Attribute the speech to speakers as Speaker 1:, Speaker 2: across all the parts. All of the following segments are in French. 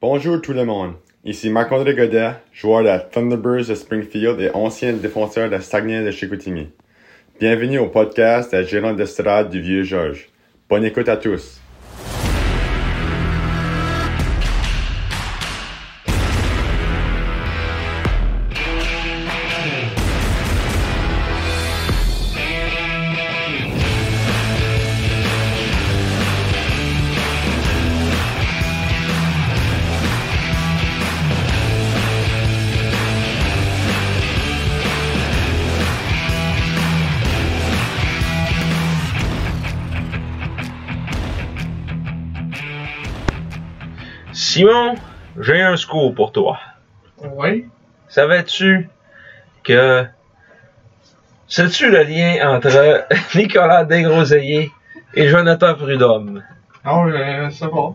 Speaker 1: Bonjour tout le monde. Ici Marc-André Godet, joueur de la Thunderbirds de Springfield et ancien défenseur de Saguenay de Chicoutimi. Bienvenue au podcast de Gérant d'Estrade du Vieux Georges. Bonne écoute à tous.
Speaker 2: Simon, j'ai un scoop pour toi.
Speaker 3: Oui.
Speaker 2: Savais-tu que. Sais-tu le lien entre Nicolas Desgroseilliers et Jonathan Prudhomme,
Speaker 3: Non, euh, je sais pas.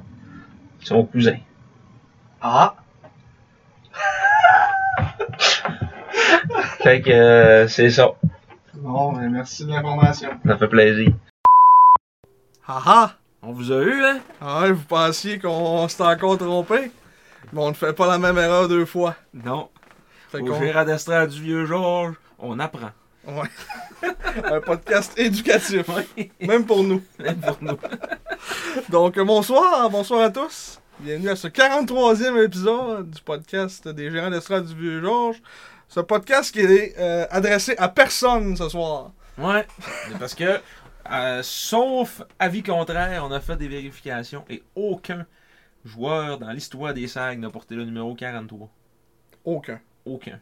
Speaker 2: son cousin?
Speaker 3: Ah.
Speaker 2: Fait que euh, c'est ça.
Speaker 3: Bon, ben, merci de l'information.
Speaker 2: Ça fait plaisir.
Speaker 4: Ah ah! On vous a eu, hein?
Speaker 3: Ah, vous pensiez qu'on s'était encore trompé? Mais on ne fait pas la même erreur deux fois.
Speaker 4: Non.
Speaker 3: Fait
Speaker 4: Au
Speaker 3: qu'on-
Speaker 4: Gérard d'Estrade du vieux Georges, on apprend.
Speaker 3: Ouais. Un podcast éducatif.
Speaker 4: Oui,
Speaker 3: Même pour nous.
Speaker 4: même pour nous.
Speaker 3: Donc, euh, bonsoir, bonsoir à tous. Bienvenue à ce 43e épisode du podcast des gérants d'estrade du Vieux Georges. Ce podcast qui est euh, adressé à personne ce soir.
Speaker 4: Ouais. Mais Parce que, euh, sauf avis contraire, on a fait des vérifications et aucun joueur dans l'histoire des SAG n'a porté le numéro 43.
Speaker 3: Aucun.
Speaker 4: Aucun.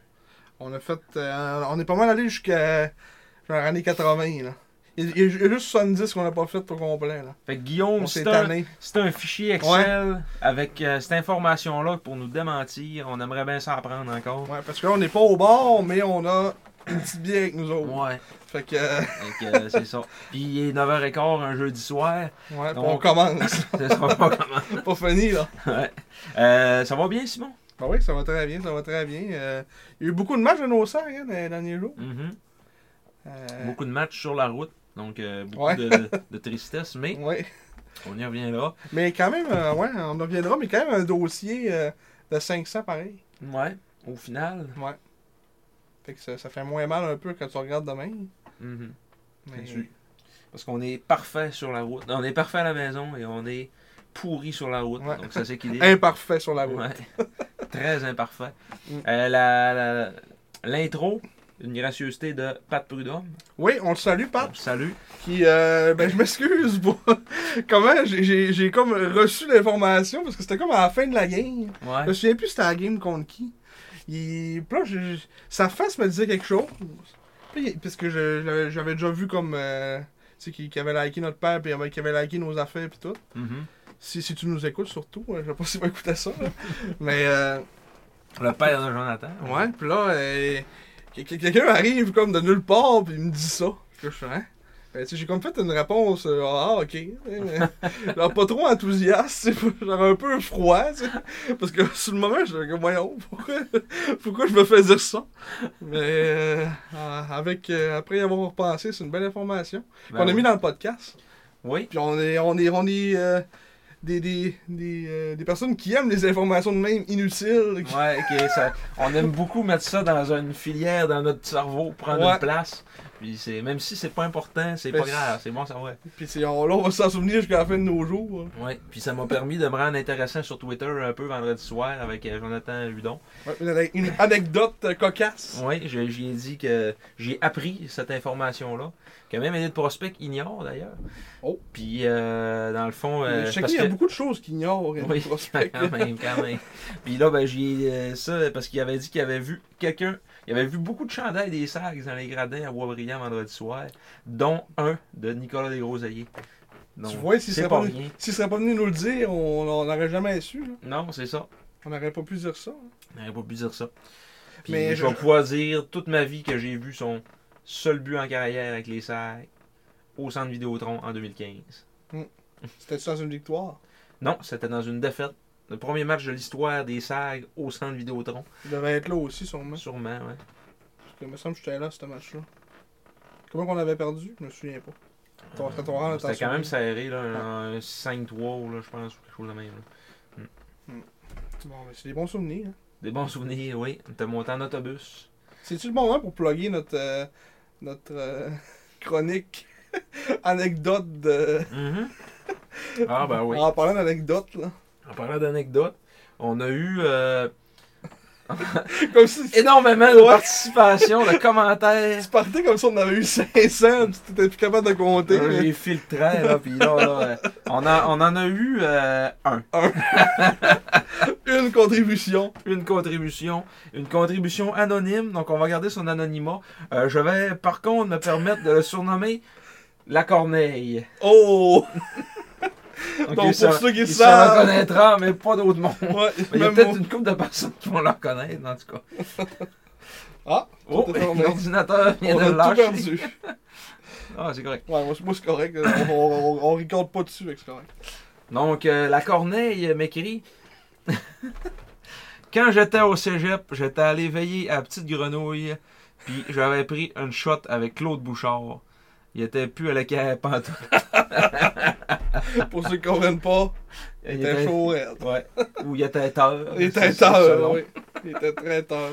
Speaker 3: On a fait. euh, on est pas mal allé jusqu'à. genre années 80, là. Il il y a ju- il y a juste 70 qu'on n'a pas fait au complet, là.
Speaker 4: Fait que
Speaker 3: On
Speaker 4: Guillaume,
Speaker 3: s'est
Speaker 4: c'est un,
Speaker 3: tanné.
Speaker 4: c'est un fichier Excel avec euh, cette information-là pour nous démentir. On aimerait bien s'en prendre encore.
Speaker 3: Ouais, parce que là, on n'est pas au bord, mais on a une petite bière avec nous autres.
Speaker 4: Ouais.
Speaker 3: Fait que. euh,
Speaker 4: Fait que, euh, c'est ça. Puis il est 9h15 un jeudi soir.
Speaker 3: ouais, puis
Speaker 4: Donc-
Speaker 3: on commence.
Speaker 4: C'est ça, on commence.
Speaker 3: pas fini, là.
Speaker 4: Ouais. Euh, ça va bien, Simon?
Speaker 3: Bah oui, ça va très bien, ça va très bien. Euh, il y a eu beaucoup de matchs de nos sangs, hein, dans les derniers jours. Euh,
Speaker 4: Beaucoup de matchs sur la route, donc euh, beaucoup
Speaker 3: Ouais.
Speaker 4: de, de tristesse, mais
Speaker 3: ouais.
Speaker 4: on y reviendra.
Speaker 3: Mais quand même, euh, ouais, on en reviendra, mais quand même un dossier euh, de 500 pareil.
Speaker 4: Ouais, au final.
Speaker 3: Ouais. Fait que ça, ça fait moins mal un peu quand tu regardes demain.
Speaker 4: mhm.
Speaker 3: Mais...
Speaker 4: Bien sûr. Parce qu'on est parfait sur la route. On est parfait à la maison et on est pourri sur la route,
Speaker 3: Ouais.
Speaker 4: donc ça c'est qu'il est.
Speaker 3: Imparfait sur la route.
Speaker 4: Ouais. Très imparfait.
Speaker 3: Mm.
Speaker 4: Euh, la- la- L'intro, une gracieuseté de Pat Prudhomme.
Speaker 3: Oui, on le salue, Pat.
Speaker 4: On Salut.
Speaker 3: Puis, euh, ben, je m'excuse pour comment j'ai- j'ai j'ai comme reçu l'information parce que c'était comme à la fin de la game. Je me
Speaker 4: Ouais.
Speaker 3: souviens plus c'était la game contre qui. Il... Puis là, je- je- sa face me disait quelque chose. Puis, il- parce que je- je- j'avais déjà vu comme. euh, tu sais, qu'il qu'il avait liké notre père, puis euh, qu'il avait liké nos affaires, puis tout.
Speaker 4: Mhm.
Speaker 3: Si, si tu nous écoutes surtout, hein, je sais pas si tu vas écouter ça. là. Mais, euh,
Speaker 4: Le père de Jonathan.
Speaker 3: ouais, puis là, euh, que- que- quelqu'un arrive comme de nulle part, puis il me dit ça. Puis là, je fais, hein? Ben, tu sais, j'ai comme fait une réponse, euh, ah, ok. Alors, pas trop enthousiaste, tu sais, genre un peu froid, tu sais. Parce que sur le moment, j'étais comme, voyons, pourquoi, pourquoi je me fais dire ça? Mais, euh, ah, avec, euh, après y avoir repensé, c'est une belle information.
Speaker 4: Ben
Speaker 3: qu'on a
Speaker 4: oui.
Speaker 3: mis dans le podcast.
Speaker 4: Oui.
Speaker 3: Puis on est, on est, on est euh, des, des, des, euh, des personnes qui aiment les informations de même inutiles. qui-
Speaker 4: Ouais, ok, ça- on aime beaucoup mettre ça dans une filière, dans notre cerveau, prendre
Speaker 3: Ouais.
Speaker 4: une place. Puis c'est, même si c'est pas important, c'est
Speaker 3: Ben,
Speaker 4: pas grave, c'est bon, ça va.
Speaker 3: Puis c'est- on, là, on va s'en souvenir jusqu'à la fin de nos jours. hein.
Speaker 4: Ouais, puis ça m'a permis de me rendre intéressant sur Twitter un peu vendredi soir avec euh, Jonathan Hudon.
Speaker 3: Ouais, une, ane- une anecdote euh, cocasse.
Speaker 4: Oui, j'y ai dit que j'ai appris cette information-là, que même Edith Prospect ignore d'ailleurs.
Speaker 3: Oh.
Speaker 4: Puis euh, dans le fond. euh,
Speaker 3: Je sais
Speaker 4: parce
Speaker 3: qu'il y a
Speaker 4: que-
Speaker 3: hein, beaucoup de choses qu'il ignore. hein,
Speaker 4: Oui,
Speaker 3: le prospect.
Speaker 4: quand même, quand même. Puis là, ben, j'ai euh, ça parce qu'il avait dit qu'il avait vu quelqu'un, il avait vu beaucoup de chandails des sacs dans les gradins à Boisbriand vendredi soir, dont un de Nicolas Desgroseilliers. Donc,
Speaker 3: tu vois, s'il
Speaker 4: c'est
Speaker 3: serait
Speaker 4: pas
Speaker 3: pas,
Speaker 4: rien.
Speaker 3: s'il serait pas venu nous le dire, on on n'aurait jamais su. là.
Speaker 4: Non, c'est ça.
Speaker 3: On n'aurait pas pu dire ça. hein.
Speaker 4: On n'aurait pas pu dire ça. Puis
Speaker 3: Mais
Speaker 4: je
Speaker 3: je-
Speaker 4: vais pouvoir dire toute ma vie que j'ai vu son seul but en carrière avec les sacs au centre Vidéotron en 2015.
Speaker 3: C'était sans une victoire.
Speaker 4: Non, c'était dans une défaite. Le premier match de l'histoire des SAG au centre Vidéotron.
Speaker 3: Il devait être là aussi, sûrement.
Speaker 4: Sûrement, ouais.
Speaker 3: Parce que, il me semble que j'étais là, ce match-là. Comment qu'on avait perdu Je me souviens pas. Ton- ton- ton- ton-
Speaker 4: Euh, C'était quand même serré, là,
Speaker 3: Ah, Ouais.
Speaker 4: un un 5-3, là, je pense, ou quelque chose de même. là. Mm.
Speaker 3: Mm. Bon, mais c'est des bons souvenirs. hein.
Speaker 4: Des bons souvenirs, oui. On était monté en autobus.
Speaker 3: C'est-tu le bon moment pour plugger notre, euh, notre euh, chronique anecdote de.
Speaker 4: Mhm. Ah, ben oui.
Speaker 3: En parlant d'anecdote, là.
Speaker 4: En parlant d'anecdotes, on a eu euh,
Speaker 3: Comme si
Speaker 4: énormément de
Speaker 3: Ouais.
Speaker 4: participation, de commentaires.
Speaker 3: tu partais comme si on avait eu 500, pis t'étais plus capable de compter.
Speaker 4: Là,
Speaker 3: mais-
Speaker 4: Euh, J'ai filtré, là, puis là, là, euh, on, a- on en a eu euh, un.
Speaker 3: Une contribution.
Speaker 4: Une contribution, une contribution anonyme, donc on va garder son anonymat. Euh, je vais, par contre, me permettre de le surnommer La Corneille.
Speaker 3: Oh!
Speaker 4: Donc,
Speaker 3: Donc, pour
Speaker 4: se-
Speaker 3: ceux qui
Speaker 4: il
Speaker 3: savent-
Speaker 4: se reconnaîtra, mais pas d'autres monde.
Speaker 3: Ouais,
Speaker 4: Il y a
Speaker 3: même
Speaker 4: peut-être
Speaker 3: moi.
Speaker 4: une couple de personnes qui vont le reconnaître, en tout cas.
Speaker 3: Ah,
Speaker 4: Oh,
Speaker 3: est fermé.
Speaker 4: l'ordinateur vient
Speaker 3: on
Speaker 4: de
Speaker 3: a
Speaker 4: le
Speaker 3: tout
Speaker 4: lâcher.
Speaker 3: perdu.
Speaker 4: Ah, c'est correct.
Speaker 3: Ouais, moi, c'est- moi, c'est correct. On, on, on- on regarde pas dessus, fait que c'est correct.
Speaker 4: Donc, euh, la Corneille euh, m'écrit Quand j'étais au cégep, j'étais allé veiller à Petite Grenouille, puis j'avais pris une shot avec Claude Bouchard. Il était plus à la cape en tout.
Speaker 3: Pour ceux qui comprennent pas,
Speaker 4: Il
Speaker 3: t'es chaud, raide.
Speaker 4: Ouais. Ou il était tard.
Speaker 3: Il était tard, oui. Il était très tard.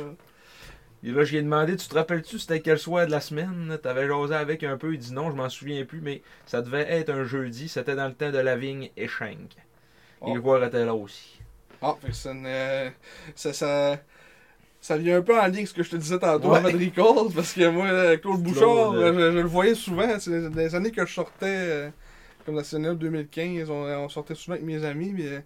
Speaker 4: Et là, j'ai demandé, tu te rappelles-tu c'était quel soir de la semaine? T'avais jasé avec un peu, il dit non, je m'en souviens plus, mais ça devait être un jeudi, c'était dans le temps de la vigne et Schenk. Et
Speaker 3: Oh.
Speaker 4: le joueur était là aussi.
Speaker 3: Ah, fait que c'est une, euh, ça, ça, ça vient un peu en lien avec ce que je te disais tantôt
Speaker 4: Ouais.
Speaker 3: avant de record, parce que moi, euh, Claude Bouchard,
Speaker 4: Claude,
Speaker 3: euh, je, je le voyais souvent. C'est dans les années que je sortais, euh, comme la CNL 2015, on, on sortait souvent avec mes amis, mais euh,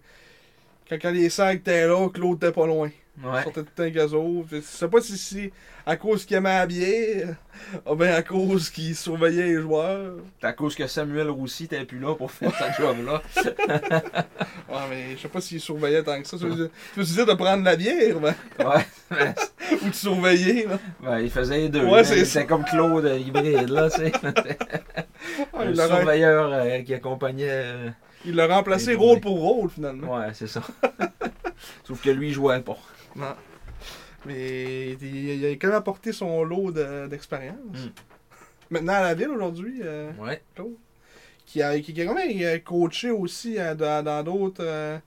Speaker 3: quand, quand les sacs étaient là, Claude était pas loin. On
Speaker 4: Ouais.
Speaker 3: sortait tout un gazo. Je sais pas si c'est à cause qu'il aimait la bière, ou bien à cause qu'il surveillait les joueurs.
Speaker 4: C'est à cause que Samuel Roussy était plus là pour faire sa job là.
Speaker 3: Ouais, mais je sais pas s'il surveillait tant que ça. Tu veux dire- tu veux dire de prendre la bière, ben,
Speaker 4: Ouais. Ben,
Speaker 3: ou de surveiller, là.
Speaker 4: ben, il faisait les deux.
Speaker 3: Ouais,
Speaker 4: là.
Speaker 3: c'est ça.
Speaker 4: C'était comme Claude euh, hybride là, tu sais.
Speaker 3: Ah,
Speaker 4: le
Speaker 3: il l'aurait-
Speaker 4: surveilleur euh, qui accompagnait. euh,
Speaker 3: Il l'a remplacé
Speaker 4: Et
Speaker 3: rôle
Speaker 4: oui.
Speaker 3: pour rôle, finalement.
Speaker 4: Ouais, c'est ça. Sauf que lui il jouait pas.
Speaker 3: Non. Mais il, il a quand même apporté son lot de- d'expérience.
Speaker 4: Mm.
Speaker 3: Maintenant, à la ville, aujourd'hui, euh,
Speaker 4: Ouais.
Speaker 3: qui, a, qui, qui a quand même euh, coaché aussi euh, dans dans d'autres euh,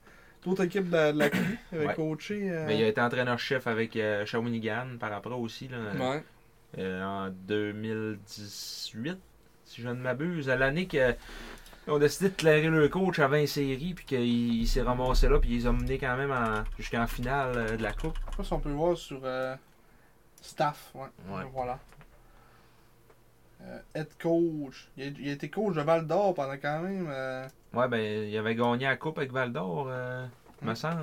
Speaker 3: d'autres équipes de, de la QI. Il avait
Speaker 4: Ouais.
Speaker 3: coaché... euh,
Speaker 4: Mais il a été entraîneur-chef avec euh, Shawinigan par après aussi là.
Speaker 3: ouais.
Speaker 4: Euh, en 2018, si je ne m'abuse, à l'année que on a décidé de clairer le coach avant les séries, puis qu'il il s'est ramassé là, puis ils ont mené quand même en- jusqu'en finale euh, de la coupe.
Speaker 3: Je sais pas si on peut le voir sur euh, staff. Ouais.
Speaker 4: Ouais.
Speaker 3: Voilà. Euh, head coach. Il a, il a été coach de Val d'Or pendant quand même... euh,
Speaker 4: Ouais, ben il avait gagné la coupe avec Val d'Or, euh, me
Speaker 3: Mm.
Speaker 4: semble.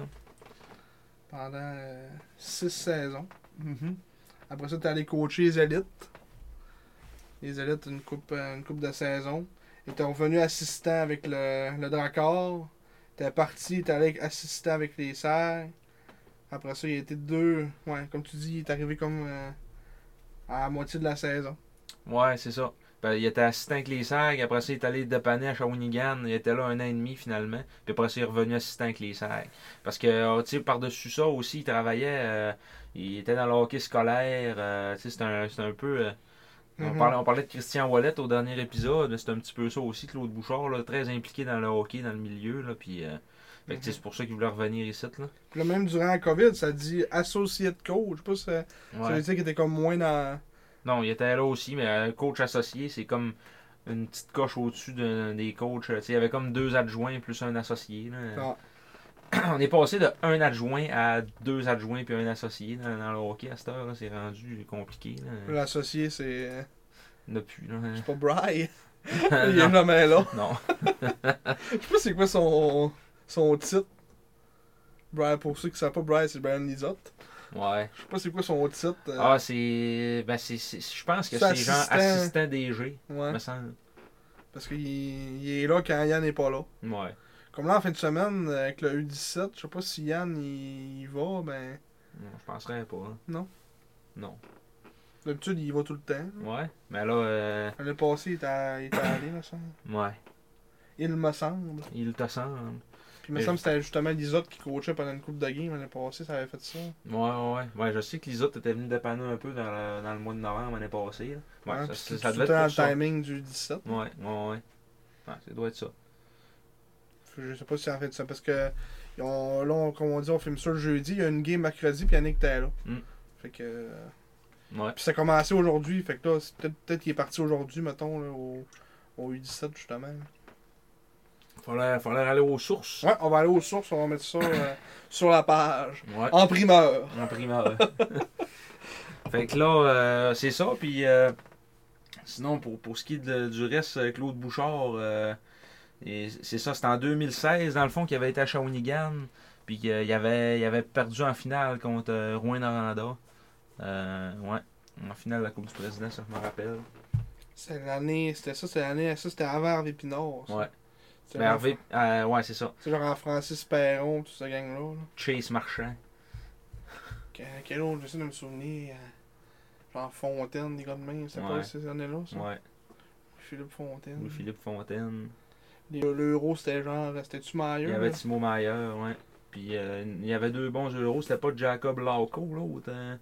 Speaker 3: pendant 6 saisons.
Speaker 4: Mm-hmm.
Speaker 3: Après ça, t'es allé coacher les élites. Les élites, une coupe, euh, une coupe de saison. Et t'es revenu assistant avec le, le Drakkar. T'es parti, t'es allé assistant avec les Serres. Après ça, il était deux. Ouais, comme tu dis, il est arrivé comme euh, à la moitié de la saison.
Speaker 4: Ouais, c'est ça. Ben, il était assistant avec les Sags, après ça il est allé dépanner à Shawinigan, il était là un an et demi finalement, puis après ça il est revenu assistant avec les Sags. Parce que, euh, tu sais, par-dessus ça aussi, il travaillait, euh, il était dans le hockey scolaire, euh, tu sais, c'est un, c'est un peu... euh, on,
Speaker 3: Mhm.
Speaker 4: parlait, on parlait de Christian Wallet au dernier épisode, mais c'est un petit peu ça aussi, Claude Bouchard, là, très impliqué dans le hockey, dans le milieu, là, puis... euh, fait que, tu sais, c'est pour ça qu'il voulait revenir ici, là.
Speaker 3: Puis là, même durant la COVID, ça dit associate coach. Je sais pas si ça- ça
Speaker 4: Ouais.
Speaker 3: veut dire qu'il était comme moins dans.
Speaker 4: Non, il était là aussi, mais euh, coach associé, c'est comme une petite coche au-dessus de- des coachs. euh, tu sais, Il y avait comme deux adjoints plus un associé. là.
Speaker 3: Ah.
Speaker 4: On est passé de un adjoint à deux adjoints puis un associé dans, dans le hockey à cette heure. là, C'est rendu compliqué. là.
Speaker 3: L'associé, c'est. euh,
Speaker 4: Il n'y en a plus. là.
Speaker 3: C'est pas Bry. Il est
Speaker 4: Euh, non.
Speaker 3: jamais là.
Speaker 4: non.
Speaker 3: Je sais pas c'est quoi son, son titre. Brian, pour ceux qui savent pas, Brian, c'est Brian Lizotte.
Speaker 4: Ouais.
Speaker 3: Je sais pas c'est quoi son titre. euh,
Speaker 4: Ah, c'est. Ben, c'est. c'est- Je pense que
Speaker 3: C'est
Speaker 4: c'est genre
Speaker 3: assistant. Hein?
Speaker 4: assistant DG,
Speaker 3: ouais,
Speaker 4: me semble.
Speaker 3: parce qu'il il est là quand Yann n'est pas là.
Speaker 4: Ouais.
Speaker 3: Comme là, en fin de semaine, euh, avec le U17, je sais pas si Yann il, il va, ben...
Speaker 4: Non, je penserais pas. hein.
Speaker 3: Non.
Speaker 4: Non.
Speaker 3: D'habitude, il y va tout le temps.
Speaker 4: Ouais. Mais là, euh,
Speaker 3: L'année passée, il était, à- il était allé, me semble.
Speaker 4: ouais.
Speaker 3: Il me semble.
Speaker 4: Il te hein. semble.
Speaker 3: Puis, il me
Speaker 4: Mais-
Speaker 3: semble que c'était justement Lizotte qui coachait pendant une coupe de game l'année passée, ça avait fait ça.
Speaker 4: Ouais, ouais, ouais. ouais. Je sais que les autres étaient venus dépanner un peu dans le, dans le mois de novembre l'année passée. Là. Ouais,
Speaker 3: Hein,
Speaker 4: ça, ça,
Speaker 3: puis c'était
Speaker 4: ça
Speaker 3: tout le
Speaker 4: devait
Speaker 3: temps
Speaker 4: être pour
Speaker 3: le
Speaker 4: ça. Ouais,
Speaker 3: timing du 17.
Speaker 4: ouais, ouais. Ouais, ça doit être ça.
Speaker 3: Je sais pas si en fait ça parce que Ils ont- là, on- comme on dit, on filme ça le jeudi. Il y a une game mercredi, puis Yannick était là.
Speaker 4: Mm.
Speaker 3: Fait que. euh,
Speaker 4: Ouais.
Speaker 3: Puis ça a commencé aujourd'hui. Fait que là, c'est peut-être peut-être qu'il est parti aujourd'hui, mettons, là, au, au U17, justement. là.
Speaker 4: Fallait, fallait aller aux sources.
Speaker 3: Ouais, on va aller aux sources, on va mettre ça euh, sur la page.
Speaker 4: Ouais.
Speaker 3: En primeur.
Speaker 4: En primeur. fait que là, euh, c'est ça. Puis euh, sinon, pour, pour ce qui est de- du reste, euh, Claude Bouchard, euh, et c'est ça, c'était en 2016, dans le fond, qu'il avait été à Shawinigan. Puis qu'il avait, il avait perdu en finale contre euh, Rouen Noranda. Euh, ouais, en finale de la Coupe du Président, ça, je me rappelle.
Speaker 3: C'est l'année. C'était ça, c'était l'année. Ça, c'était avant Hervé Pinard. ça.
Speaker 4: Ouais.
Speaker 3: C'était
Speaker 4: Ben, Hervé, euh, ouais, c'est ça.
Speaker 3: C'est genre en Francis Perron, toute cette gang-là. là.
Speaker 4: Chase Marchand.
Speaker 3: Que- Quel autre, j'essaie de me souvenir. euh, Genre Fontaine, des gars de main, c'est
Speaker 4: Ouais.
Speaker 3: pas ces années-là, ça.
Speaker 4: Ouais.
Speaker 3: Philippe Fontaine.
Speaker 4: Louis-Philippe Fontaine.
Speaker 3: Les- L'euro, c'était genre, c'était-tu
Speaker 4: Il y
Speaker 3: Maillot?
Speaker 4: avait Timo Maillard, ouais. Puis euh, il y avait deux bons euros. C'était pas Jacob Lauco, l'autre. hein.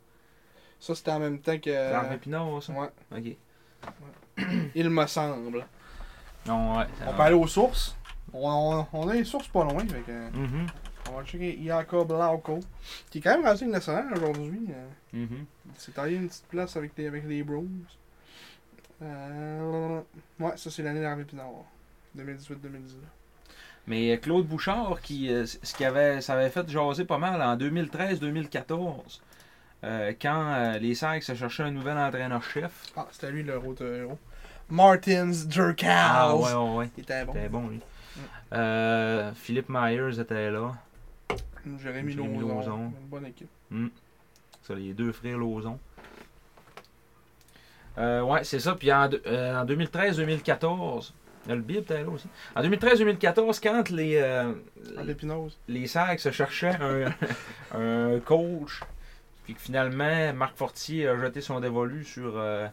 Speaker 3: Ça, c'était en même temps que.
Speaker 4: C'est Hervé Pinard, ça.
Speaker 3: Euh, Ouais,
Speaker 4: Ok.
Speaker 3: il me semble.
Speaker 4: Non, ouais.
Speaker 3: On peut aller aux sources. On, on- on a les sources pas loin, fait que.
Speaker 4: Mhm,
Speaker 3: On va checker Jacob Lauco, qui est quand même rendu une nationale aujourd'hui. euh,
Speaker 4: mhm.
Speaker 3: Il s'est taillé une petite place avec les, avec les Bros. Euh, ouais, ça, c'est l'année d'Hervé Pinard. 2018-2019.
Speaker 4: Mais euh, Claude Bouchard, qui, euh, c- ce qui avait, ça avait fait jaser pas mal en 2013-2014, euh, quand euh, les Sags se cherchaient un nouvel entraîneur-chef.
Speaker 3: Ah, c'était lui le route héros. Martins Jerkhouse.
Speaker 4: Ah, ouais, ouais, ouais.
Speaker 3: Il était bon.
Speaker 4: C'était bon, lui.
Speaker 3: Mm.
Speaker 4: Euh, Philippe Myers était là.
Speaker 3: Jérémy
Speaker 4: Jérémy
Speaker 3: Lauzon.
Speaker 4: Lauzon.
Speaker 3: Une bonne équipe.
Speaker 4: Ça, les deux frères Lauzon. Euh, ouais, c'est ça. Puis en, deux- euh, en 2013-2014, le Bib était là aussi. En 2013-2014, quand les, euh,
Speaker 3: Ah, l'épinose.
Speaker 4: les Sags se cherchaient un, un coach, puis que finalement, Marc Fortier a jeté son dévolu sur euh,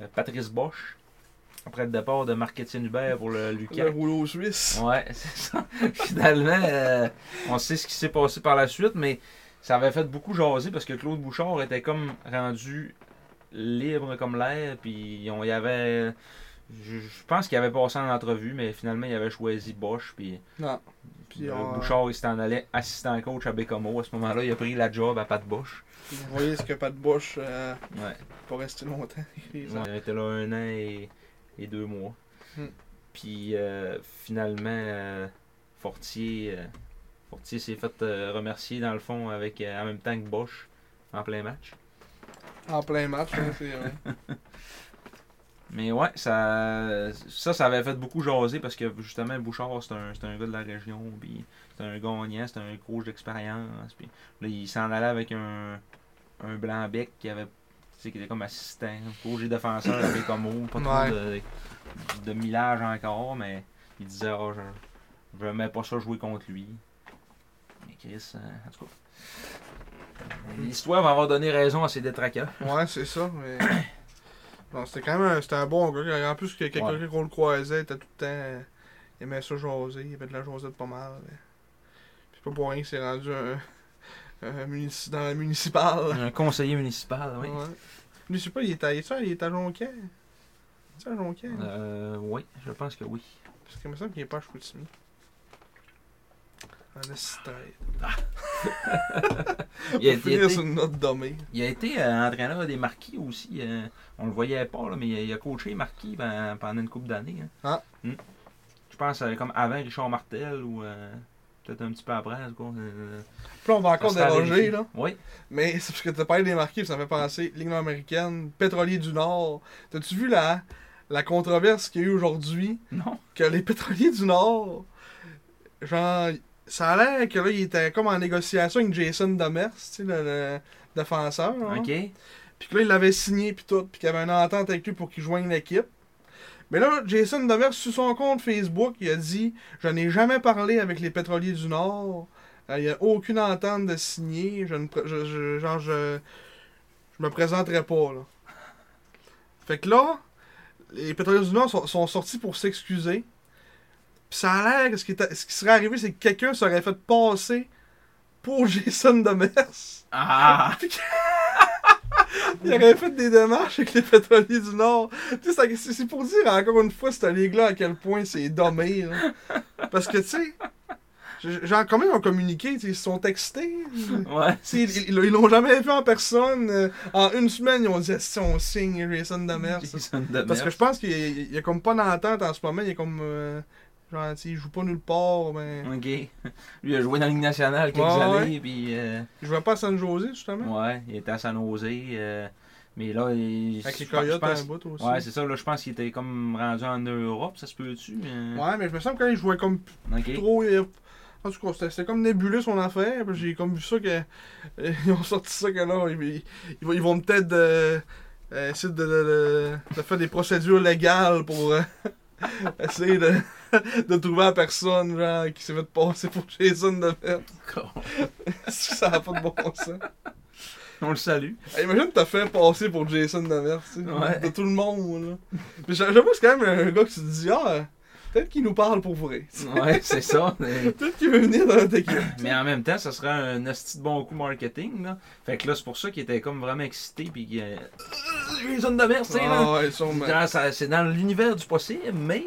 Speaker 4: euh, Patrice Bosch, après le départ de Marc-Étienne Hubert pour le Lucas.
Speaker 3: Le rouleau suisse.
Speaker 4: Ouais, c'est ça. Finalement, euh, on sait ce qui s'est passé par la suite, mais ça avait fait beaucoup jaser parce que Claude Bouchard était comme rendu libre comme l'air, puis on y avait. Je, je pense qu'il avait passé en entrevue, mais finalement, il avait choisi Bosch, puis,
Speaker 3: Non.
Speaker 4: puis,
Speaker 3: Puis
Speaker 4: euh,
Speaker 3: on-
Speaker 4: Bouchard, il s'en allait assistant coach à Bécomo. À ce moment-là, il a pris la job à Pat Bosch.
Speaker 3: Vous voyez ce que Pat Bush euh,
Speaker 4: Ouais.
Speaker 3: pas resté longtemps. Les
Speaker 4: Ouais, Il était là un an et, et deux mois.
Speaker 3: Hmm.
Speaker 4: Puis euh, finalement, euh, Fortier, euh, Fortier s'est fait euh, remercier dans le fond avec euh, en même temps que Bosch en plein match.
Speaker 3: En plein match, hein, c'est vrai.
Speaker 4: Mais ouais, ça, ça, ça avait fait beaucoup jaser parce que justement, Bouchard, c'est un, c'est un gars de la région, puis c'est un gagnant, c'est un coach d'expérience. Puis là, il s'en allait avec un, un blanc-bec qui avait, tu sais, qui était comme assistant, coach et défenseur avec comme mot, pas trop
Speaker 3: Ouais.
Speaker 4: de, de millage encore, mais il disait, Ah, je, je mets pas ça jouer contre lui. Mais Chris, euh, en tout cas. Euh, L'histoire va avoir donné raison à ses détraqueurs.
Speaker 3: Ouais, c'est ça, mais. Non, c'était quand même un, c'était un bon gars. En plus, que quelqu'un
Speaker 4: Ouais.
Speaker 3: qu'on le croisait, il était tout le temps. euh, Il aimait ça jaser, il avait de la jasette pas mal. mais- Puis c'est pas pour rien que c'est rendu un, un munici- dans la municipale.
Speaker 4: Un conseiller municipal, oui.
Speaker 3: Ouais. Lui, je sais pas, il est à, il est à, il est à Jonquière. Il est à Jonquière.
Speaker 4: Euh, oui, je pense que oui.
Speaker 3: Parce qu'il me semble qu'il est pas à Chicoutimi. Un assisté.
Speaker 4: Il a,
Speaker 3: Pour
Speaker 4: il a
Speaker 3: finir
Speaker 4: été,
Speaker 3: sur une note dommée.
Speaker 4: il a été, euh, entraîneur des Marquis aussi. euh, on le voyait pas, là, mais il a, il a coaché Marquis ben, pendant une couple d'années. hein.
Speaker 3: Ah.
Speaker 4: Mm. Je pense euh, comme avant Richard Martel ou euh, peut-être un petit peu après. en tout cas, euh,
Speaker 3: Puis là, on va encore
Speaker 4: ça sera
Speaker 3: déroger,
Speaker 4: vérifié.
Speaker 3: là.
Speaker 4: Oui.
Speaker 3: Mais c'est parce que t'as parlé des marqués, puis ça me fait penser, Ligue nord-américaine, pétrolier du Nord. T'as-tu vu la, la controverse qu'il y a eu aujourd'hui?
Speaker 4: Non.
Speaker 3: Que les pétroliers du Nord, genre, ça a l'air que là, ils étaient comme en négociation avec Jason Domers, tu sais, le, le défenseur. hein? là.
Speaker 4: Ok.
Speaker 3: Puis que là, il l'avait signé, puis tout, puis qu'il y avait une entente avec lui pour qu'il joigne l'équipe. Mais là, Jason Demers, sur son compte Facebook, il a dit Je n'ai jamais parlé avec les pétroliers du Nord. Euh, Il n'y a aucune entente de signer. Je ne pr- je, je- genre, je, je me présenterai pas. Là. Fait que là, les pétroliers du Nord sont, sont sortis pour s'excuser. Puis ça a l'air que ce qui, était- ce qui serait arrivé, c'est que quelqu'un serait fait passer pour Jason Demers.
Speaker 4: Ah!
Speaker 3: Il aurait fait des démarches avec les pétroliers du Nord. Tu sais, ça- c'est c'est pour dire encore une fois, cette ligue-là, à quel point c'est dommé. là. Parce que, tu sais, J'ai- Genre, quand même, ils ont communiqué, tu sais, ils se sont textés.
Speaker 4: Ouais.
Speaker 3: Tu sais, Ils ils- ils l'ont jamais vu en personne. Euh, En une semaine, ils ont dit si on signe Jason Demers.
Speaker 4: Jason Demers.
Speaker 3: hein, Parce que je pense qu'il y a- il y a comme pas d'entente en ce moment. Il est comme. euh, genre, tu sais, il joue pas nulle part. ben, Mais...
Speaker 4: Ok. Lui a joué dans la Ligue nationale quelques
Speaker 3: Ouais, ouais.
Speaker 4: années, puis euh,
Speaker 3: Il jouait pas à San José, justement.
Speaker 4: ouais, il était à San Jose. euh, mais là, il,
Speaker 3: Avec les
Speaker 4: je pense- je
Speaker 3: Coyotes
Speaker 4: pense-
Speaker 3: un bout aussi.
Speaker 4: Ouais, c'est ça, là, je pense qu'il était comme rendu en Europe, ça se peut-tu? Mais...
Speaker 3: Ouais, mais je me semble que quand il jouait comme
Speaker 4: Ok.
Speaker 3: trop. euh, En tout cas, c'était- c'était comme nébuleux son affaire. puis J'ai comme vu ça que. euh, Ils ont sorti ça que là, ils, ils- ils vont- ils vont peut-être euh, euh, essayer de, de- de- de faire des procédures légales pour euh, essayer de, de trouver la personne genre, qui s'est fait passer pour Jason de Ça n'a pas de bon sens.
Speaker 4: On le salue.
Speaker 3: Hey, Imagine te faire passer pour Jason Demers, tu sais,
Speaker 4: Ouais.
Speaker 3: de tout le monde. Là. Mais j'a- j'avoue, c'est quand même un gars que tu te dis, ah, peut-être qu'il nous parle pour vrai.
Speaker 4: Ouais, c'est ça. mais-
Speaker 3: Peut-être qu'il veut venir dans notre équipe.
Speaker 4: Mais en même temps, ça serait un asti de bon coup marketing. Là. Fait que là, c'est pour ça qu'il était comme vraiment excité. Puis qu'il. euh, Jason Demers, tu sais, là.
Speaker 3: Ah ouais, sûrement.
Speaker 4: Dans sa- C'est dans l'univers du possible, mais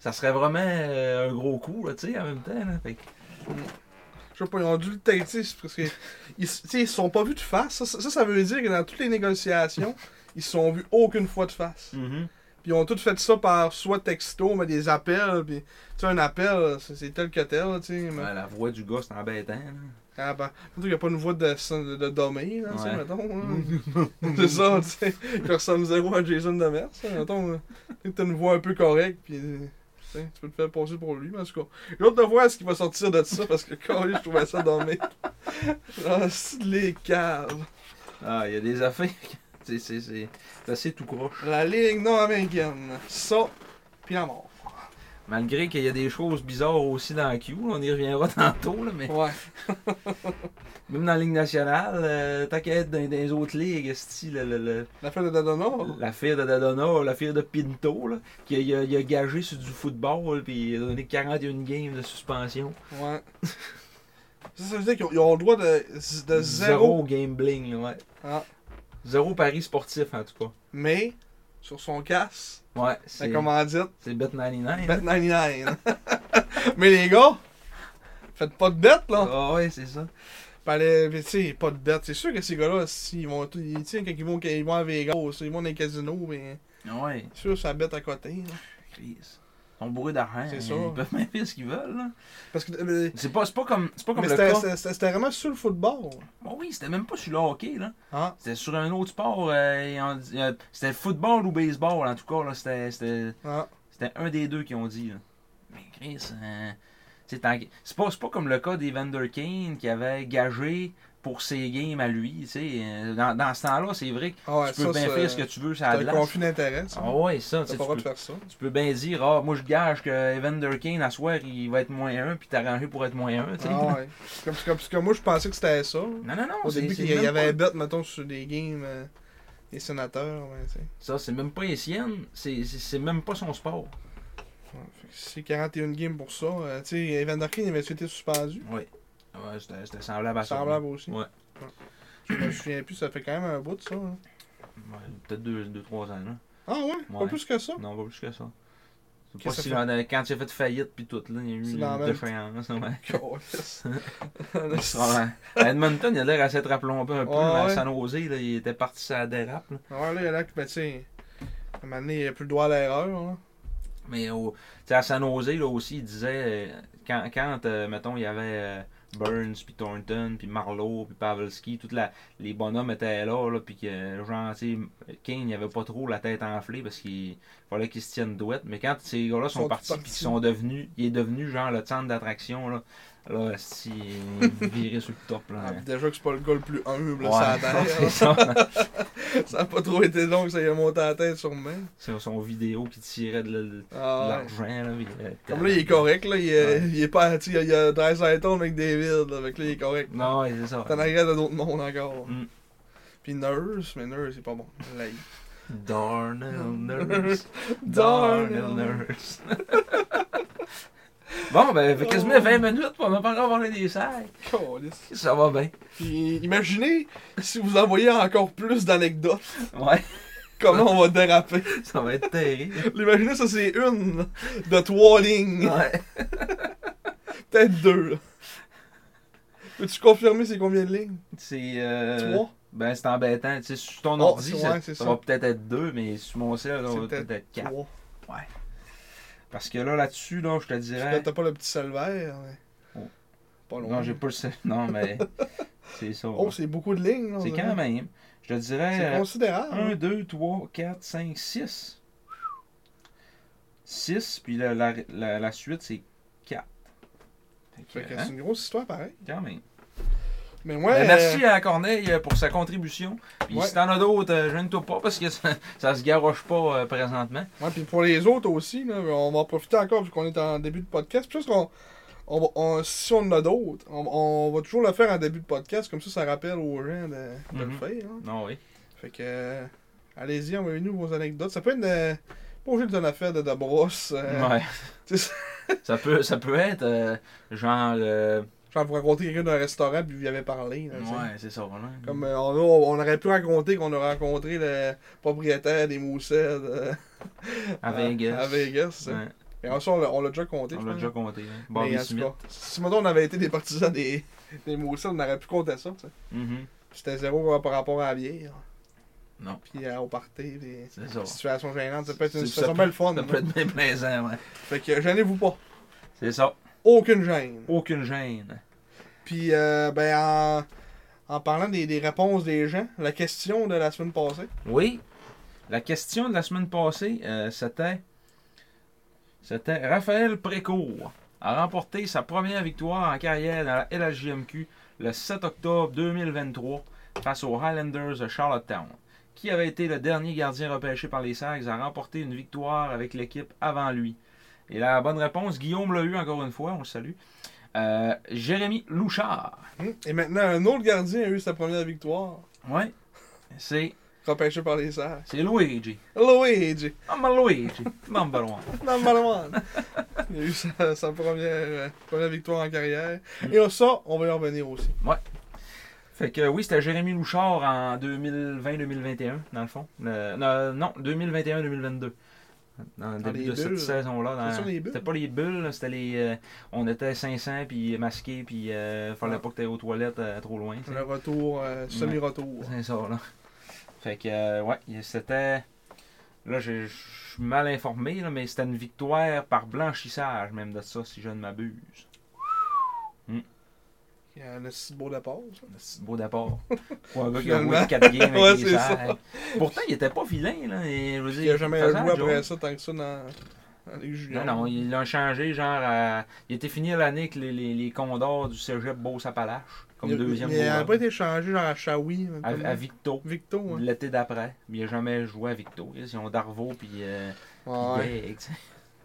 Speaker 4: ça serait vraiment euh, un gros coup, là, tu sais, en même temps. Là. Fait que,
Speaker 3: Je sais pas, ils ont dû le teinter, c'est parce que ils, s- tu sais, ils se sont pas vus de face. Ça, ça, ça veut dire que dans toutes les négociations, ils se sont vus aucune fois de face.
Speaker 4: Mm.
Speaker 3: Puis ils ont tous fait ça par soit texto, mais des appels. Puis, tu sais, un appel, c'est c'est tel que tel, tu sais. mais-
Speaker 4: Ouais, la voix du gars, c'est embêtant. là.
Speaker 3: Ah ben, il n'y a pas une voix de, de, de domé, là, tu sais,
Speaker 4: Ouais.
Speaker 3: mettons. là. c'est ça, tu sais. Qui ressemble zéro à Jason Demers, hein, mettons. là. Tu sais, t'as une voix un peu correcte, puis euh, tu sais, tu peux te faire passer pour lui, mais en tout cas. J'ai hâte de voir ce qui va sortir de ça, parce que quand je trouvais ça domé. Ah, c'est les caves.
Speaker 4: Ah, il y a des affaires. que- c'est- C'est c'est- c'est assez tout croche.
Speaker 3: La ligue nord-américaine. Ça, puis la mort.
Speaker 4: Malgré qu'il y a des choses bizarres aussi dans la Q, là, on y reviendra tantôt, là, mais
Speaker 3: Ouais.
Speaker 4: même dans la Ligue nationale, euh, tant qu'à être dans, dans les autres ligues, esti, le- le- le,
Speaker 3: La fête de Dadonor.
Speaker 4: La fille de Dadona, la fille de Pinto, là, qui a, il a- il a gagé sur du football, puis il a donné 41 games de suspension.
Speaker 3: Ouais. Ça, ça veut dire qu'ils ont- ils ont le droit de, de Euh, zéro.
Speaker 4: Zéro game bling, là, ouais.
Speaker 3: Ah.
Speaker 4: Zéro pari sportif, en tout
Speaker 3: Mais, sur son casse,
Speaker 4: cas. Ouais,
Speaker 3: la
Speaker 4: c'est
Speaker 3: commandite.
Speaker 4: c'est Bet99.
Speaker 3: Bet 99. Mais les gars, faites pas de bête là.
Speaker 4: Ah ouais, c'est ça.
Speaker 3: Puis allez- puis tu sais, pas de bête. C'est sûr que ces gars-là, s'ils vont, tout- ils, tu sais, quand ils vont, ils vont à Vegas, ils vont dans les casinos, mais
Speaker 4: Ouais,
Speaker 3: c'est sûr, ça bête à côté. là.
Speaker 4: Chris. Ils sont bourrés d'argent.
Speaker 3: C'est
Speaker 4: hein.
Speaker 3: ça.
Speaker 4: Ils peuvent même faire ce qu'ils veulent, là.
Speaker 3: Parce que euh,
Speaker 4: C'est pas, c'est pas comme, c'est pas comme
Speaker 3: mais
Speaker 4: le
Speaker 3: c'était-
Speaker 4: cas.
Speaker 3: c'était c'était- c'était vraiment sur le football.
Speaker 4: Bon, oui, c'était même pas sur le hockey, là.
Speaker 3: Hein?
Speaker 4: C'était sur un autre sport. euh, et on- euh, c'était football ou baseball, en tout cas, là. C'était- c'était...
Speaker 3: Hein?
Speaker 4: C'était un des deux qui ont dit. Là. Mais Chris, euh, c'est tant- c'est pas, c'est pas comme le cas d'Evander Kane qui avait gagé pour ses games à lui. tu sais. Euh, Dans, dans ce temps-là, c'est vrai que
Speaker 3: Ah ouais,
Speaker 4: tu peux
Speaker 3: ça,
Speaker 4: bien
Speaker 3: c'est-
Speaker 4: faire ce que tu veux sur
Speaker 3: T'as
Speaker 4: la
Speaker 3: un
Speaker 4: glace.
Speaker 3: conflit d'intérêt, ça.
Speaker 4: Ah ouais, ça. tu
Speaker 3: T'as
Speaker 4: sais,
Speaker 3: pas le droit
Speaker 4: Tu
Speaker 3: de
Speaker 4: peux,
Speaker 3: faire ça.
Speaker 4: tu peux bien dire, ah, moi je gage que Evander Kane, à soir, il va être moins 1, puis t'arranger pour être moins 1.
Speaker 3: Ah ouais. C'est Comme, c'est comme, parce que moi, je pensais que c'était ça.
Speaker 4: Non, non, non.
Speaker 3: Au
Speaker 4: c'est-
Speaker 3: début,
Speaker 4: c'est
Speaker 3: qu'il y
Speaker 4: même
Speaker 3: avait
Speaker 4: pas-
Speaker 3: un bête, mettons, sur des games euh, des sénateurs. ouais, tu sais.
Speaker 4: Ça, c'est même pas les siennes. C'est- C'est c'est même pas son sport.
Speaker 3: Ouais, fait que C'est 41 games pour ça. Euh, tu sais, Evander Kane, il avait été suspendu.
Speaker 4: Oui. Ouais, c'était c'était semblable à Ah, ça.
Speaker 3: Semblable aussi.
Speaker 4: Ouais.
Speaker 3: Je me souviens plus, ça fait quand même un bout de ça. hein.
Speaker 4: Ouais, Peut-être 2-3 ans, là.
Speaker 3: Ah ouais? Pas
Speaker 4: Ouais.
Speaker 3: plus que ça?
Speaker 4: Non, pas plus que ça. C'est
Speaker 3: Qu'est-ce
Speaker 4: pas
Speaker 3: que
Speaker 4: si
Speaker 3: ça
Speaker 4: là, quand tu as fait faillite puis tout, là, il y a eu
Speaker 3: C'est
Speaker 4: une
Speaker 3: dans la même-
Speaker 4: déchéance. Ouais.
Speaker 3: Calisse.
Speaker 4: Probablement. à Edmonton, il a l'air à s'être aplombé un peu,
Speaker 3: Ouais,
Speaker 4: mais à
Speaker 3: Ah, ouais.
Speaker 4: San Jose, là, il était parti sur la dérape. là.
Speaker 3: ouais, là, il y a là que, ben, tu sais, à un moment donné, il n'y a plus le droit à l'erreur. hein. Là.
Speaker 4: Mais au- tu sais, à San Jose, là aussi, il disait, euh, quand, quand euh, mettons, il y avait euh, Burns, puis Thornton, puis Marlowe, puis Pavelski, tous les bonhommes étaient là, là puis que, genre, tu sais, Kane, il avait pas trop la tête enflée parce qu'il fallait qu'il se tienne douette. Mais quand ces gars-là sont,
Speaker 3: Sont
Speaker 4: partis,
Speaker 3: partis.
Speaker 4: puis qu'ils sont devenus, il est devenu, genre, le centre d'attraction, là, là, si viré sur le top, là.
Speaker 3: Ah, puis déjà que c'est pas le gars le plus humble,
Speaker 4: Ouais,
Speaker 3: là, ça hein.
Speaker 4: c'est ça.
Speaker 3: ça n'a pas trop été long que ça y a monté à la tête sûrement.
Speaker 4: C'est son vidéo qui tirait de, l- de
Speaker 3: Ah, ouais.
Speaker 4: l'argent, là. puis, euh,
Speaker 3: Comme là, il est correct, là. Il, est-
Speaker 4: Ouais.
Speaker 3: il est pas, tu sais, il y a Dreisaitl avec David, là. Fait que là, il est correct.
Speaker 4: Non, ouais, c'est ça.
Speaker 3: T'en arrières de d'autres mondes encore.
Speaker 4: Mm.
Speaker 3: Puis Nurse, mais Nurse, c'est pas bon. Là, il-
Speaker 4: Darnell Nurse.
Speaker 3: Darnell.
Speaker 4: Darnell Nurse. bon, ben, fait quasiment 20 minutes, puis on n'a pas encore parlé des sacs.
Speaker 3: Calisse.
Speaker 4: Ça va bien.
Speaker 3: Puis imaginez si vous envoyez encore plus d'anecdotes,
Speaker 4: Ouais,
Speaker 3: comment on va déraper.
Speaker 4: ça va être terrible.
Speaker 3: Imaginez ça c'est une de trois lignes,
Speaker 4: Ouais.
Speaker 3: peut-être deux. là. Peux-tu confirmer c'est combien de lignes?
Speaker 4: C'est. euh,
Speaker 3: Trois?
Speaker 4: Ben, c'est embêtant. Tu sais, sur ton
Speaker 3: Oh,
Speaker 4: ordi,
Speaker 3: c'est-
Speaker 4: ça,
Speaker 3: ouais, c'est
Speaker 4: ça
Speaker 3: ça.
Speaker 4: va peut-être être deux, mais sur mon cell, ça
Speaker 3: C'est
Speaker 4: va
Speaker 3: peut-être
Speaker 4: peut-être être quatre.
Speaker 3: Trois.
Speaker 4: Parce que là, là-dessus, là, je te
Speaker 3: Parce que
Speaker 4: dirais.
Speaker 3: T'as pas le petit salvaire. mais-
Speaker 4: Oh.
Speaker 3: Pas loin.
Speaker 4: Non, j'ai pas le cell. Non, mais. c'est ça.
Speaker 3: Oh, c'est beaucoup de lignes. là, on
Speaker 4: c'est
Speaker 3: dirait.
Speaker 4: quand euh, même. Je te
Speaker 3: C'est
Speaker 4: dirais.
Speaker 3: considérable.
Speaker 4: 1, 2, 3, 4, 5, 6. 6, puis la, la, la, la suite, c'est 4.
Speaker 3: Fait que c'est une grosse histoire pareil.
Speaker 4: hein, quand même.
Speaker 3: Mais ouais.
Speaker 4: Ben, merci à Corneille euh, pour sa contribution. Puis
Speaker 3: Ouais.
Speaker 4: si t'en as d'autres, euh, gêne-toi pas parce que ça, ça se garoche pas euh, présentement.
Speaker 3: euh, ouais, puis pour les autres aussi, là, on va en profiter encore vu qu'on est en début de podcast. Puis juste qu'on- on va- on- si on en a d'autres, on, on va toujours le faire en début de podcast. Comme ça, ça rappelle aux gens de, de le
Speaker 4: Mhm.
Speaker 3: faire. hein.
Speaker 4: Non, oui.
Speaker 3: Fait que. euh, Allez-y, envoyez-nous vos anecdotes. Ça peut être. euh, de- Pas obligé d'une affaire de, de brosse. euh,
Speaker 4: Ouais.
Speaker 3: tu sais,
Speaker 4: ça, peut, ça peut être euh, genre. euh,
Speaker 3: Genre, vous raconter quelqu'un d'un restaurant, puis vous y avez parlé. là, tu sais.
Speaker 4: ouais, c'est ça, voilà.
Speaker 3: Comme euh, on, on- on aurait pu raconter qu'on a rencontré le propriétaire des Moussettes euh,
Speaker 4: à Vegas.
Speaker 3: À Vegas, c'est ça.
Speaker 4: Ouais,
Speaker 3: Mais en soi, on l'a- on l'a déjà compté.
Speaker 4: on
Speaker 3: je
Speaker 4: l'a
Speaker 3: pense.
Speaker 4: déjà compté. hein.
Speaker 3: Mais
Speaker 4: Bobby
Speaker 3: en tout
Speaker 4: Smith.
Speaker 3: cas, si maintenant on avait été des partisans des, des Moussettes, on aurait pu compter ça. tu sais.
Speaker 4: Mhm.
Speaker 3: C'était zéro par rapport à la bière.
Speaker 4: Non.
Speaker 3: Puis euh, au party, des
Speaker 4: C'est ça.
Speaker 3: situations gênantes. Ça peut être une
Speaker 4: C'est- ça
Speaker 3: situation
Speaker 4: peut-
Speaker 3: belle fun.
Speaker 4: Ça
Speaker 3: hein.
Speaker 4: peut être bien plaisant, ouais.
Speaker 3: Fait que euh, gênez-vous pas.
Speaker 4: C'est ça.
Speaker 3: Aucune gêne.
Speaker 4: Aucune gêne.
Speaker 3: Puis, euh, ben, en, en parlant des, des réponses des gens, la question de la semaine passée.
Speaker 4: Oui. La question de la semaine passée, euh, c'était. C'était Raphaël Précourt a remporté sa première victoire en carrière dans la LHJMQ le 7 octobre 2023 face aux Highlanders de Charlottetown, qui avait été le dernier gardien repêché par les Sags à remporter une victoire avec l'équipe avant lui. Et la bonne réponse, Guillaume l'a eu encore une fois, on le salue. Euh, Jérémy Louchard.
Speaker 3: Hmm. Et maintenant, un autre gardien a eu sa première victoire,
Speaker 4: Ouais. C'est
Speaker 3: repêché par les Serres.
Speaker 4: c'est Luigi.
Speaker 3: Luigi,
Speaker 4: Mamma Ah, Luigi. ben, Mamma Luigi.
Speaker 3: number one. Il a eu sa, sa première, euh, première victoire en carrière.
Speaker 4: Hmm.
Speaker 3: Et ça, on va y revenir aussi.
Speaker 4: Fait que oui, c'était Jérémy Louchard en 2020-2021, dans le fond. Euh, non, non, 2021-2022. Dans le
Speaker 3: Dans
Speaker 4: début
Speaker 3: les
Speaker 4: de cette
Speaker 3: bulles.
Speaker 4: saison-là. dans-
Speaker 3: C'était sur les bulles.
Speaker 4: C'était pas les bulles, là, c'était les. euh, on était 500 puis masqués, puis euh, fallait
Speaker 3: Ouais.
Speaker 4: pas que t'ailles aux toilettes euh, trop loin. tu sais.
Speaker 3: Le retour, euh, semi-retour.
Speaker 4: C'est ça, là. Fait que, euh, ouais, c'était. Là, je je suis mal informé, là, mais c'était une victoire par blanchissage, même de ça, si je ne m'abuse.
Speaker 3: Il y a le si beau départ. ça.
Speaker 4: C'est beau d'abord. Pour un gars qui a
Speaker 3: Finalement.
Speaker 4: joué 4 games avec
Speaker 3: Ouais,
Speaker 4: les
Speaker 3: c'est ça.
Speaker 4: Sags. Pourtant, il était pas vilain, là. et, je veux dire,
Speaker 3: Il a jamais
Speaker 4: faisait
Speaker 3: joué
Speaker 4: la
Speaker 3: après
Speaker 4: job.
Speaker 3: ça tant que ça dans, dans les juniors.
Speaker 4: Non, non, ils l'ont changé, genre, à- il était fini à l'année avec les, les, les Condors du cégep Beauce-Appalaches, comme
Speaker 3: il,
Speaker 4: deuxième
Speaker 3: Il n'a
Speaker 4: goaler.
Speaker 3: pas été changé genre à Shawi.
Speaker 4: à, à Victo,
Speaker 3: Victo, hein.
Speaker 4: l'été d'après. Mais il n'a jamais joué à Victo. Ils ont Darvaux, puis euh,
Speaker 3: Ah Ouais.
Speaker 4: puis Blake, tu sais.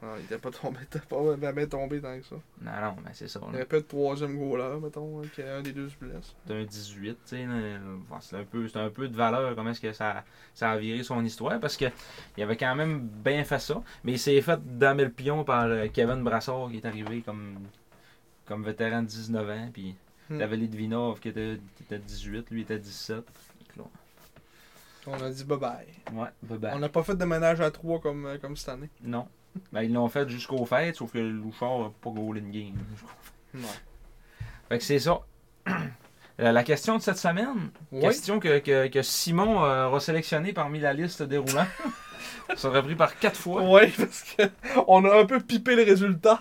Speaker 3: Non, il était pas tombé, il était pas jamais tombé tant que ça.
Speaker 4: Non, non, mais c'est ça. là.
Speaker 3: Il aurait pu être troisième goaler, mettons, hein, qu'un des deux se blesse.
Speaker 4: C'est un 18, tu sais, là, bon, c'est un, peu- c'est un peu de valeur comment est-ce que ça, ça a viré son histoire parce que il avait quand même bien fait ça, mais il s'est fait damer le pion par euh, Kevin Brassard qui est arrivé comme, comme vétéran de 19 ans, puis
Speaker 3: Hmm.
Speaker 4: t'avais Litvinov qui était, qui était 18, lui était 17.
Speaker 3: On a dit bye-bye.
Speaker 4: Ouais, bah, bah,
Speaker 3: On n'a pas fait de ménage à trois comme, euh, comme cette année.
Speaker 4: non. Ben, ils l'ont fait jusqu'au fait, sauf que Louchard n'a pas goal in game. Fait que c'est ça. La la question de cette semaine,
Speaker 3: Ouais.
Speaker 4: Question que, que- que Simon euh, aura sélectionné parmi la liste déroulant. Ça aurait pris par quatre fois.
Speaker 3: Ouais, parce que on a un peu pipé le résultat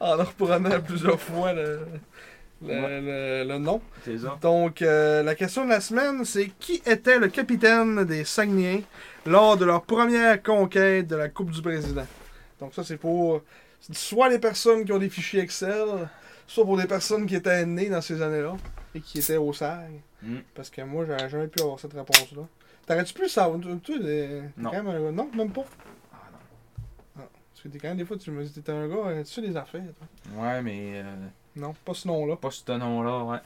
Speaker 3: en reprenant plusieurs fois le, le,
Speaker 4: Ouais.
Speaker 3: le- le nom.
Speaker 4: C'est ça.
Speaker 3: Donc, euh, la question de la semaine, c'est qui était le capitaine des Saguenayens lors de leur première conquête de la Coupe du Président? Donc, ça, c'est pour soit les personnes qui ont des fichiers Excel, soit pour des personnes qui étaient nées dans ces années-là et qui étaient au SAG.
Speaker 4: Mm.
Speaker 3: Parce que moi, j'aurais jamais pu avoir cette réponse-là. T'aurais-tu pu savoir? toi, toi, t'es- t'es
Speaker 4: Non.
Speaker 3: quand même un- non, même pas.
Speaker 4: Ah, non.
Speaker 3: Parce que t'es quand même, des fois, tu me dis, t'es un gars, euh, tu sais des affaires, toi.
Speaker 4: Ouais, mais euh,
Speaker 3: Non, pas ce nom-là.
Speaker 4: pas ce nom-là, ouais.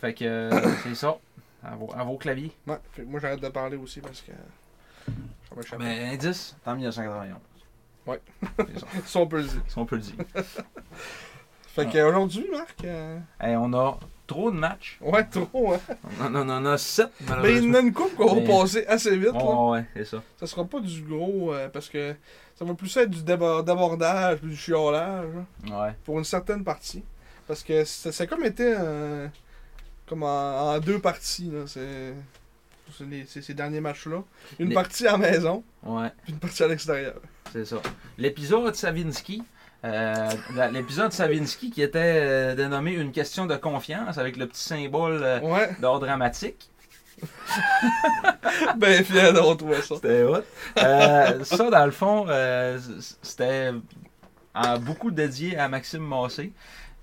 Speaker 4: Fait que euh, c'est ça. À vos, à vos claviers.
Speaker 3: Ouais, fait que moi, j'arrête de parler aussi parce que. Ça m'échappe.
Speaker 4: Mais Ben, indice, en 1991.
Speaker 3: Ouais.
Speaker 4: C'est ça.
Speaker 3: Ça, on peut le dire.
Speaker 4: Si on peut le dire.
Speaker 3: Fait
Speaker 4: Ah.
Speaker 3: qu'aujourd'hui, Marc. euh,
Speaker 4: Hey, on a trop de matchs.
Speaker 3: Ouais, trop, hein.
Speaker 4: On en, on en a sept,
Speaker 3: Mais Ben, il y en
Speaker 4: malheureusement.
Speaker 3: a une coupe qu'on va
Speaker 4: Ah, Mais-
Speaker 3: passer assez vite, là.
Speaker 4: Oh, ouais, c'est ça.
Speaker 3: Ça sera pas du gros, euh, parce que ça va plus être du déba- d'abordage, puis du chiolage, là,
Speaker 4: Ouais.
Speaker 3: pour une certaine partie. Parce que ça, ça a comme été un- comme en, en deux parties, là. C'est c'est les- c'est ces derniers matchs-là. Une
Speaker 4: Mais-
Speaker 3: partie à la maison,
Speaker 4: Ouais,
Speaker 3: puis une partie à l'extérieur.
Speaker 4: c'est ça. L'épisode Savinski. euh, la- L'épisode Savinski qui était euh, dénommé Une question de confiance avec le petit symbole euh,
Speaker 3: Ouais,
Speaker 4: d'or dramatique.
Speaker 3: ben fier on trouvait ça.
Speaker 4: C'était hot. Euh, ça, dans le fond, euh, c- c'était euh, beaucoup dédié à Maxime Massé.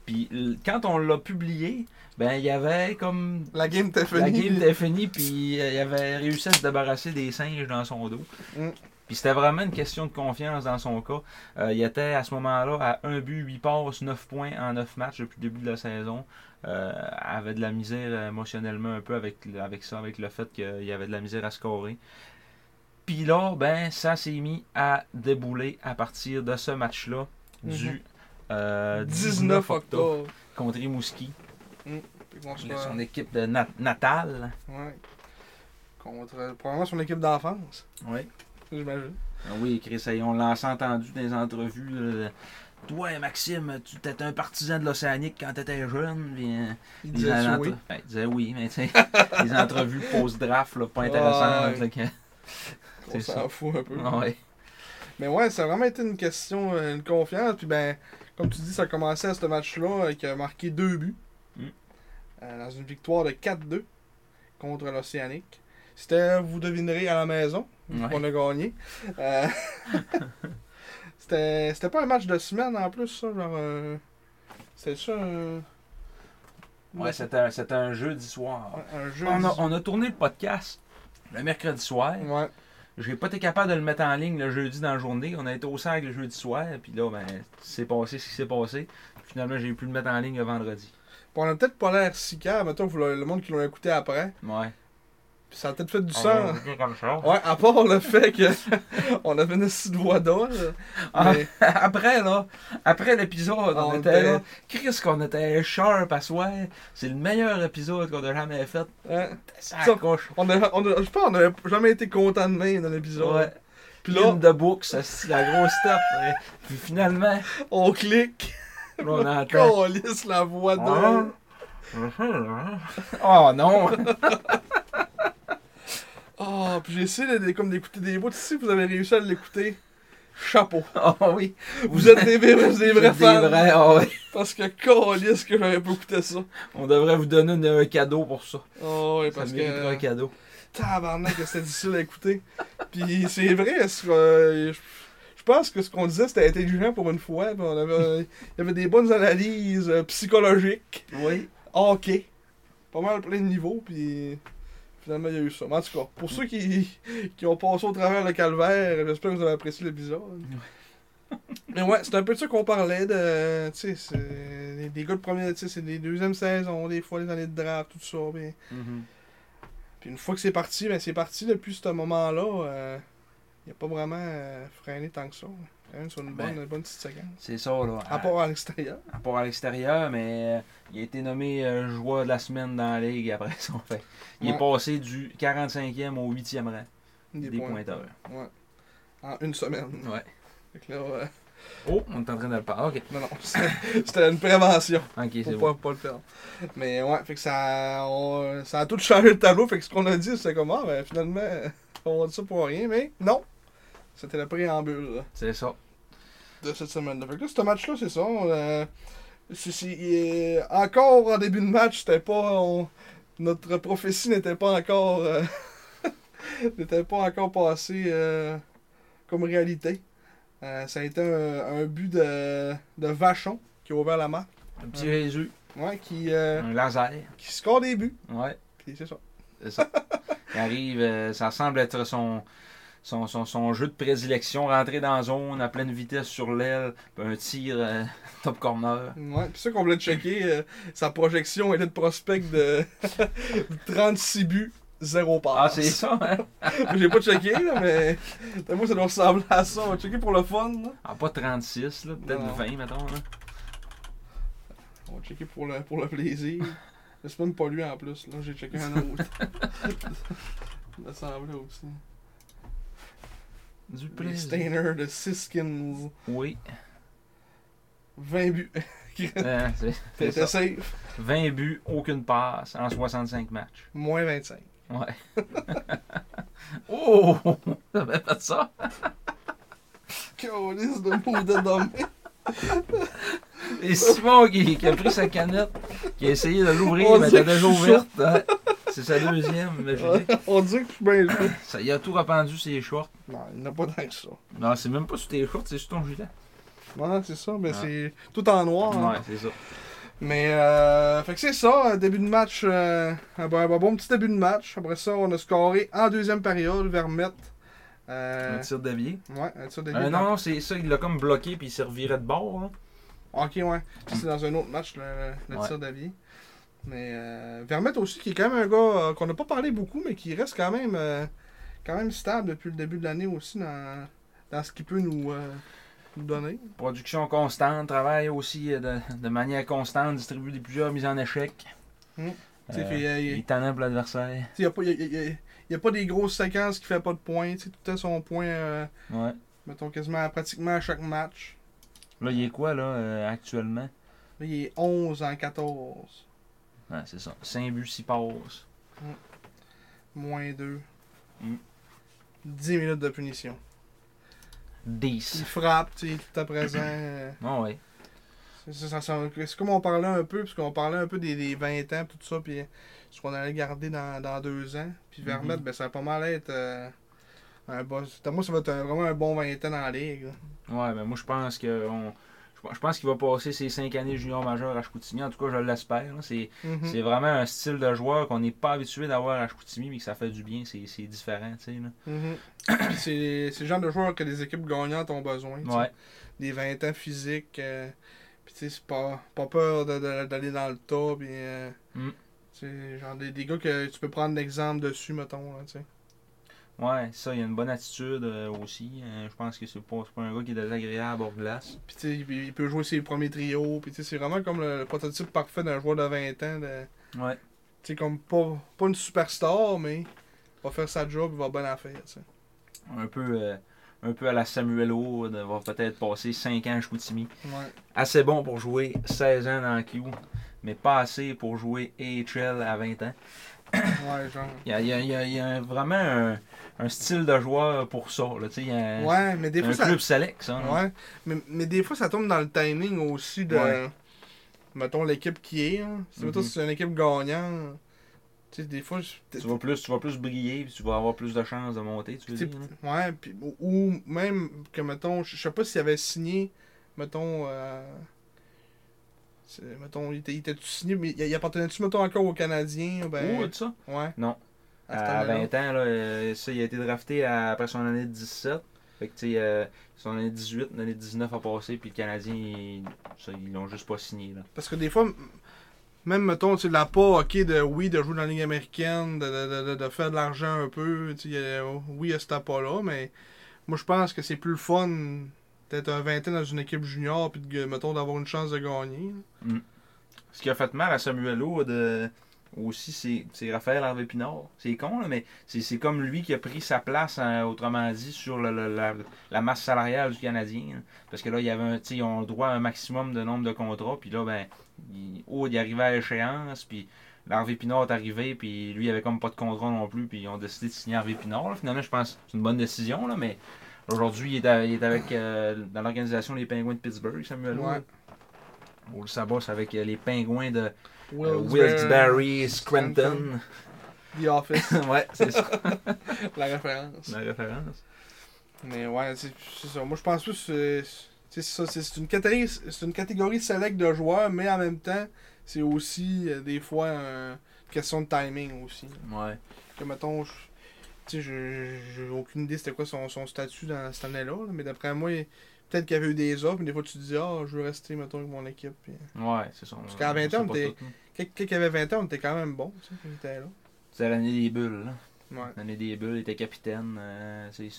Speaker 4: Puis l- quand on l'a publié, ben il y avait comme
Speaker 3: La game était finie.
Speaker 4: la game était finie, puis euh, il avait réussi à se débarrasser des singes dans son dos.
Speaker 3: Mm.
Speaker 4: Puis c'était vraiment une question de confiance dans son cas. Euh, il était à ce moment-là à 1 but, 8 passes, 9 points en 9 matchs depuis le début de la saison. Euh, avait de la misère euh, émotionnellement un peu avec, avec ça, avec le fait qu'il avait de la misère à scorer. Puis là, ben, ça s'est mis à débouler à partir de ce match-là du euh,
Speaker 3: 19 Mm-hmm. octobre.
Speaker 4: contre Rimouski,
Speaker 3: Fait qu'on se
Speaker 4: son équipe de nat- natale.
Speaker 3: Ouais. Contre euh, probablement son équipe d'enfance,
Speaker 4: Oui.
Speaker 3: j'imagine.
Speaker 4: Ah oui, Chris, hey, on l'a assez entendu dans les entrevues. là. Toi, Maxime, tu étais un partisan de l'Océanique quand tu étais jeune. puis, euh,
Speaker 3: Il
Speaker 4: les
Speaker 3: disait
Speaker 4: en-
Speaker 3: oui.
Speaker 4: Ouais, il disait oui, mais tu sais, les entrevues post-draft, là, pas
Speaker 3: Ouais.
Speaker 4: intéressantes. fait que-
Speaker 3: On
Speaker 4: c'est
Speaker 3: s'en
Speaker 4: ça. Ah
Speaker 3: fout un peu.
Speaker 4: Ouais.
Speaker 3: Mais ouais, ça a vraiment été une question, euh, une confiance. Puis ben, comme tu dis, ça a commencé à ce match-là euh, qui a marqué deux buts.
Speaker 4: Mm.
Speaker 3: Euh, dans une victoire de 4-2 contre l'Océanique. C'était, vous devinerez, à la maison.
Speaker 4: Ouais.
Speaker 3: On a gagné. Euh, C'était c'était pas un match de semaine en plus, ça. Genre, euh, c'était ça euh, un,
Speaker 4: Ouais, c'était un, c'était un jeudi soir.
Speaker 3: un jeu.
Speaker 4: On a, on a tourné le podcast le mercredi soir.
Speaker 3: Ouais.
Speaker 4: J'ai pas été capable de le mettre en ligne le jeudi dans la journée. On a été au sac le jeudi soir, puis là, ben, c'est passé ce qui s'est passé. Finalement, j'ai pu le mettre en ligne le vendredi.
Speaker 3: Puis on a peut-être pas l'air si calme, mettons, pour le, le monde qui l'a écouté après.
Speaker 4: Ouais.
Speaker 3: Puis ça a peut-être fait du
Speaker 4: On va
Speaker 3: sens.
Speaker 4: dire comme ça.
Speaker 3: Ouais, à part le fait que on avait une petite voix d'âge.
Speaker 4: Ah.
Speaker 3: Mais
Speaker 4: Après, là, après l'épisode, on,
Speaker 3: On
Speaker 4: était
Speaker 3: était-
Speaker 4: là. Chris, qu'on était sharp à soir. C'est le meilleur épisode qu'on a jamais fait.
Speaker 3: hein,
Speaker 4: Ça
Speaker 3: Ça,
Speaker 4: accroche.
Speaker 3: on a, on a- je pense qu'on n'avait jamais été content de même dans l'épisode.
Speaker 4: Ouais.
Speaker 3: Puis
Speaker 4: Puis
Speaker 3: là,
Speaker 4: de books, ça, c'est la grosse tape. Ouais. Puis finalement,
Speaker 3: on clique,
Speaker 4: là, on entend.
Speaker 3: on lisse la voix
Speaker 4: Ah.
Speaker 3: d'âge.
Speaker 4: Oh non!
Speaker 3: Ah, puis j'ai essayé de- de- comme d'écouter des bouts. Si vous avez réussi à l'écouter, chapeau.
Speaker 4: Oh oui!
Speaker 3: Vous êtes des vrais, des vrais
Speaker 4: Des
Speaker 3: fans.
Speaker 4: vrais, ah oui.
Speaker 3: Parce que calisse que j'aurais pas écouté ça.
Speaker 4: On devrait vous donner une- un cadeau pour ça.
Speaker 3: Oh, ouais, parce
Speaker 4: ça mériterait un
Speaker 3: que.
Speaker 4: cadeau.
Speaker 3: tabarnak que c'était difficile à écouter. Puis c'est vrai, ce que, euh, je, je pense que ce qu'on disait c'était intelligent pour une fois. puis on avait, il y avait des bonnes analyses euh, psychologiques,
Speaker 4: Oui.
Speaker 3: hockey, pas mal plein de niveaux. Puis finalement il y a eu ça. Mais en tout cas, pour ceux qui, qui ont passé au travers le calvaire, j'espère que vous avez apprécié l'épisode. Mais ouais, c'est un peu de ça qu'on parlait de. Tu sais, c'est des- des gars de première. Tu sais, c'est des deuxièmes saisons, des fois les années de draft, tout ça. Mais
Speaker 4: Mhm.
Speaker 3: puis une fois que c'est parti, ben c'est parti depuis ce moment-là. Il n'y a pas vraiment euh, freiné tant que ça. Quand même sur une bonne,
Speaker 4: Ben.
Speaker 3: une bonne petite seconde.
Speaker 4: C'est ça, là.
Speaker 3: À part à l'extérieur.
Speaker 4: à part à l'extérieur, mais euh, il a été nommé euh, joueur de la semaine dans la ligue après son fait. Il
Speaker 3: Ouais.
Speaker 4: est passé du 45e au 8e rang
Speaker 3: Des,
Speaker 4: des,
Speaker 3: points.
Speaker 4: pointeurs.
Speaker 3: En une semaine.
Speaker 4: Ouais.
Speaker 3: Fait que là, euh,
Speaker 4: Oh, on est en train de le parler. Ok,
Speaker 3: non, non. c'est- C'était une prévention.
Speaker 4: ok, c'est
Speaker 3: Pour
Speaker 4: bon.
Speaker 3: pas, pas le perdre. Mais ouais, fait que ça, on- ça a tout changé le tableau. Fait que ce qu'on a dit, c'est comme, ah, ben finalement, on a dit ça pour rien. Mais non. C'était la préambule.
Speaker 4: C'est ça.
Speaker 3: de cette semaine-là. Fait que là, ce match-là, c'est ça. on, euh, c'est- c'est- euh, encore en début de match, c'était pas. on- notre prophétie n'était pas encore. euh, n'était pas encore passée euh, comme réalité. Euh, ça a été un, un but de, de Vachon qui a ouvert la main.
Speaker 4: Un petit Jésus,
Speaker 3: Ouais, qui, euh,
Speaker 4: un laser.
Speaker 3: qui score des buts.
Speaker 4: Ouais,
Speaker 3: Puis c'est ça.
Speaker 4: c'est ça. Il arrive, euh, ça semble être son. Son, son, son jeu de prédilection, rentrer dans la zone à pleine vitesse sur l'aile, puis un tir euh, top corner.
Speaker 3: Ouais, puis ça qu'on voulait checker, euh, sa projection était de prospect de 36 buts, 0 passe.
Speaker 4: Ah, c'est ça, hein?
Speaker 3: J'ai pas checké, là, mais. T'as moi, ça doit ressembler à ça. On va checker pour le fun, là.
Speaker 4: Ah, pas 36, là, peut-être
Speaker 3: Non.
Speaker 4: 20, mettons. hein. Là.
Speaker 3: On va checker pour le, pour le plaisir. Mais C'est même pas lui en plus, là. J'ai checké un autre. Il me semblait aussi.
Speaker 4: Du
Speaker 3: Les
Speaker 4: plaisir.
Speaker 3: Stainer de Siskins.
Speaker 4: Oui.
Speaker 3: 20 buts.
Speaker 4: Hein, c'est- c'est
Speaker 3: T'étais
Speaker 4: ça.
Speaker 3: safe.
Speaker 4: 20 buts, aucune passe en 65 matchs.
Speaker 3: Moins 25.
Speaker 4: Ouais. oh! T'avais fait ça?
Speaker 3: Calice de maudit d'homme.
Speaker 4: Et Simon qui, qui a pris sa canette, qui a essayé de l'ouvrir,
Speaker 3: On
Speaker 4: mais
Speaker 3: dirait
Speaker 4: t'as
Speaker 3: que je
Speaker 4: déjà
Speaker 3: suis
Speaker 4: ouverte. hein. C'est sa deuxième, mais je dis,
Speaker 3: On dit que je suis bien chaud.
Speaker 4: Ça y a tout rependu ses shorts.
Speaker 3: Non, il n'y en a pas tant que ça.
Speaker 4: Non, c'est même pas sur tes shorts, c'est sur ton gilet.
Speaker 3: Non, c'est ça, mais
Speaker 4: Ah.
Speaker 3: c'est tout en noir. hein.
Speaker 4: Ouais, c'est ça.
Speaker 3: Mais, euh, fait que c'est ça, euh, début de match, euh, un, bon, un bon- bon petit début de match. Après ça, on a scoré en deuxième période vers Met.
Speaker 4: Un
Speaker 3: Euh,
Speaker 4: tir d'avier.
Speaker 3: ouais, un tir de
Speaker 4: Euh, non, non, c'est ça, il l'a comme bloqué puis il s'est reviré de bord. Hein.
Speaker 3: Ok, ouais. Ça, C'est dans un autre match, le, le
Speaker 4: Ouais.
Speaker 3: tir d'avis. Mais euh, Vermette aussi, qui est quand même un gars euh, qu'on n'a pas parlé beaucoup, mais qui reste quand même, euh, quand même stable depuis le début de l'année aussi dans, dans ce qu'il peut nous, euh, nous donner.
Speaker 4: Production constante, travaille aussi euh, de, de manière constante, distribue des plusieurs mises en échec.
Speaker 3: Mm.
Speaker 4: Euh,
Speaker 3: Tu sais, fait, euh, il-
Speaker 4: il est tannant pour l'adversaire.
Speaker 3: Il n'y a, pas- y a- y a- y a pas des grosses séquences qui fait pas de points. tu sais, Tout le temps son point, euh,
Speaker 4: Ouais.
Speaker 3: mettons quasiment à- pratiquement à chaque match.
Speaker 4: Là, il est quoi, là, euh, actuellement?
Speaker 3: Là, il est 11 en 14.
Speaker 4: Ouais, c'est ça. 5 buts, 6 passes.
Speaker 3: Moins 2.
Speaker 4: Mm.
Speaker 3: 10 minutes de punition.
Speaker 4: 10.
Speaker 3: Il frappe, tu sais, il est tout à présent. euh,
Speaker 4: Ah ouais.
Speaker 3: C'est ça, ça, ça- c'est comme on parlait un peu, parce qu'on parlait un peu des, des 20 ans, tout ça, puis ce qu'on allait garder dans, dans deux ans. Puis
Speaker 4: Mhm.
Speaker 3: Vermette, ben, ça va pas mal être euh, un boss. Moi, ça va être un- vraiment un bon 20 ans dans la ligue. là.
Speaker 4: Ouais, mais moi, je pense que on- je pense- Je pense qu'il va passer ses 5 années junior majeur à Chicoutimi. En tout cas, je l'espère. là. C'est
Speaker 3: Mhm.
Speaker 4: c'est vraiment un style de joueur qu'on n'est pas habitué d'avoir à Chicoutimi, mais que ça fait du bien. C'est c'est différent, tu sais. là.
Speaker 3: Mhm. Puis c'est c'est le genre de joueur que les équipes gagnantes ont besoin. tu sais.
Speaker 4: Ouais.
Speaker 3: Des 20 ans physiques. euh, puis tu sais, c'est pas, pas peur de- de- d'aller dans le tas. Puis, euh,
Speaker 4: Mm.
Speaker 3: tu sais, genre des, des gars que tu peux prendre l'exemple dessus, mettons. Là, tu sais.
Speaker 4: Ouais, ça, il a une bonne attitude euh, aussi. Euh, je pense que c'est pas, c'est pas un gars qui est désagréable hors glace.
Speaker 3: Puis tu sais, il- il peut jouer ses premiers trios. Puis tu sais, c'est vraiment comme le, le prototype parfait d'un joueur de 20 ans. de-
Speaker 4: Ouais.
Speaker 3: Tu sais, comme pas, pas une superstar, mais va faire sa job, il va bien la faire. tu sais.
Speaker 4: Un peu, euh, un peu à la Samuel O, d'avoir peut-être passé 5 ans à Chicoutimi.
Speaker 3: Ouais.
Speaker 4: Assez bon pour jouer 16 ans dans Q, mais pas assez pour jouer AHL à 20 ans.
Speaker 3: ouais, genre.
Speaker 4: Il y a, il y a- il y a- il y a vraiment un, un style de joueur pour ça. Là, tu sais, il y a-
Speaker 3: Ouais, mais des
Speaker 4: Euh, un
Speaker 3: fois, ça,
Speaker 4: club select, ça. là.
Speaker 3: Ouais, mais, mais des fois ça tombe dans le timing aussi de.
Speaker 4: Ouais.
Speaker 3: Mettons l'équipe qui est. Hein. Si, mettons,
Speaker 4: Mhm.
Speaker 3: si c'est une équipe gagnante. Tu sais, des fois. je- t-
Speaker 4: Tu vas, plus, tu vas plus briller, puis tu vas avoir plus de chances de monter, tu veux
Speaker 3: t'sais,
Speaker 4: dire, là.
Speaker 3: Ouais, puis- ou- ou même que, mettons, je je sais pas s'il avait signé, mettons. euh, c'est- mettons, il était, il était signé, mais il, il appartenait-tu, mettons, encore aux Canadiens ben,
Speaker 4: Ouh, tout hein. ça.
Speaker 3: Ouais. Ah,
Speaker 4: Non.
Speaker 3: cette
Speaker 4: À
Speaker 3: année-là.
Speaker 4: 20 ans, là, euh, ça, il a été drafté à- après son année de 17. Fait que, tu sais, euh, son année de 18, l'année de 19 a passé, puis le Canadien, il- ça, ils l'ont juste pas signé. Là.
Speaker 3: Parce que des fois, m- même mettons, tu l'as pas, ok, de oui, de jouer dans la Ligue américaine, de, de, de, de faire de l'argent un peu, tu sais, euh, oui, à cet appât-là, mais moi je pense que c'est plus le fun d'être un vingtaine dans une équipe junior, puis de, g- mettons, d'avoir une chance de gagner.
Speaker 4: Ce qui a fait mal à Samuel Aude, euh, aussi, c'est- c'est Raphaël Harvey Pinard. C'est con, là, mais c'est c'est comme lui qui a pris sa place, hein, autrement dit, sur le- le- la, la masse salariale du Canadien. hein. Parce que là, il y avait un, tu sais, ils ont le droit à un maximum de nombre de contrats. Puis là, ben, il, Aude, il arrivait à échéance. Puis Harvey Pinard est arrivé. Puis lui, il avait comme pas de contrat non plus. Puis ils ont décidé de signer Harvey Pinard. là. Finalement, je pense que c'est une bonne décision, là, mais aujourd'hui, il, est à- il est avec euh, dans l'organisation Les Pingouins de Pittsburgh, Samuel Aude.
Speaker 3: Ouais.
Speaker 4: On le sabosse avec euh, les pingouins de euh,
Speaker 3: Barry
Speaker 4: Wilkes-Barre, Scranton.
Speaker 3: The Office,
Speaker 4: ouais, c'est ça
Speaker 3: la référence.
Speaker 4: la référence.
Speaker 3: Mais ouais, c'est c'est ça. Moi je pense plus que c'est ça. C'est c'est une catégorie, c'est une catégorie select de joueurs, mais en même temps, c'est aussi euh, des fois euh, une question de timing aussi.
Speaker 4: Ouais.
Speaker 3: que mettons, je- tu sais, je- je- j'ai aucune idée c'était quoi son, son statut dans cette année-là, là, mais d'après moi, il- peut-être qu'il y avait eu des offres, mais des fois tu te dis, ah, je veux rester, mettons, avec mon équipe. Puis,
Speaker 4: Ouais, c'est ça.
Speaker 3: qu'à
Speaker 4: On
Speaker 3: 20
Speaker 4: sait
Speaker 3: ans,
Speaker 4: pas
Speaker 3: t'es-
Speaker 4: tout, hein.
Speaker 3: quand, quand il avait 20 ans, on était quand même bon, tu sais, quand il était là.
Speaker 4: C'est l'année des bulles, là.
Speaker 3: Ouais.
Speaker 4: L'année des bulles, il était capitaine. euh, c'est...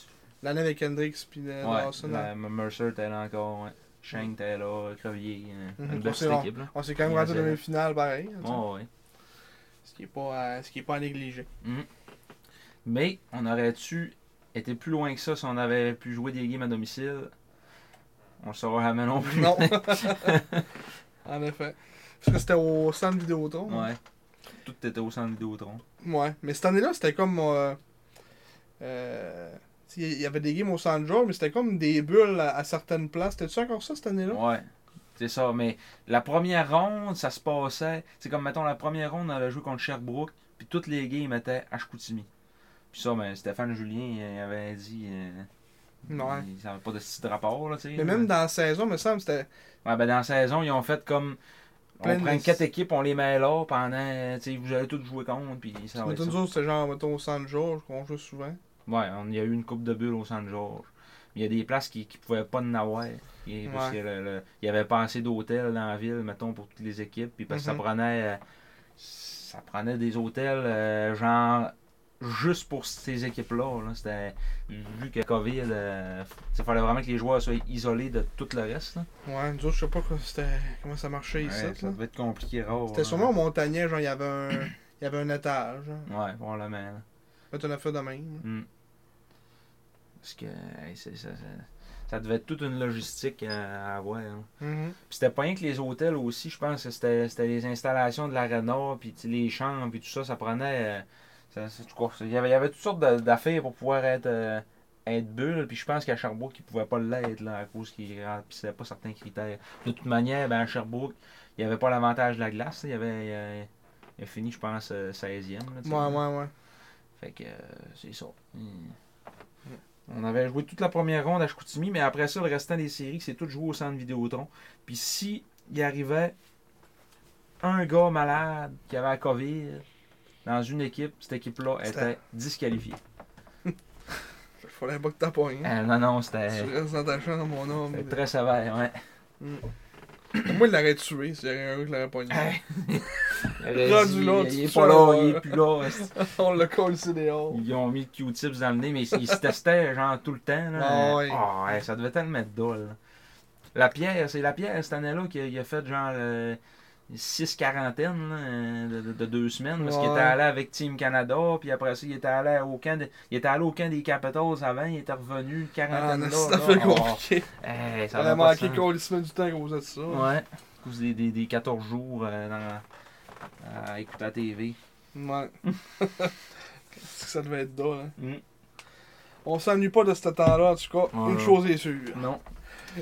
Speaker 3: L'année avec Hendrix, puis euh,
Speaker 4: ouais,
Speaker 3: Dawson,
Speaker 4: la-
Speaker 3: hein.
Speaker 4: Mercer était là encore, ouais. Shank était là, Crevier. euh,
Speaker 3: Mhm.
Speaker 4: Une belle petite
Speaker 3: C'est bon.
Speaker 4: équipe, là.
Speaker 3: on s'est quand même
Speaker 4: Il
Speaker 3: rendu en
Speaker 4: avait-
Speaker 3: demi-finale, pareil. hein, tu sais.
Speaker 4: Ouais, ouais. Mm.
Speaker 3: Ce qui n'est pas, à- ce qui est pas à négliger.
Speaker 4: Mais on aurait-tu été plus loin que ça si on avait pu jouer des games à domicile? On le saura jamais non plus.
Speaker 3: Non. en effet. Parce que c'était au centre Vidéotron. hein?
Speaker 4: Ouais. Tout était au centre Vidéotron.
Speaker 3: Ouais, mais cette année-là, c'était comme. euh, euh, tu sais, il y avait des games au centre jour, mais c'était comme des bulles à, à certaines places. C'était-tu encore ça cette année-là?
Speaker 4: Ouais. C'est ça, mais la première ronde, ça se passait. C'est comme, mettons, la première ronde, on avait joué contre Sherbrooke, puis toutes les games étaient à Chicoutimi. Puis ça, ben, Stéphane Julien il avait dit. euh,
Speaker 3: Ouais.
Speaker 4: il- Ça n'avait pas de petit rapport, là, tu sais.
Speaker 3: Mais même dans la saison, me semble, c'était.
Speaker 4: Ouais, ben, dans la saison, ils ont fait comme.
Speaker 3: Plein
Speaker 4: On
Speaker 3: de-
Speaker 4: prend quatre équipes, on les met là pendant. Tu sais, vous allez tous jouer contre, puis ça va
Speaker 3: Mais
Speaker 4: être Ah ça.
Speaker 3: nous autres, c'était genre, mettons, au centre jour, qu'on joue souvent.
Speaker 4: Ouais, on y a eu une coupe de bulles au Saint-Georges. Il y a des places qui ne pouvaient pas en avoir. Et- parce
Speaker 3: Ouais.
Speaker 4: que le- le- il y avait pas assez d'hôtels dans la ville, mettons, pour toutes les équipes. Puis parce que
Speaker 3: Mhm.
Speaker 4: ça prenait. euh, ça prenait des hôtels, euh, genre. Juste pour ces équipes-là. là. C'était.
Speaker 3: Mhm.
Speaker 4: Vu que COVID, euh, il fallait vraiment que les joueurs soient isolés de tout le reste. là.
Speaker 3: Ouais, nous autres, je sais pas quoi- c'était- comment ça marchait
Speaker 4: Ouais,
Speaker 3: ici.
Speaker 4: ça hein.
Speaker 3: là.
Speaker 4: devait être compliqué, rare.
Speaker 3: C'était
Speaker 4: là.
Speaker 3: sûrement au Montagnet, genre, il y avait un. Il y avait un étage. hein.
Speaker 4: Ouais, probablement. là.
Speaker 3: Fait une affaire de même.
Speaker 4: Mm. Parce que. hey, c'est- ça, ça- ça devait être toute une logistique euh, à à avoir. là.
Speaker 3: Mhm.
Speaker 4: Puis c'était pas rien que les hôtels aussi, je pense que c'était c'était les installations de l'aréna, puis tu sais, les chambres, puis tout ça, ça prenait. euh, ça- ça- en tout cas, il, y avait, il y avait toutes sortes de- d'affaires pour pouvoir être, euh, être bulle, puis je pense qu'à Sherbrooke, ils pouvaient pas l'être là, à cause qu'ils remplissaient pas certains critères. De toute manière, ben, à Sherbrooke, il y avait pas l'avantage de la glace, là, il y avait. euh, il a fini, je pense, euh, 16e. là, tu sais.
Speaker 3: Ouais, ouais, ouais.
Speaker 4: Fait que euh, c'est ça. Hmm. On avait joué toute la première ronde à Chicoutimi, mais après ça, le restant des séries, c'est tout joué au centre Vidéotron. Puis si il arrivait un gars malade qui avait la COVID dans une équipe, cette équipe-là
Speaker 3: C'était-
Speaker 4: était disqualifiée.
Speaker 3: Fallait pas que t'appognes. hein.
Speaker 4: Ah, non, non,
Speaker 3: Tu
Speaker 4: c'était
Speaker 3: restes dans ta chambre, mon homme.
Speaker 4: c'était très sévère, ouais.
Speaker 3: Moi, il l'aurait tué s'il y avait un gars qui l'aurait pogné.
Speaker 4: Ah, Il
Speaker 3: Rendu
Speaker 4: dit,
Speaker 3: là,
Speaker 4: il
Speaker 3: tu
Speaker 4: est
Speaker 3: te
Speaker 4: pas
Speaker 3: fais
Speaker 4: là,
Speaker 3: avoir.
Speaker 4: il est plus là. esti.
Speaker 3: On l'a collé ici dehors.
Speaker 4: Ils ont mis le Q-tips dans le nez, mais ils ils se testaient genre tout le temps. Là.
Speaker 3: Ah ouais.
Speaker 4: Ah ouais, ça devait tellement être dole. La pierre, c'est la pierre cette année-là qui a, il a fait genre 6 quarantaines là, euh, de, de- de deux semaines. Parce qu'il
Speaker 3: Ouais.
Speaker 4: était allé avec Team Canada, puis après ça, il était allé au camp, de- il était allé au camp des Capitals avant, il était revenu une
Speaker 3: Ah,
Speaker 4: quarantaine
Speaker 3: non,
Speaker 4: là.
Speaker 3: c'est
Speaker 4: là.
Speaker 3: un peu
Speaker 4: Oh,
Speaker 3: compliqué.
Speaker 4: hey, ça
Speaker 3: On a
Speaker 4: avait pas de
Speaker 3: manqué
Speaker 4: sens.
Speaker 3: qu'on lui semaine du temps qu'on faisait de ça. Ouais.
Speaker 4: Ouais, à cause des, des, des 14 jours euh, dans- à écouter la TV.
Speaker 3: Qu'est-ce que ça devait être drôle, hein?
Speaker 4: Mm.
Speaker 3: On s'ennuie pas de ce temps-là, en tout cas.
Speaker 4: Ouais,
Speaker 3: Une
Speaker 4: ouais.
Speaker 3: chose est sûre.
Speaker 4: Non.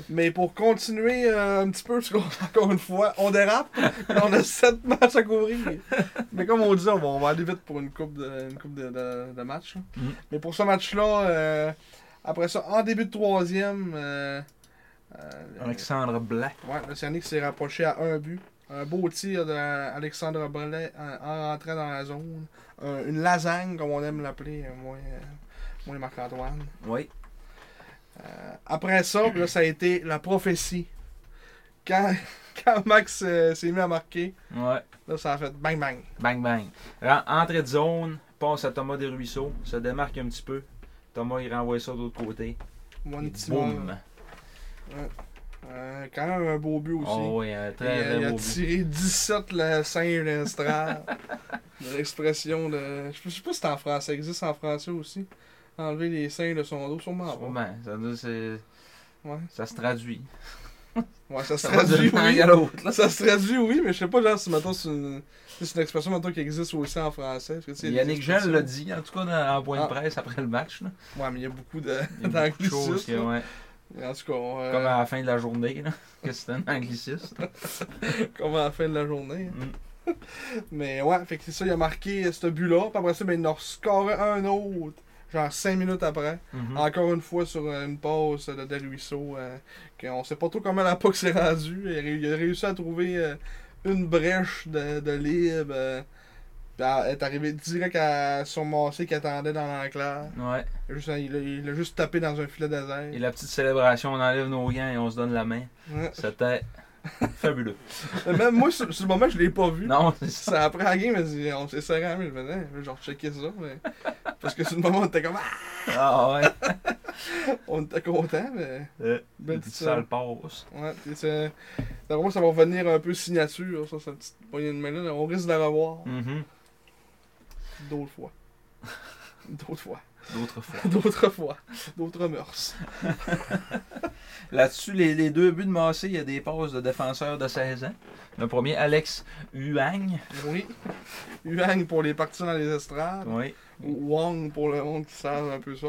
Speaker 3: Mais pour continuer euh, un petit peu, parce qu'encore une fois, on dérape. mais on a sept matchs à couvrir. Mais comme on dit, on va, on va aller vite pour une coupe de, une coupe de, de- de matchs. là.
Speaker 4: Mm.
Speaker 3: Mais pour ce match-là, euh, après ça, en début de troisième, euh, euh,
Speaker 4: Alexandre Blanc.
Speaker 3: Ouais, l'Océanique s'est rapproché à un but. Un beau tir d'Alexandre Brelet en, euh, en rentrant dans la zone. Un- une lasagne, comme on aime l'appeler, euh, moi, euh, moi et Marc-Antoine.
Speaker 4: Oui.
Speaker 3: Euh, après ça, là, ça a été la prophétie. Quand, quand Max euh, s'est mis à marquer,
Speaker 4: Ouais.
Speaker 3: là, ça a fait bang bang.
Speaker 4: Bang bang. Ren- Entrée de zone, passe à Thomas Desruisseaux, se démarque un petit peu. Thomas il renvoie ça de l'autre côté.
Speaker 3: One
Speaker 4: Et
Speaker 3: petit
Speaker 4: boum. Ah
Speaker 3: mort. Euh, quand même un beau but aussi.
Speaker 4: Oh oui, un
Speaker 3: Il a-
Speaker 4: très
Speaker 3: euh, il
Speaker 4: très
Speaker 3: a
Speaker 4: beau but.
Speaker 3: tiré 17 le singe d'instral. de l'expression de. Je sais pas si c'est en français, ça existe en français aussi. Enlever les seins de son dos, sûrement. pas.
Speaker 4: Sûrement, ça, nous- c'est-
Speaker 3: Ouais.
Speaker 4: ça se traduit.
Speaker 3: ouais, ça se
Speaker 4: Ça va
Speaker 3: traduit,
Speaker 4: d'une langue à
Speaker 3: oui.
Speaker 4: l'autre. là.
Speaker 3: Ça se traduit, oui, mais je sais pas, genre, si maintenant c'est une, si c'est une expression maintenant qui existe aussi en français. parce que, tu sais, il y a des
Speaker 4: Yannick Jean
Speaker 3: expressions-
Speaker 4: l'a dit, en tout cas dans- en point
Speaker 3: Ah.
Speaker 4: de presse après le match. Là.
Speaker 3: Ouais, mais il y a beaucoup
Speaker 4: Il y a
Speaker 3: de-
Speaker 4: beaucoup de choses
Speaker 3: d'anglicismes.
Speaker 4: que, ouais,
Speaker 3: En tout cas, on, euh,
Speaker 4: comme à la fin de la journée, là, que c'était un angliciste.
Speaker 3: comme à la fin de la journée. hein.
Speaker 4: Mm.
Speaker 3: Mais ouais, fait que c'est ça, il a marqué euh, ce but-là. Puis après ça, ben, il en rescorait un autre, genre 5 minutes après.
Speaker 4: Mhm.
Speaker 3: Encore une fois sur euh, une passe de Del Ruisseau, euh, qu'on sait pas trop comment la puck s'est rendue. Il, a ré- il a réussi à trouver euh, une brèche de, de libre. euh, puis elle est arrivé direct à son massé qui attendait dans l'enclave.
Speaker 4: Ouais.
Speaker 3: Il a juste- hein, Il a- il l'a juste tapé dans un filet désert.
Speaker 4: Et la petite célébration, on enlève nos gants et on se donne la main.
Speaker 3: Ouais. Euh,
Speaker 4: C'était fabuleux.
Speaker 3: Même moi, sur, sur le moment, je l'ai pas vu.
Speaker 4: Non, c'est ça.
Speaker 3: Ça après la game, elle dit, on s'est serré à mais je venais, genre checker ça, mais. Parce que sur le moment on était comme Ah!
Speaker 4: Ah ouais.
Speaker 3: on était content, mais. ben,
Speaker 4: Euh,
Speaker 3: Belle
Speaker 4: petite
Speaker 3: petite
Speaker 4: sale passe.
Speaker 3: Ouais, pis c'est. D'après moi, ça va revenir un peu signature, ça, cette petite poignée de main là. On risque de la revoir
Speaker 4: Mhm.
Speaker 3: d'autres fois. d'autres fois.
Speaker 4: D'autres fois.
Speaker 3: D'autres fois, d'autres mœurs.
Speaker 4: Là-dessus, les, les deux buts de Massé, il y a des passes de défenseurs de 16 ans. Le premier, Alex Huang.
Speaker 3: Oui. Yuang pour les parties dans les estrades.
Speaker 4: Oui.
Speaker 3: Ou Wang pour le monde qui savent un peu ça.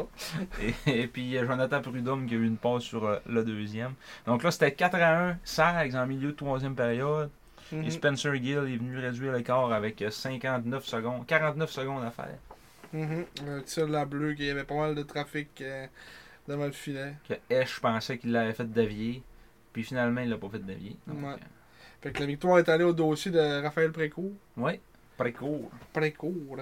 Speaker 4: Et, et puis euh, Jonathan Prudhomme qui a eu une passe sur euh, le deuxième. Donc là, c'était 4 à 1, Sags en milieu de troisième période. Et
Speaker 3: Mhm,
Speaker 4: Spencer Gill est venu réduire le corps avec euh, 59 secondes, 49 secondes à faire.
Speaker 3: mhm. Un tir de la bleue qui avait pas mal de trafic euh, devant le filet.
Speaker 4: Que Esch pensait qu'il l'avait fait dévier. Puis finalement, il l'a pas fait dévier. Donc,
Speaker 3: Ouais. Fait que la victoire est allée au dossier de Raphaël Précourt.
Speaker 4: euh, ouais. Précourt.
Speaker 3: Précourt.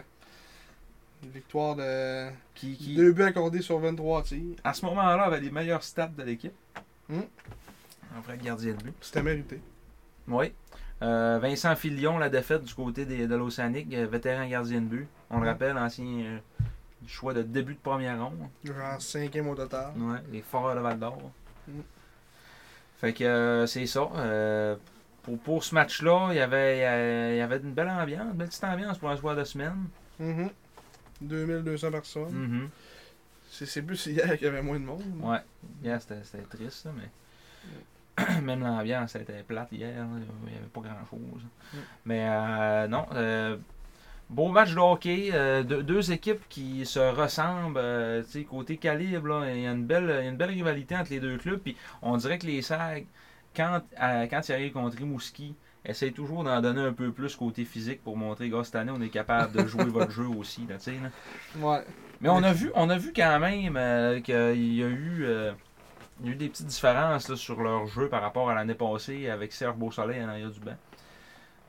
Speaker 3: Une victoire de
Speaker 4: Qui, qui,
Speaker 3: deux buts accordés sur 23 tirs.
Speaker 4: à ce moment-là, avait les meilleurs stats de l'équipe. Hmm.
Speaker 3: Mm.
Speaker 4: En vrai gardien de but.
Speaker 3: C'était mérité.
Speaker 4: Oui. Euh, Vincent Filion, la défaite du côté des- de l'Océanique, euh, vétéran gardien de but. On le
Speaker 3: Ouais.
Speaker 4: rappelle, ancien euh, choix de début de première ronde.
Speaker 3: Genre cinquième au total.
Speaker 4: Ouais, Hmm. les Foreurs de Val d'Or.
Speaker 3: Mm.
Speaker 4: Fait que euh, c'est ça. Euh, pour, pour ce match-là, il y avait, euh, il y avait une belle ambiance, une belle petite ambiance pour un joueur de semaine. Mm-hmm.
Speaker 3: Mhm. 2200 personnes.
Speaker 4: Mhm.
Speaker 3: C'est C'est plus hier qu'il y avait moins de monde.
Speaker 4: Ouais. Hier, c'était c'était triste, là, mais. Même l'ambiance était plate hier, là. il n'y avait pas grand-chose.
Speaker 3: Mm.
Speaker 4: Mais euh, non, euh, beau match de hockey, euh, deux, deux équipes qui se ressemblent, euh, tu sais, côté calibre, là, il y a une belle, il y a une belle rivalité entre les deux clubs. Puis on dirait que les SAG, quand, euh, quand ils arrivent contre Rimouski, essayent toujours d'en donner un peu plus côté physique pour montrer, gars, cette année, on est capable de jouer votre jeu aussi, là, tu sais. là.
Speaker 3: Ouais.
Speaker 4: Mais on a vu, on a vu quand même euh, qu'il y a eu. euh, il y a eu des petites différences là, sur leur jeu par rapport à l'année passée avec Serge Beausoleil à l'arrière du banc.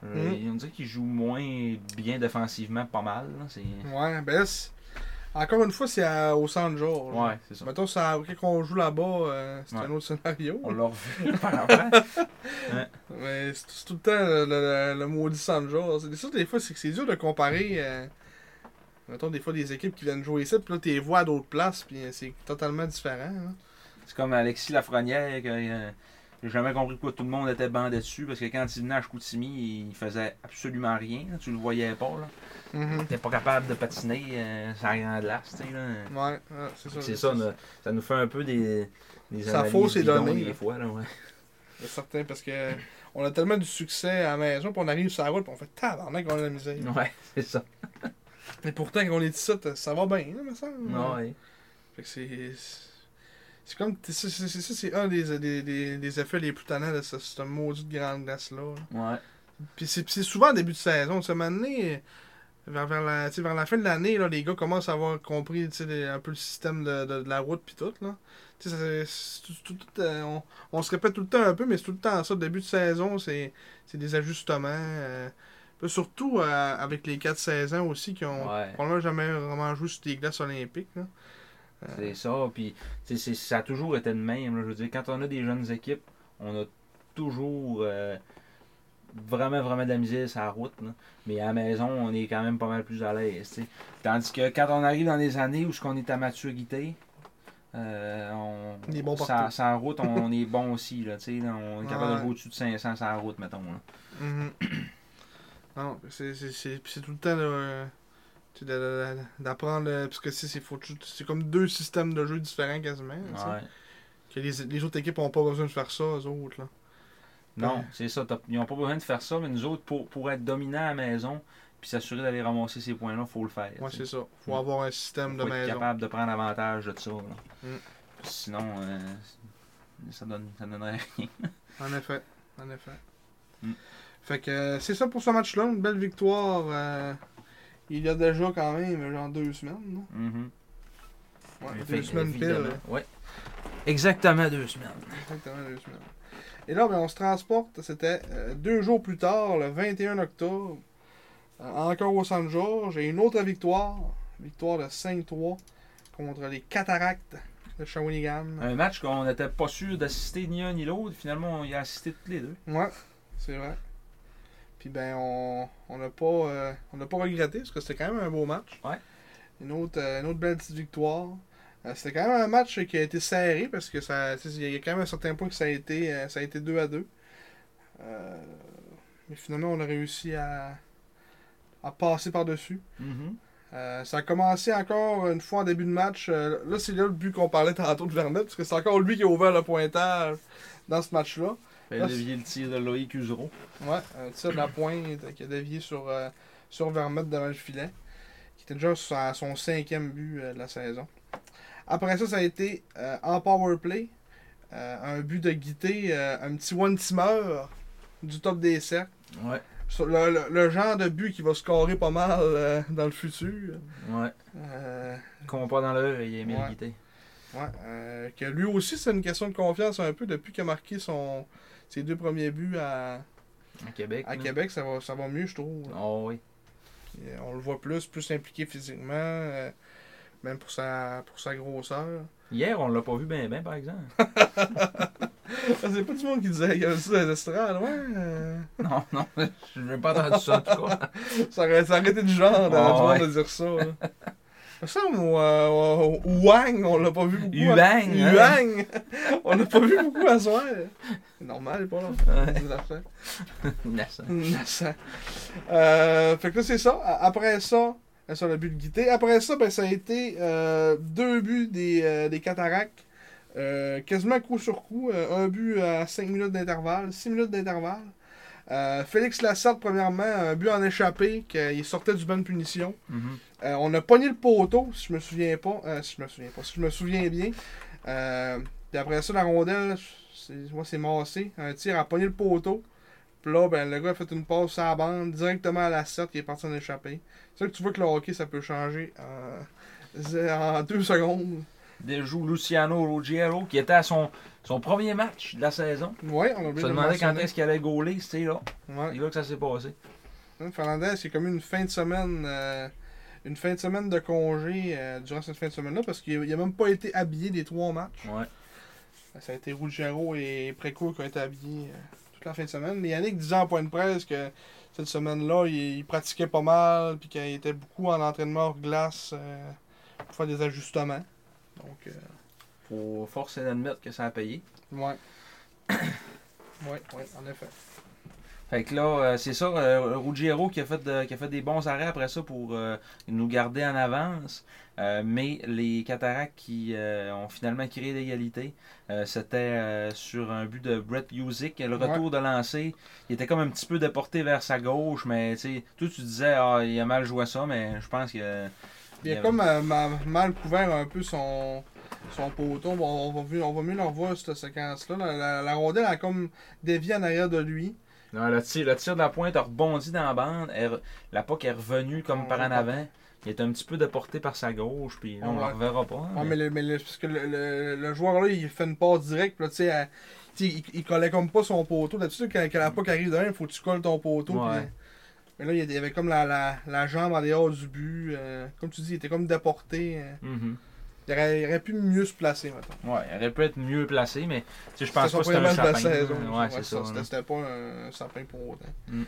Speaker 4: Euh,
Speaker 3: Mhm.
Speaker 4: On dirait qu'ils jouent moins bien défensivement, pas mal. là, c'est-
Speaker 3: Ouais, ben là, c'est- encore une fois, c'est à- au centre Georges.
Speaker 4: Ouais, c'est ça.
Speaker 3: Mettons, ça, quand on joue là-bas, euh, c'est
Speaker 4: Ouais.
Speaker 3: un autre scénario.
Speaker 4: On l'a revu par après.
Speaker 3: Mais c'est c'est tout le temps le, le- le- le maudit centre Georges. C'est ça, des fois, c'est que c'est dur de comparer. euh, mettons, des fois, des équipes qui viennent jouer ici, puis là, t'es vois à d'autres places, puis euh, c'est totalement différent. hein.
Speaker 4: C'est comme Alexis Lafrenière. que, euh, j'ai jamais compris pourquoi tout le monde était bandé dessus parce que quand il venait à Chicoutimi, il faisait absolument rien. là, tu le voyais pas. Là. Il
Speaker 3: Mhm.
Speaker 4: était pas capable de patiner euh, sans grande glace. tu sais, là.
Speaker 3: Ouais, ouais, c'est ça.
Speaker 4: C'est ça, là, ça nous fait un peu des, des
Speaker 3: Ça
Speaker 4: analyses
Speaker 3: fausse les
Speaker 4: bidons
Speaker 3: données,
Speaker 4: des
Speaker 3: là.
Speaker 4: fois, là, ouais.
Speaker 3: C'est certain, parce que on a tellement du succès à la maison, puis on arrive sur la route, puis on fait tabarnak, on a de la misère.
Speaker 4: Ouais, c'est ça.
Speaker 3: Et pourtant, quand on est ici, ça va bien, là, me semble.
Speaker 4: Ouais.
Speaker 3: Fait que c'est. c'est- C'est comme. c'est- c'est- c'est- c'est- C'est un des, des, des, des effets les plus tannants de ce, ce maudit de grande glace-là. là.
Speaker 4: Ouais.
Speaker 3: Puis c'est puis c'est souvent en début de saison. Ce année, euh, vers, vers, la, tu sais, vers la fin de l'année, là, les gars commencent à avoir compris tu sais, les- un peu le système de, de, de la route puis tout. Là. Tu sais, ça- c'est tout- tout- tout, euh, on, on se répète tout le temps un peu, mais c'est tout le temps ça. Début de saison, c'est c'est des ajustements. euh, puis surtout euh, avec les 4-16 ans aussi qui ont
Speaker 4: Ouais.
Speaker 3: probablement jamais vraiment joué sur des glaces olympiques. Là.
Speaker 4: C'est ça. Puis, tu sais, c'est- ça a toujours été le même. là. Je veux dire, quand on a des jeunes équipes, on a toujours euh, vraiment, vraiment de la misère sur la route. là. Mais à la maison, on est quand même pas mal plus à l'aise. tu sais. Tandis que quand on arrive dans les années où ce qu'on est à maturité, euh, on,
Speaker 3: On est bon
Speaker 4: sur-
Speaker 3: partout.
Speaker 4: sur la route, on, on est bon aussi. Là, tu sais, là, on est capable de
Speaker 3: Ouais.
Speaker 4: jouer au-dessus de 500 sur la route, mettons. là.
Speaker 3: Mhm. non, c'est c'est- c'est- puis c'est tout le temps là, euh, tu sais, de- de- de- d'apprendre, euh, parce que c'est c'est faut- tu- c'est comme deux systèmes de jeu différents quasiment. tu sais.
Speaker 4: Ouais.
Speaker 3: Que les, les autres équipes n'ont pas besoin de faire ça, eux autres. Là.
Speaker 4: Non,
Speaker 3: Ouais.
Speaker 4: c'est ça. t'as- Ils n'ont pas besoin de faire ça, mais nous autres, pour, pour être dominants à la maison, puis s'assurer d'aller ramasser ces points-là, il faut le faire.
Speaker 3: Ouais,
Speaker 4: tu sais.
Speaker 3: c'est ça. Faut
Speaker 4: Mm.
Speaker 3: avoir un système
Speaker 4: faut
Speaker 3: de
Speaker 4: être
Speaker 3: maison.
Speaker 4: capable de prendre avantage de ça. là.
Speaker 3: Mm.
Speaker 4: Sinon, euh, ça donne, ça donnerait rien.
Speaker 3: En effet. En effet.
Speaker 4: Mm.
Speaker 3: Fait que euh, c'est ça pour ce match-là. Une belle victoire. euh, il y a déjà quand même genre deux semaines.
Speaker 4: Mhm.
Speaker 3: non? Mm-hmm. Ouais,
Speaker 4: Fait-
Speaker 3: deux semaines
Speaker 4: évidemment,
Speaker 3: pile.
Speaker 4: Ouais. Exactement deux semaines.
Speaker 3: Exactement, deux semaines. Et là, ben, on se transporte, c'était euh, deux jours plus tard, le 21 octobre, euh, encore au San George, et une autre victoire, victoire de 5-3 contre les Cataractes de Shawinigan.
Speaker 4: Un match qu'on n'était pas sûr d'assister ni un ni l'autre. Finalement, on y a assisté toutes les deux.
Speaker 3: Ouais, c'est vrai. Puis ben, on on n'a pas, euh, on n'a pas regretté, parce que c'était quand même un beau match.
Speaker 4: Ouais.
Speaker 3: Une autre, euh, une autre belle petite victoire. Euh, c'était quand même un match qui a été serré, parce que ça, tu sais, il y a quand même un certain point que ça a été, euh, ça a été 2 à 2. Euh, mais finalement, on a réussi à, à passer par-dessus.
Speaker 4: Mhm.
Speaker 3: Euh, ça a commencé encore une fois en début de match. Euh, là, c'est là le but qu'on parlait tantôt de Vermette, parce que c'est encore lui qui a ouvert le pointage dans ce match-là.
Speaker 4: Fait
Speaker 3: Là,
Speaker 4: dévier le tir de Loïc Usereau.
Speaker 3: Ouais, un tir de la pointe qui a dévié sur, euh, sur Vermette devant le filet, qui était déjà sur- à son cinquième but euh, de la saison. Après ça, ça a été euh, en power play, euh, un but de Guité, euh, un petit one-teamer du top des cercles.
Speaker 4: Ouais,
Speaker 3: Sur Le, le- le genre de but qui va scorer pas mal euh, dans le futur.
Speaker 4: ouais.
Speaker 3: Euh,
Speaker 4: Qu'on pas dans l'heure, il a aimé
Speaker 3: Ouais.
Speaker 4: le guité.
Speaker 3: Ouais, euh, que lui aussi, c'est une question de confiance un peu. Depuis qu'il a marqué son, ses deux premiers buts à,
Speaker 4: À Québec.
Speaker 3: à
Speaker 4: là.
Speaker 3: Québec, ça va, ça va mieux, je trouve.
Speaker 4: Oh oui.
Speaker 3: Puis, euh, on le voit plus, plus impliqué physiquement, euh, même pour sa, pour sa grosseur.
Speaker 4: Hier, on l'a pas vu bien, bien, par exemple.
Speaker 3: c'est pas du monde qui disait qu'il y avait ça dans les estrades, ouais. euh,
Speaker 4: non, non, je n'ai pas entendu ça, en tout cas.
Speaker 3: ça, aurait, ça aurait été du genre dans-
Speaker 4: Ah,
Speaker 3: du monde
Speaker 4: ouais.
Speaker 3: de dire ça. là. Ça semble au, euh, au- au Wang, on l'a pas vu beaucoup. à-
Speaker 4: Yuang, hein.
Speaker 3: Yuang. On l'a pas vu beaucoup à soir. C'est normal, il est pas là.
Speaker 4: Ouais.
Speaker 3: C'est l'affaire.
Speaker 4: Innocent.
Speaker 3: Innocent. Euh, fait que là, c'est ça. A- Après ça, euh, ça, le but de Guité. Après ça, ben, ça a été euh, deux buts des, euh, des Cataractes. Euh, quasiment coup sur coup. Euh, un but à 5 minutes d'intervalle, 6 minutes d'intervalle. Euh, Félix Lassard, premièrement, un but en échappé, qu'il sortait du banc de punition.
Speaker 4: Mhm.
Speaker 3: Euh, on a pogné le poteau, si je me souviens pas. Euh, si je me souviens pas, si je me souviens bien. Euh, puis après ça, la rondelle, c'est ouais, c'est massé. Un tir a pogné le poteau. Puis là, ben, le gars a fait une passe à la bande, directement à la 7, qui est parti en échapper. C'est là que tu vois que le hockey, ça peut changer en, zé- en deux secondes.
Speaker 4: Déjoue Luciano Ruggiero, qui était à son, son premier match de la saison.
Speaker 3: Ouais, on
Speaker 4: Je
Speaker 3: a oublié
Speaker 4: me
Speaker 3: de le
Speaker 4: demandais quand
Speaker 3: mentionner.
Speaker 4: est-ce qu'il allait gauler, c'est là.
Speaker 3: Ouais.
Speaker 4: C'est là que ça s'est passé.
Speaker 3: Hein, Fernandez, c'est comme une fin de semaine, euh, une fin de semaine de congé euh, durant cette fin de semaine-là, parce qu'il n'a même pas été habillé des trois matchs.
Speaker 4: Ouais.
Speaker 3: Ça a été Ruggiero et Préco qui ont été habillés euh, toute la fin de semaine. Mais Yannick disait en point de presse que cette semaine-là, il, il pratiquait pas mal, puis qu'il était beaucoup en entraînement hors glace euh, pour faire des ajustements. Donc, euh,
Speaker 4: Faut forcer d'admettre que ça a payé.
Speaker 3: ouais. ouais, ouais, en effet.
Speaker 4: Fait que là, euh, c'est ça, euh, Ruggiero qui a, fait de- qui a fait des bons arrêts après ça pour euh, nous garder en avance. Euh, mais les Cataractes qui euh, ont finalement créé l'égalité, euh, c'était euh, sur un but de Brett Music, le retour de lancer. Il était comme un petit peu déporté vers sa gauche, mais tu sais, toi tu disais, ah, il a mal joué ça, mais je pense que.
Speaker 3: Il a
Speaker 4: avait-
Speaker 3: comme euh, ma- mal couvert un peu son, son poteau. Bon, on, va, mieux- on va mieux le revoir, cette séquence-là. La, la- la rondelle a comme dévié en arrière de lui.
Speaker 4: Non, le tir, le tir de la pointe a rebondi dans la bande. elle re- la POC est revenue comme par en avant. Il est un petit peu déporté par sa gauche, puis là, on ne
Speaker 3: Ouais.
Speaker 4: le reverra pas.
Speaker 3: Ouais,
Speaker 4: mais-
Speaker 3: Ah, mais, le, mais le- parce que le, le- le joueur là, il fait une passe directe, puis là, tu sais, elle- tu sais, il, il collait comme pas son poteau. D'habitude, quand, quand la puck arrive derrière, il faut que tu colles ton poteau.
Speaker 4: Ouais.
Speaker 3: puis- mais là, il y avait- il y avait comme la, la, la jambe en dehors du but. euh, comme tu dis, il était comme déporté. euh.
Speaker 4: Mhm.
Speaker 3: il, aurait, il aurait pu mieux se placer, maintenant.
Speaker 4: Ouais, il aurait pu être mieux placé, mais tu sais, je pense pas que c'était un
Speaker 3: match
Speaker 4: sapin.
Speaker 3: saison.
Speaker 4: Ouais, c'est ça.
Speaker 3: c'était-
Speaker 4: là.
Speaker 3: C'était pas un sapin pour autant.
Speaker 4: Mm.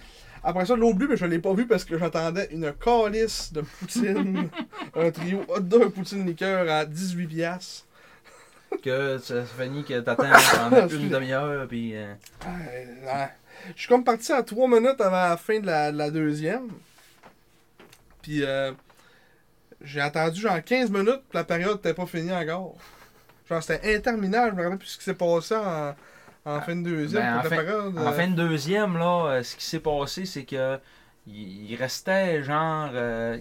Speaker 3: Après ça, l'autre but, mais je l'ai pas vu parce que j'attendais une calice de poutine. un trio hot dog poutine liqueur à 18 piastres.
Speaker 4: Que ça finit que t'attends pendant une demi-heure, puis euh,
Speaker 3: Ah, là. Je suis comme parti à 3 minutes avant la fin de la, de la deuxième. Puis euh, j'ai attendu genre 15 minutes, puis la période n'était pas finie encore. Genre c'était interminable, je me rappelle plus ce qui s'est passé en, en fin de deuxième.
Speaker 4: ben, en
Speaker 3: toute la
Speaker 4: fin-
Speaker 3: période,
Speaker 4: en
Speaker 3: euh,
Speaker 4: fin de deuxième, là, euh, ce qui s'est passé, c'est que il il restait genre euh,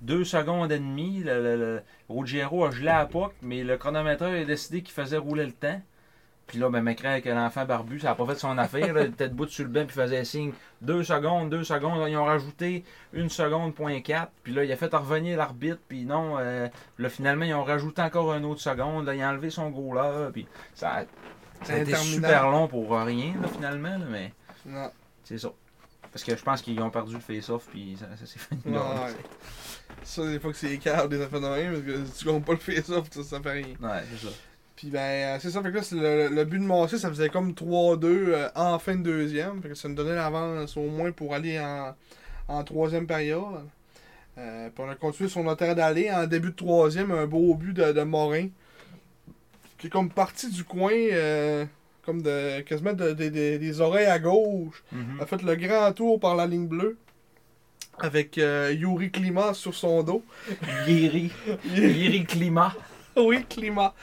Speaker 4: deux secondes et demie. Le, le- le- Ruggiero a gelé à POC, mais le chronomètre a décidé qu'il faisait rouler le temps. Puis là, ben, Macron, que l'enfant barbu, ça n'a pas fait son affaire. là. Il était debout sur le banc, puis il faisait signe deux secondes, deux secondes. Ils ont rajouté une seconde, point quatre. Puis là, il a fait revenir l'arbitre. Puis non, euh, là, finalement, ils ont rajouté encore une autre seconde. Là, il a enlevé son goaler. Puis ça a, ça a été
Speaker 3: Interminable.
Speaker 4: super long pour rien, là, finalement. là, mais
Speaker 3: non.
Speaker 4: c'est ça. Parce que je pense qu'ils ont perdu le face-off, puis ça, ça s'est fini.
Speaker 3: Ouais,
Speaker 4: là.
Speaker 3: ouais. Ça, des fois que c'est écart des affaires de même, parce que si tu comptes pas le face-off, ça, ça fait rien.
Speaker 4: Ouais, c'est ça.
Speaker 3: Puis ben, euh, c'est ça, fait que là, c'est le, le but de Massé, ça faisait comme 3-2 euh, en fin de deuxième. Fait que ça nous donnait l'avance au moins pour aller en, en troisième période. Euh, puis on a continué sur notre air d'aller. En début de troisième, un beau but de, de Morin. Qui est comme parti du coin, euh, comme de quasiment de- de- de- des oreilles à gauche.
Speaker 4: Mhm.
Speaker 3: a fait le grand tour par la ligne bleue. avec euh, Yuri Klima sur son dos.
Speaker 4: Yeri. Yeri Climat.
Speaker 3: Oui, Climat.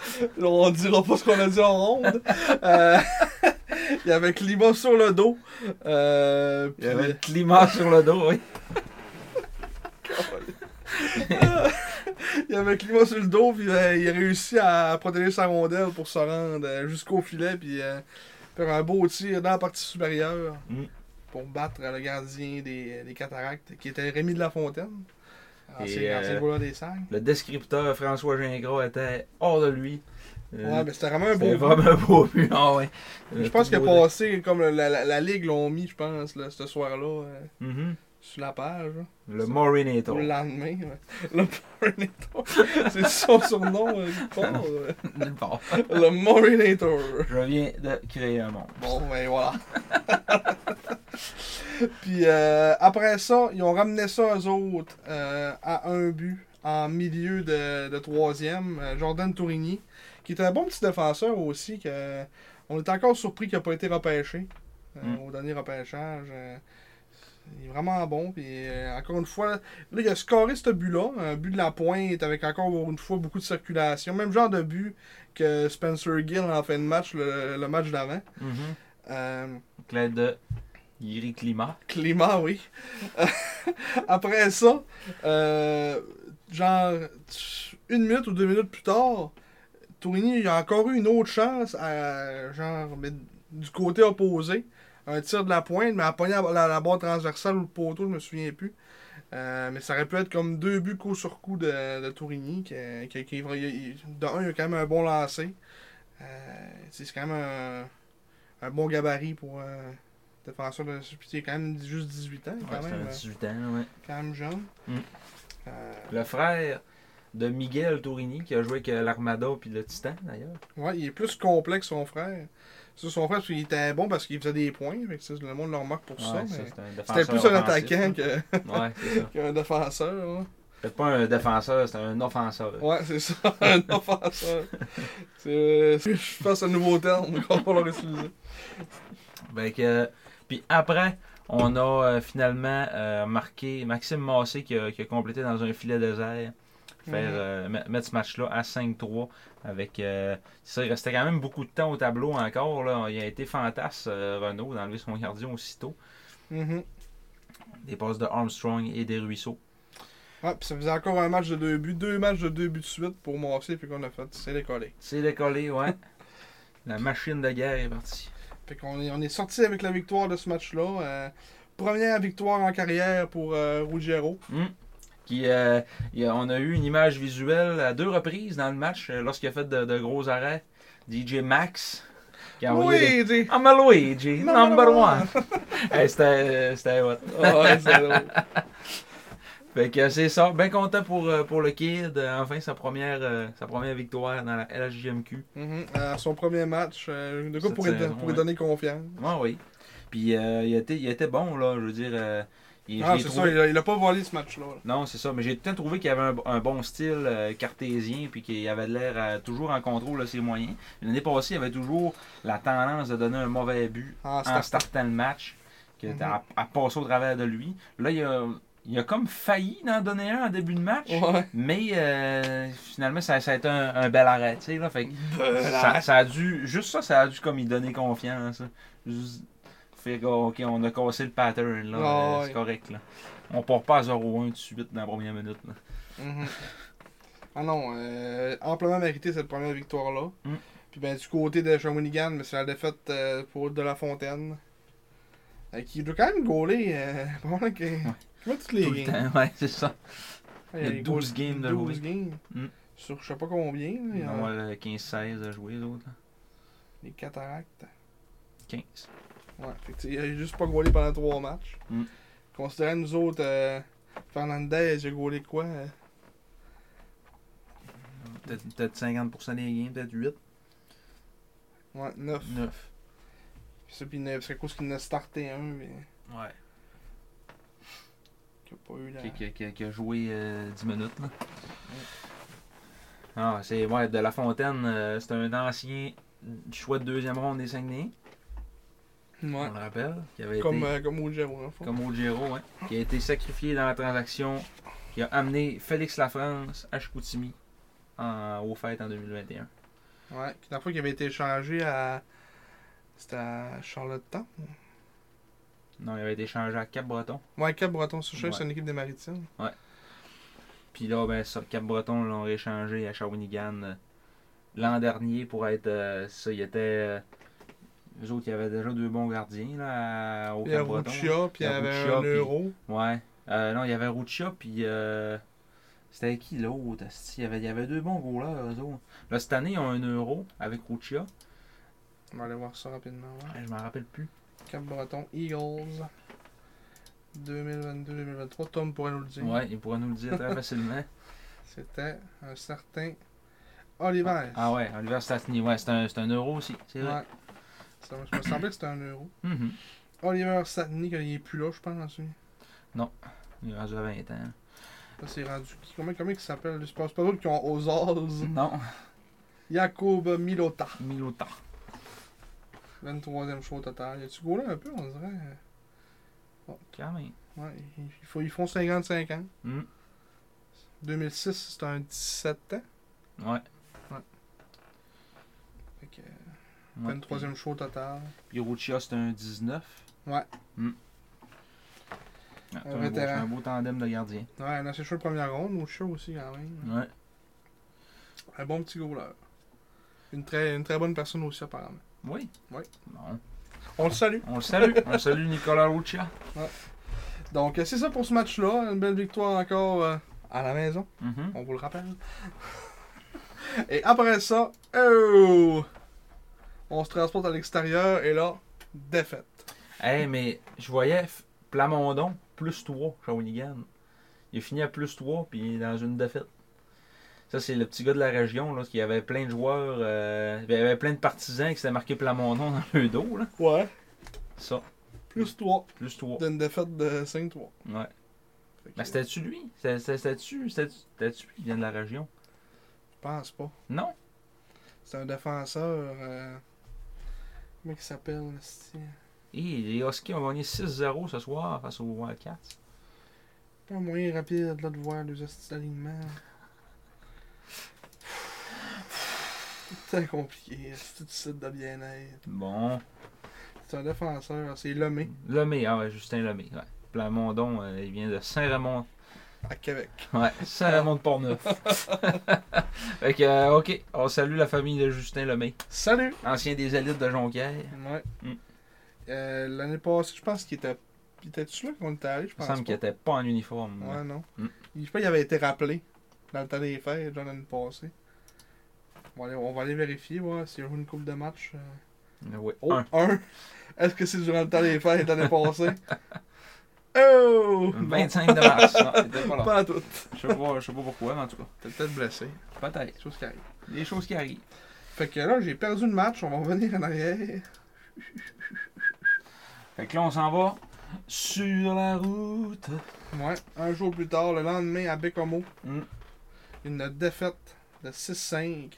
Speaker 3: On dira pas ce qu'on a dit en ronde. Euh, il y avait Climat sur le dos. Euh,
Speaker 4: Il y avait
Speaker 3: puis-
Speaker 4: le climat sur le dos, oui.
Speaker 3: il y avait Climat sur le dos, puis euh, il a réussi à protéger sa rondelle pour se rendre euh, jusqu'au filet, puis euh, faire un beau tir dans la partie supérieure
Speaker 4: Mm.
Speaker 3: pour battre le gardien des, des Cataractes, qui était Rémi de la Fontaine.
Speaker 4: Et,
Speaker 3: Ancien ancien
Speaker 4: euh,
Speaker 3: joueur des Sagnes.
Speaker 4: Le descripteur François Gingras était hors de lui. Euh,
Speaker 3: Ouais, mais c'était vraiment un beau.
Speaker 4: C'était
Speaker 3: but.
Speaker 4: vraiment un beau but, ah ouais.
Speaker 3: Je
Speaker 4: Euh,
Speaker 3: pense
Speaker 4: tout
Speaker 3: qu'il a
Speaker 4: beau de-
Speaker 3: passé, comme la, la, la ligue l'ont mis, je pense, là, ce soir-là, euh,
Speaker 4: Mhm.
Speaker 3: sur la page. là.
Speaker 4: Le Morinator.
Speaker 3: Ou le lendemain. ouais. Le Morinator. C'est son surnom, euh, du corps, euh,
Speaker 4: Bon,
Speaker 3: Le Morinator.
Speaker 4: je viens de créer un monde.
Speaker 3: Bon, ben voilà. Puis euh, après ça, ils ont ramené ça aux autres euh, à un but en milieu de, de troisième. euh, Jordan Tourigny, qui est un bon petit défenseur aussi. Que, on est encore surpris qu'il n'a pas été repêché euh,
Speaker 4: Mm.
Speaker 3: au dernier repêchage. euh, il est vraiment bon. Puis euh, encore une fois, là, il a scoré ce but-là. Un but de la pointe avec encore une fois beaucoup de circulation. Même genre de but que Spencer Gill en fin de match, le, le match d'avant.
Speaker 4: Mhm.
Speaker 3: Euh,
Speaker 4: Donc, l'aide de Yeri Climat.
Speaker 3: Clément, oui. Après ça, euh, genre une minute ou deux minutes plus tard, Tourigny il a encore eu une autre chance, à, genre mais du côté opposé. Un tir de la pointe, mais à pogné la, la, la barre transversale ou le poteau, je me souviens plus. Euh, mais ça aurait pu être comme deux buts coup sur coup de, de Tourigny. Qui, qui, qui- il- il- de un, il a quand même un bon lancer. Euh, c'est quand même un, un bon gabarit pour euh, défenseur de. puis Il est quand même juste 18 ans, quand,
Speaker 4: Ouais, c'était
Speaker 3: même,
Speaker 4: un
Speaker 3: euh,
Speaker 4: 18 ans, ouais.
Speaker 3: quand même jeune.
Speaker 4: Mm.
Speaker 3: Euh,
Speaker 4: Le frère de Miguel Tourigny, qui a joué avec euh, l'Armada puis le Titan, d'ailleurs.
Speaker 3: Ouais, il est plus complet que son frère. Ça, son frère, il était bon parce qu'il faisait des points. fait que ça, le monde le remarque pour ça.
Speaker 4: Ouais, ça,
Speaker 3: mais
Speaker 4: c'était un
Speaker 3: C'était
Speaker 4: défenseur
Speaker 3: plus un
Speaker 4: offensif,
Speaker 3: attaquant
Speaker 4: hein.
Speaker 3: que-
Speaker 4: Ouais, c'est ça.
Speaker 3: qu'un défenseur. ouais.
Speaker 4: C'était pas un défenseur, c'était un offenseur.
Speaker 3: Ouais, c'est ça, un offenseur. C'est, euh, je fasse un nouveau terme qu'on va leur utiliser.
Speaker 4: Fait Ben que- puis après, on a euh, finalement euh, marqué Maxime Massé qui a, qui a complété dans un filet désert. Faire,
Speaker 3: Mhm.
Speaker 4: euh, met- mettre ce match-là à 5-3 avec euh, ça, il restait quand même beaucoup de temps au tableau encore. Là. Il a été fantasme, euh, Renault, d'enlever son gardien aussitôt.
Speaker 3: Mhm.
Speaker 4: Des passes de Armstrong et des ruisseaux.
Speaker 3: Ouais, puis ça faisait encore un match de deux buts, deux matchs de deux buts de suite pour Massé, puis qu'on a fait, c'est décollé.
Speaker 4: C'est décollé, ouais. La machine de guerre est partie.
Speaker 3: Fait qu'on est, on est sorti avec la victoire de ce match-là. euh, première victoire en carrière pour euh, Ruggiero.
Speaker 4: Qui, euh, il y a- on a eu une image visuelle à deux reprises dans le match euh, lorsqu'il a fait de, de gros arrêts. DJ Max. Qui a envoyé des-
Speaker 3: Oui, dis!
Speaker 4: I'm a Luigi,
Speaker 3: Number
Speaker 4: number one. Hey, c'était euh, c'était hot.
Speaker 3: Ah, ouais, c'est drôle.
Speaker 4: Fait que euh, c'est ça. Bien content pour, euh, pour le kid. Euh, Enfin, sa première, euh, sa première victoire dans la LHJMQ.
Speaker 3: Mhm, euh, son premier match, euh, de quoi pour, lui
Speaker 4: Cette
Speaker 3: don-
Speaker 4: saison,
Speaker 3: pour lui
Speaker 4: ouais.
Speaker 3: donner confiance.
Speaker 4: Ouais, oui. Puis euh, il, était, il était bon, là. Je veux dire, euh, il, je
Speaker 3: Ah,
Speaker 4: l'ai
Speaker 3: c'est ça,
Speaker 4: trouvé-
Speaker 3: il a, il a pas volé ce match-là. là.
Speaker 4: Non, c'est ça. Mais j'ai tout le temps trouvé qu'il avait un, un bon style euh, cartésien, puis qu'il avait de l'air euh, toujours en contrôle de ses moyens. L'année passée, il avait toujours la tendance de donner un mauvais but
Speaker 3: Ah,
Speaker 4: en
Speaker 3: c'était-
Speaker 4: startant le match, que
Speaker 3: Mhm.
Speaker 4: t'as à, à passer au travers de lui. Là, il a, il a comme failli d'en donner un en début de match.
Speaker 3: Ouais.
Speaker 4: Mais euh, finalement, ça, ça a été un, un bel arrêt, tu sais, là. Fait que
Speaker 3: Euh,
Speaker 4: ça, ça a dû, juste ça, ça a dû comme y donner confiance. là. Juste fait que, oh, ok, on a cassé le pattern, là.
Speaker 3: Ah,
Speaker 4: euh,
Speaker 3: ouais.
Speaker 4: C'est correct, là. On part pas à 0-1 tout de suite dans la première minute, là.
Speaker 3: Mhm. Ah non, euh, amplement mérité cette première victoire-là.
Speaker 4: Mm.
Speaker 3: Puis ben, du côté de Shawinigan, mais c'est la défaite euh, pour De La Fontaine. Euh, qui doit quand même gauler. Euh, pas mal que- Comment toutes les
Speaker 4: Tout le
Speaker 3: games
Speaker 4: temps, ouais, c'est ça.
Speaker 3: Ouais,
Speaker 4: Il y a
Speaker 3: les
Speaker 4: 12
Speaker 3: goals-
Speaker 4: games de
Speaker 3: 12
Speaker 4: jouer.
Speaker 3: games.
Speaker 4: Mm.
Speaker 3: Sur je sais pas combien. là, il y
Speaker 4: Ils
Speaker 3: en
Speaker 4: ont
Speaker 3: a
Speaker 4: euh, 15-16 à jouer, les autres, là.
Speaker 3: Les cataractes.
Speaker 4: 15.
Speaker 3: Ouais, fait que, tu sais, il a juste pas gaulé pendant trois matchs.
Speaker 4: Mm.
Speaker 3: Considérant nous autres, euh, Fernandez, il a gaulé quoi euh,
Speaker 4: Peut-être peut-être 50% des games, peut-être 8.
Speaker 3: Ouais, 9.
Speaker 4: 9.
Speaker 3: C'est puis ne- c'est à cause qu'il en a starté un, mais
Speaker 4: Ouais.
Speaker 3: qu'il a pas eu la.
Speaker 4: Qui, qui- qui- qui a joué euh, 10 minutes. là. Ah, c'est ouais, De La Fontaine, euh, c'est un ancien choix de deuxième ronde des Saguenay.
Speaker 3: Ouais.
Speaker 4: on le rappelle, qui avait
Speaker 3: Comme,
Speaker 4: été
Speaker 3: euh, comme au gym, en fait.
Speaker 4: comme Ogero, hein, qui a été sacrifié dans la transaction qui a amené Félix Lafrance à Chicoutimi en, aux fêtes en 2021.
Speaker 3: Ouais. La fois qu'il avait été échangé à. C'était à Charlottetown.
Speaker 4: Non, il avait été changé à Cap-Breton.
Speaker 3: Ouais, Cap breton sur
Speaker 4: Ouais.
Speaker 3: c'est une équipe des Maritimes.
Speaker 4: Puis là, ben, ça, Cap-Breton l'ont réchangé à Shawinigan euh, l'an dernier pour être. euh, ça, il était. euh, eux autres, il y avait déjà deux bons gardiens là, à- au
Speaker 3: Puis il y a
Speaker 4: Cap-Breton.
Speaker 3: Ruccia, puis il
Speaker 4: Il
Speaker 3: y
Speaker 4: y a
Speaker 3: avait
Speaker 4: Ruccia,
Speaker 3: un
Speaker 4: puis-
Speaker 3: euro.
Speaker 4: Ouais. Euh, non, il y avait Ruccia, puis. euh, C'était qui l'autre asti? Il y, avait, il y avait deux bons goalers, eux autres. Là, cette année, ils ont un euro avec Ruccia.
Speaker 3: On va aller voir ça rapidement. ouais.
Speaker 4: Ouais, Je m'en rappelle plus.
Speaker 3: Cap breton Eagles. 2022-2023, Tom pourrait nous le dire.
Speaker 4: Ouais, il pourrait nous le dire très facilement.
Speaker 3: C'était un certain Oliver.
Speaker 4: Ah ouais, Oliver Statini, ouais, c'est un, c'est un euro aussi, c'est vrai.
Speaker 3: Ouais. Ça, je me semblais que c'était un euro.
Speaker 4: Mhm.
Speaker 3: Oliver Satni, quand il est plus là, je pense. hein. Lui.
Speaker 4: Il est rendu à 20 ans.
Speaker 3: Là, c'est rendu qui Comment, comment il s'appelle lui? Je pense pas d'autres qui ont Ozaz.
Speaker 4: Non,
Speaker 3: Jacob Milota.
Speaker 4: Milotan.
Speaker 3: 23e show au total. Y a-tu goalé un peu, on dirait
Speaker 4: Quand même.
Speaker 3: Ouais, ils, ils font- ils font 55 ans.
Speaker 4: Mhm.
Speaker 3: 2006, c'était un 17 ans.
Speaker 4: Ouais.
Speaker 3: Fait que,
Speaker 4: ouais.
Speaker 3: 23e show au total.
Speaker 4: Puis Ruccia, c'est un 19.
Speaker 3: Ouais.
Speaker 4: Mm. Ah, c'est
Speaker 3: Un
Speaker 4: un, beau,
Speaker 3: vétéran.
Speaker 4: c'est un beau tandem de gardiens.
Speaker 3: Ouais, un assez chaud première ronde, au show aussi quand même.
Speaker 4: Ouais.
Speaker 3: Un bon petit goaler. Une très, une très bonne personne aussi, apparemment.
Speaker 4: Oui.
Speaker 3: Ouais.
Speaker 4: Bon.
Speaker 3: On le salue.
Speaker 4: On le salue. On le salue, Nicolas Ruccia.
Speaker 3: Donc, euh, c'est ça pour ce match-là. Une belle victoire encore euh, à la maison,
Speaker 4: Mhm.
Speaker 3: on vous le rappelle. Et après ça, oh, on se transporte à l'extérieur et là, défaite.
Speaker 4: Hey, mais je voyais F- Plamondon plus 3, Shawinigan. Il a fini à plus 3 puis il est dans une défaite. Ça, c'est le petit gars de la région, là, qui avait plein de joueurs, euh, il y avait plein de partisans qui s'étaient marqué Plamondon dans le dos, là.
Speaker 3: Ouais.
Speaker 4: Ça,
Speaker 3: Plus 3
Speaker 4: plus 3.
Speaker 3: d'une défaite de 5-3.
Speaker 4: Ouais.
Speaker 3: Fait que,
Speaker 4: Mais c'était-tu lui? C'était- c'était- C'était-tu c'était- c'était-tu lui qui vient de la région?
Speaker 3: Je pense pas.
Speaker 4: Non?
Speaker 3: C'est un défenseur. euh, Comment il s'appelle, esti?
Speaker 4: Hé, les Huskies ont gagné 6-0 ce soir face aux Wildcats.
Speaker 3: Pas un moyen rapide là, de voir les hosties d'alignement. C'est compliqué, c'est tout de suite de bien-être.
Speaker 4: Bon.
Speaker 3: C'est un défenseur, c'est Lomé
Speaker 4: Lemay, ah ouais, Justin Lemay, ouais. Plamondon, euh, il vient de Saint-Raymond
Speaker 3: à Québec.
Speaker 4: Ouais, ça remonte pour neuf. fait que, euh, ok, on salue la famille de Justin Lemay,
Speaker 3: Salut!
Speaker 4: ancien des élites de Jonquière.
Speaker 3: Ouais.
Speaker 4: Mm.
Speaker 3: Euh, L'année passée, je pense qu'il était. Il était-tu là qu'on était allé?
Speaker 4: Il
Speaker 3: Je
Speaker 4: me
Speaker 3: pense
Speaker 4: semble qu'il
Speaker 3: pas.
Speaker 4: était Ah, pas en uniforme.
Speaker 3: Ouais, non.
Speaker 4: Mm.
Speaker 3: Il- Je sais pas, il avait été rappelé dans le temps des fêtes, genre l'année passée. On va aller, on va aller vérifier, voir s'il y a eu une coupe de match. euh,
Speaker 4: Mais ouais,
Speaker 3: Oh,
Speaker 4: un.
Speaker 3: un. Est-ce que c'est durant le temps des fêtes l'année passée? Oh!
Speaker 4: Le 25 de mars. non, il était pas
Speaker 3: Non,
Speaker 4: là.
Speaker 3: Pas à tout.
Speaker 4: Je sais pas, je sais pas pourquoi, mais en tout cas.
Speaker 3: T'es peut-être blessé.
Speaker 4: Peut-être.
Speaker 3: Chose qui arrive.
Speaker 4: Des choses qui arrivent.
Speaker 3: Fait que là, j'ai perdu le match. On va revenir en arrière.
Speaker 4: Fait que là, on s'en va sur la route.
Speaker 3: Ouais. Un jour plus tard, le lendemain, à Bécomo,
Speaker 4: Mm.
Speaker 3: une défaite de 6-5.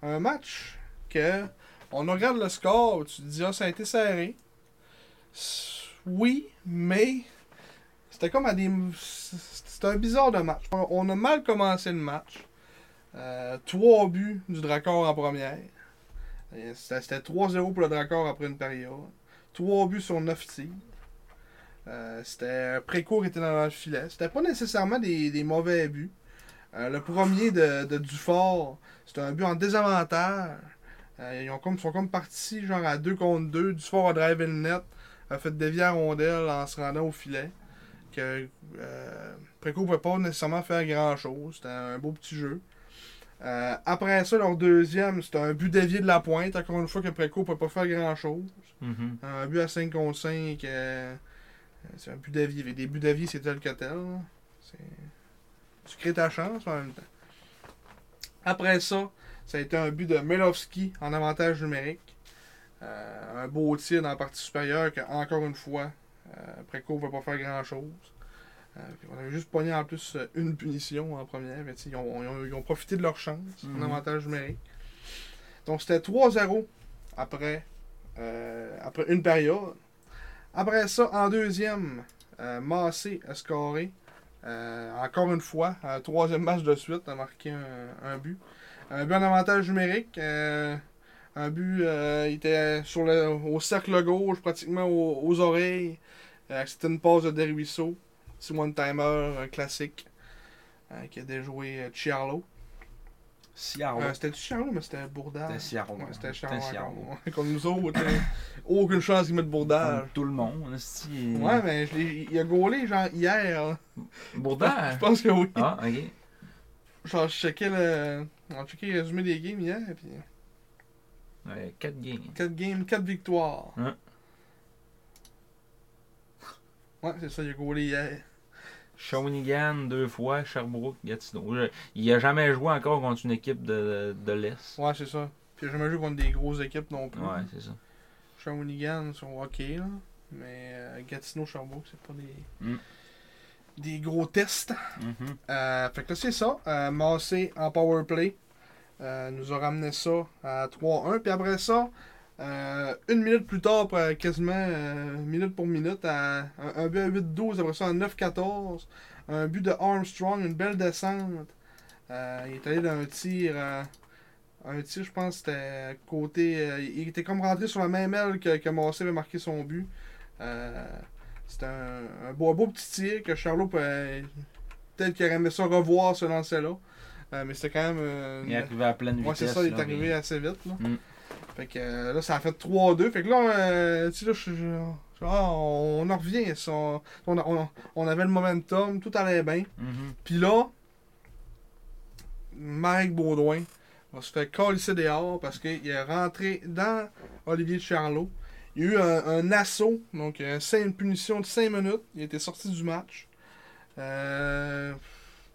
Speaker 3: Un match que on regarde le score, tu te dis ah ça a été serré. S- Oui, mais c'était comme à des c'était un bizarre de match. On- On a mal commencé le match. Euh, trois buts du Dracor en première. Et C'était c'était 3-0 pour le Dracor après une période. Trois buts sur 9 tirs. Euh, c'était Précourt était dans le filet. C'était pas nécessairement des, des mauvais buts. Euh, le premier de, de Dufort, c'était un but en désavantage. Euh, ils ont comme, sont comme partis genre à 2 contre 2. Dufort a drivé le net, a fait dévier la rondelle en se rendant au filet. Que, euh, Précourt pouvait pas nécessairement faire grand chose. C'était un beau petit jeu. Euh, après ça, leur deuxième, c'était un but dévié de la pointe. Encore une fois que Précourt pouvait pas faire grand chose.
Speaker 4: Mhm.
Speaker 3: Un but à 5 contre 5, c'est un but d'avis. Des buts d'avis, c'est tel que tel. là. C'est- Tu crées ta chance en même temps. Après ça, ça a été un but de Melowski en avantage numérique. Euh, un beau tir dans la partie supérieure que, encore une fois, euh, Préco ne va pas faire grand-chose. Euh, puis on avait juste pogné en plus euh, une punition en première. mais tu sais, ils, ont, ils ont- ils ont profité de leur chance en
Speaker 4: Mhm.
Speaker 3: avantage numérique. Donc c'était 3-0 après euh, après une période. Après ça, en deuxième, euh, Massé a scoré. euh, encore une fois, un troisième match de suite, a marqué un, un but. Un but en avantage numérique. euh, un but, euh, il était sur le, au cercle gauche, pratiquement aux, aux oreilles. Euh, C'était une passe de Deruisseau. C'est one-timer euh, classique euh, qui a déjoué euh, Chiarlo.
Speaker 4: Ciaro.
Speaker 3: Euh, c'était du Charlot, mais c'était Bourdage.
Speaker 4: C'était Ciaro.
Speaker 3: Ouais, c'était
Speaker 4: C'était
Speaker 3: Charlot.
Speaker 4: Ciaro.
Speaker 3: encore. Comme nous autres, hein. aucune chance qu'ils mettent Bourdage.
Speaker 4: Comme Tout le monde. esti.
Speaker 3: Ouais, mais je l'ai- il a gaulé genre hier. hein.
Speaker 4: Bourdin.
Speaker 3: Je pense que oui.
Speaker 4: Ah, ok.
Speaker 3: Genre, je checkais le. On checkait le résumé des games hier, puis
Speaker 4: Ouais, 4 games.
Speaker 3: 4 games, 4 victoires.
Speaker 4: Ouais.
Speaker 3: Ouais, c'est ça, il a gaulé hier.
Speaker 4: Shawinigan deux fois, Sherbrooke, Gatineau. Je- Il a jamais joué encore contre une équipe de, de l'Est.
Speaker 3: Ouais, c'est ça. Puis j'ai jamais joué contre des grosses équipes non plus.
Speaker 4: Ouais, c'est ça.
Speaker 3: Shawinigan sont ok, là. Mais euh, Gatineau, Sherbrooke, c'est pas des.
Speaker 4: Mm.
Speaker 3: Des gros tests. Euh, fait que là, c'est ça. Euh, Massé en power play euh, nous a ramené ça à 3-1. Puis après ça, euh, une minute plus tard, après quasiment euh, minute pour minute, à, un, un but à 8-12, après ça à 9-14. Un but de Armstrong, une belle descente. Euh, il est allé d'un tir. euh, un tir, je pense, c'était côté. euh, il était comme rentré sur la même aile que, que Massé avait marqué son but. Euh, c'était un, un beau, beau petit tir que Charlot euh, Peut-être qu'il aurait aimé ça revoir ce lancer-là. Euh, mais c'était quand même. euh,
Speaker 4: Il est
Speaker 3: une-
Speaker 4: arrivé à pleine
Speaker 3: Ouais,
Speaker 4: vitesse.
Speaker 3: c'est ça, il est
Speaker 4: là,
Speaker 3: arrivé
Speaker 4: mais-
Speaker 3: assez vite. Là.
Speaker 4: Mm.
Speaker 3: Fait que euh, là, ça a fait 3-2. Fait que là, euh, tu sais, là, je suis genre, ah, on en revient. ça, On, on, on- on avait le momentum, tout allait bien.
Speaker 4: Mhm.
Speaker 3: Puis là, Mike Baudouin va se faire colisser dehors parce qu'il est rentré dans Olivier Charlot. Il y a eu un, un assaut, donc un cinq- une punition de 5 minutes. Il était sorti du match. Euh,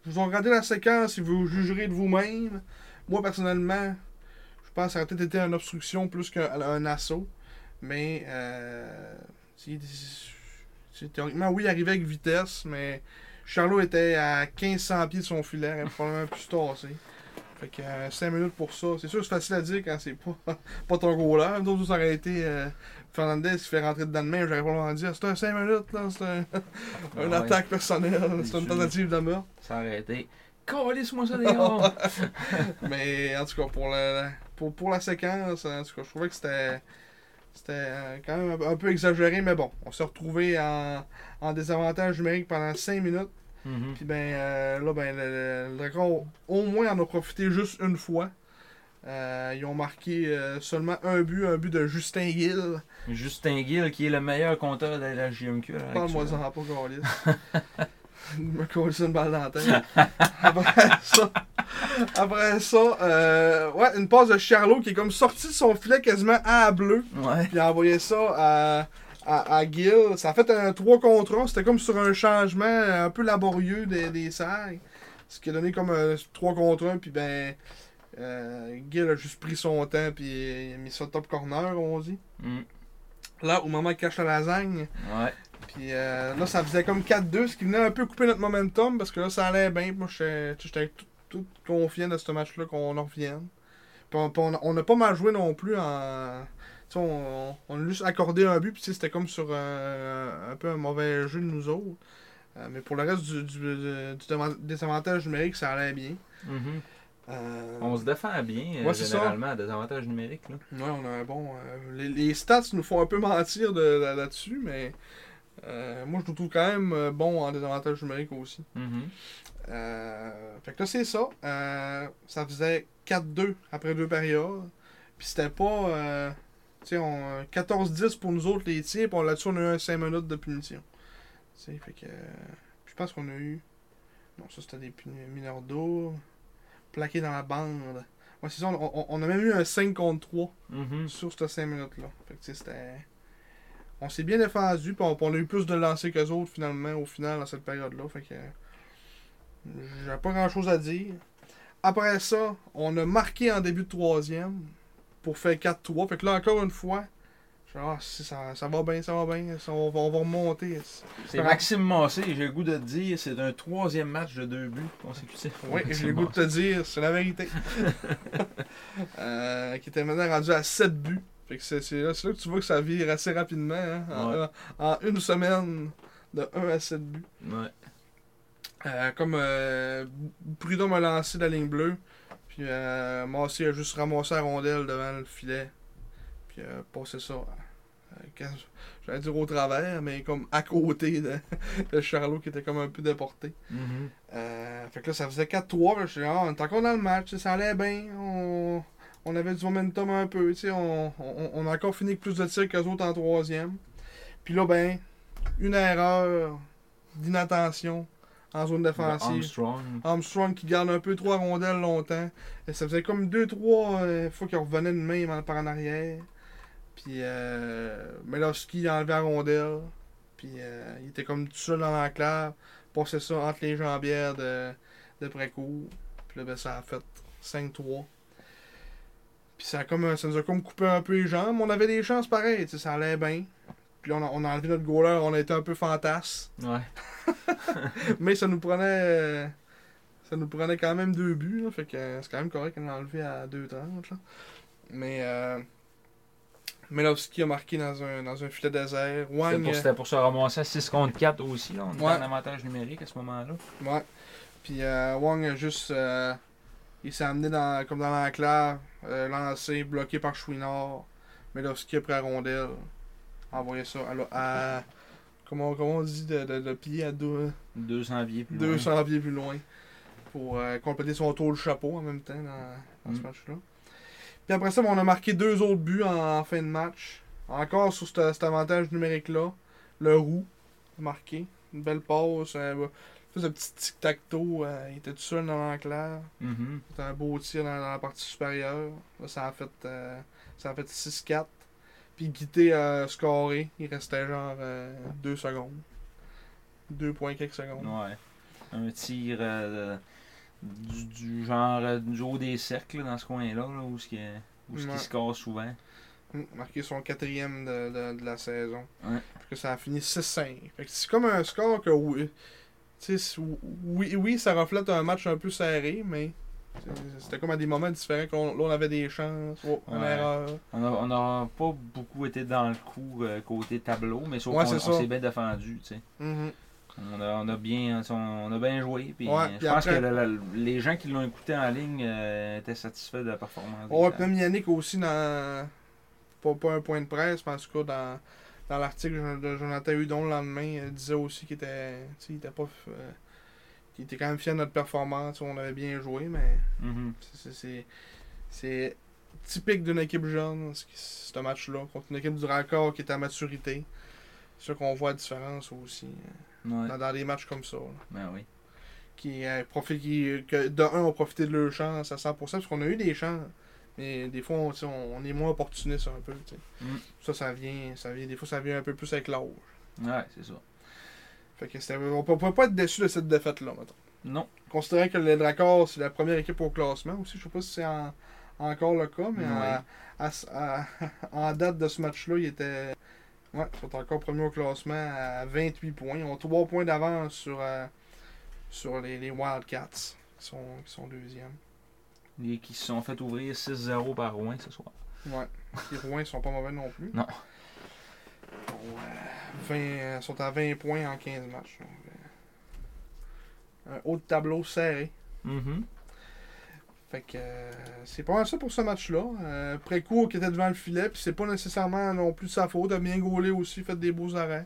Speaker 3: vous regardez la séquence et vous jugerez de vous-même. Moi, personnellement, je pense que ça aurait peut-être été une obstruction plus qu'un un assaut. Mais, euh, c'est- c'est- théoriquement, oui, il arrivait avec vitesse, mais Charlot était à 1500 pieds de son filet, il aurait probablement pu se tasser. Fait que 5 minutes pour ça. C'est sûr que c'est facile à dire quand c'est pas, pas ton goaler. D'autres, ça aurait été euh, Fernandez qui se fait rentrer dedans de même. J'aurais probablement dit, Ah, c'est un 5 minutes, là, c'est un, une
Speaker 4: Ah Ouais.
Speaker 3: attaque personnelle. C'est une
Speaker 4: sûr.
Speaker 3: tentative de meurtre.
Speaker 4: Ça aurait été. Calisse-moi ça dehors!
Speaker 3: Mais en tout cas, pour la, pour, pour la séquence, en tout cas, je trouvais que c'était. C'était euh, quand même un- un peu exagéré, mais bon, on s'est retrouvé en, en désavantage numérique pendant 5 minutes.
Speaker 4: Mhm.
Speaker 3: Puis ben euh, là, ben le, le- le record, au moins, en a profité juste une fois. Euh, ils ont marqué euh, seulement un but, un but de Justin Hill.
Speaker 4: Justin Gill, qui est le meilleur compteur de la JMQ. à l'heure
Speaker 3: Parle-moi-en
Speaker 4: actuelle.
Speaker 3: pas, Carlis. Il me colle une balle dans la tête. Après ça, après ça euh, ouais, une passe de Charlot qui est comme sorti de son filet quasiment à bleu.
Speaker 4: Ouais.
Speaker 3: Puis il a envoyé ça à, à, à Gill. Ça a fait un 3 contre 1. C'était comme sur un changement un peu laborieux des, des serres. Ce qui a donné comme un 3 contre 1. Puis ben, euh, Gill a juste pris son temps. Puis il a mis ça top corner, on dit.
Speaker 4: Mhm.
Speaker 3: Là, au moment qu'il cache la lasagne.
Speaker 4: Ouais.
Speaker 3: Puis euh, là, ça faisait comme 4-2, ce qui venait un peu couper notre momentum parce que là, ça allait bien. Puis Moi, j'étais j'étais tout, tout confiant de ce match-là qu'on en revienne. Puis on- puis on on n'a pas mal joué non plus en. tu sais, on, on a juste accordé un but, puis tu sais, c'était comme sur euh, un peu un mauvais jeu de nous autres. Euh, mais pour le reste du, du, du- du déman- désavantage numérique, ça allait bien.
Speaker 4: Mhm.
Speaker 3: Euh,
Speaker 4: On se défend bien, euh,
Speaker 3: Ouais, c'est ça.
Speaker 4: généralement, à des avantages numériques. Là.
Speaker 3: Ouais, on a un bon. euh, les, les stats nous font un peu mentir de, là- là-dessus, mais euh, moi je nous trouve quand même euh, bon en désavantage numérique aussi.
Speaker 4: Mhm.
Speaker 3: Euh, fait que là, c'est ça. Euh, ça faisait 4-2 après deux périodes. Puis c'était pas. euh, tu sais, on- 14-10 pour nous autres les tirs. Puis on- là-dessus, on a eu un 5 minutes de punition. Tu sais, fait que. euh, puis je pense qu'on a eu. Non, ça c'était des puni- mineurs d'eau. Plaqués dans la bande. Ouais, c'est ça. On, on- on a même eu un 5 contre 3
Speaker 4: Mhm.
Speaker 3: sur cette 5 minutes-là. Fait que tu sais, c'était. On s'est bien défendu, puis on, puis on a eu plus de lancers qu'eux autres, finalement, au final, dans cette période-là. Fait que. euh, J'avais pas grand-chose à dire. Après ça, on a marqué en début de troisième pour faire 4-3. Fait que là, encore une fois, je ah, si, ça, ça va bien, ça va bien, ça, on, va, on va remonter.
Speaker 4: C'est Maxime Massé, j'ai le goût de te dire, c'est un troisième match de deux buts consécutifs.
Speaker 3: Oui, j'ai le goût de te dire, c'est la vérité. Euh, qui était maintenant rendu à 7 buts. Fait que c'est c'est là, c'est là que tu vois que ça vire assez rapidement. hein, en,
Speaker 4: Ouais.
Speaker 3: en une semaine, de 1 à 7 buts.
Speaker 4: Ouais.
Speaker 3: Euh, comme euh, Prudhomme a lancé la ligne bleue, puis euh, Massé a juste ramassé la rondelle devant le filet, puis euh, passé ça. euh, quand- J'allais dire au travers, mais comme à côté de, de Charlot qui était comme un peu déporté.
Speaker 4: Mhm.
Speaker 3: Euh, fait que là, ça faisait 4-3. là, Je suis ah, on est encore dans le match, tu sais, ça allait bien. On, on avait du momentum un peu. tu sais, On, on, on a encore fini avec plus de tirs qu'eux autres en troisième. Puis là, ben, une erreur d'inattention en zone
Speaker 4: Ben,
Speaker 3: défensive.
Speaker 4: Armstrong.
Speaker 3: Mm. Armstrong qui garde un peu trois rondelles longtemps. Et ça faisait comme deux, trois euh, fois qu'il revenait de même en- par en arrière. Puis euh, Melowski il a enlevé la rondelle. Puis euh, il était comme tout seul dans l'enclave. Passait ça entre les jambières de, de Précourt. Puis là, ben, ça a fait 5-3. Puis ça, a comme, ça nous a comme coupé un peu les jambes. On avait des chances pareilles, tu sais, ça allait bien. Puis là, on a, on a enlevé notre goaler, on a été un peu fantasme.
Speaker 4: Ouais.
Speaker 3: Mais ça nous prenait. euh, Ça nous prenait quand même deux buts, là, fait que euh, c'est quand même correct qu'on l'a enlevé à 2,30. Là. Mais euh, Melowski a marqué dans un, dans un filet désert.
Speaker 4: C'était
Speaker 3: Wang,
Speaker 4: pour, c'était pour se ramasser à 6 contre 4 aussi. Là. On était
Speaker 3: Ouais.
Speaker 4: en avantage numérique à ce moment-là.
Speaker 3: euh, ouais. Puis euh, Wang a juste. euh, il s'est amené dans, comme dans l'enclave, euh, lancé, bloqué par Chouinard. Melowski a pris la rondelle. Envoyé ça à. la- à- comment, comment on dit de, de, de pied à deux.
Speaker 4: 200 pieds plus loin.
Speaker 3: 200 pieds plus loin pour euh, compléter son tour de chapeau en même temps dans, dans ce
Speaker 4: Mm.
Speaker 3: match-là. Puis après ça, ben, on a marqué deux autres buts en, en fin de match. Encore sur cet- cet avantage numérique-là, le roux a marqué. Une belle passe, un, faisait un petit tic-tac-toe. euh, il était tout seul dans l'enclave.
Speaker 4: Mhm.
Speaker 3: C'était un beau tir dans, dans la partie supérieure. Là, ça a fait, euh, ça a fait 6-4. Puis Guité a scoré. Il restait genre 2 secondes. 2 points quelques secondes.
Speaker 4: Ouais. Un tir euh, du, du genre euh, du haut des cercles là, dans ce coin-là, là, où ce qui, où ce qui
Speaker 3: Ouais.
Speaker 4: se casse souvent.
Speaker 3: Mm, marqué son quatrième de, de- de la saison.
Speaker 4: Ouais.
Speaker 3: Puis que ça a fini 6-5. Fait que c'est comme un score que oui, tu sais, c'est- oui, oui, ça reflète un match un peu serré, mais tu sais, c'était comme à des moments différents. qu'on- là, on avait des chances. Oh, une
Speaker 4: Ouais.
Speaker 3: erreur.
Speaker 4: On n'a on a pas beaucoup été dans le coup euh, côté tableau, mais sauf
Speaker 3: Ouais,
Speaker 4: qu'on on
Speaker 3: c'est ça.
Speaker 4: s'est bien défendu. tu sais.
Speaker 3: Mhm.
Speaker 4: On a, on a bien on, a bien joué. Puis
Speaker 3: Ouais,
Speaker 4: je
Speaker 3: puis
Speaker 4: pense
Speaker 3: après-
Speaker 4: que la- la- les gens qui l'ont écouté en ligne euh, étaient satisfaits de la performance. des
Speaker 3: Ouais,
Speaker 4: gens.
Speaker 3: puis même Yannick aussi dans. Pas, pas un point de presse, mais en tout cas dans, dans l'article de Jonathan Hudon le lendemain, il disait aussi qu'il était. tu sais, il était pas. f- euh, qu'il était quand même fier de notre performance. On avait bien joué, mais.
Speaker 4: Mhm.
Speaker 3: C'est- c'est- C'est c'est typique d'une équipe jeune, ce qui- ce match-là, contre une équipe du raccord qui est à maturité. C'est sûr qu'on voit la différence aussi euh,
Speaker 4: Ouais,
Speaker 3: dans, dans des matchs comme ça. là.
Speaker 4: ben oui.
Speaker 3: qui, euh, profi- qui- que de un, ont profité de leur chance à 100%, parce qu'on a eu des chances. Mais des fois, on, tu sais, on- on est moins opportuniste un peu. tu sais.
Speaker 4: Mm.
Speaker 3: Ça, ça vient, ça vient. Des fois, ça vient un peu plus avec l'âge.
Speaker 4: Ouais, c'est ça.
Speaker 3: Fait que c'était- on ne pouvait pas être déçu de cette défaite-là, mettons.
Speaker 4: Non.
Speaker 3: Considérant que le Dracor, c'est la première équipe au classement aussi, je sais pas si c'est en- encore le cas, mais à- à ce- à- en date de ce match-là, il était. Ouais, ils sont encore premier au classement à 28 points. Ils ont 3 points d'avance sur, euh, sur les, les Wildcats, qui sont, qui sont deuxièmes.
Speaker 4: Les qui se sont fait ouvrir 6-0 par Rouen ce soir.
Speaker 3: Ouais. Les Rouen sont pas mauvais non plus.
Speaker 4: Non.
Speaker 3: Bon, euh, 20 ils sont à 20 points en 15 matchs. donc, euh, un haut de tableau serré. Mm-hmm.
Speaker 4: Mhm.
Speaker 3: Fait que euh, c'est pas mal ça pour ce match-là. Euh, Précourt qui était devant le filet, puis c'est pas nécessairement non plus de sa faute. A bien gaulé aussi, fait des beaux arrêts.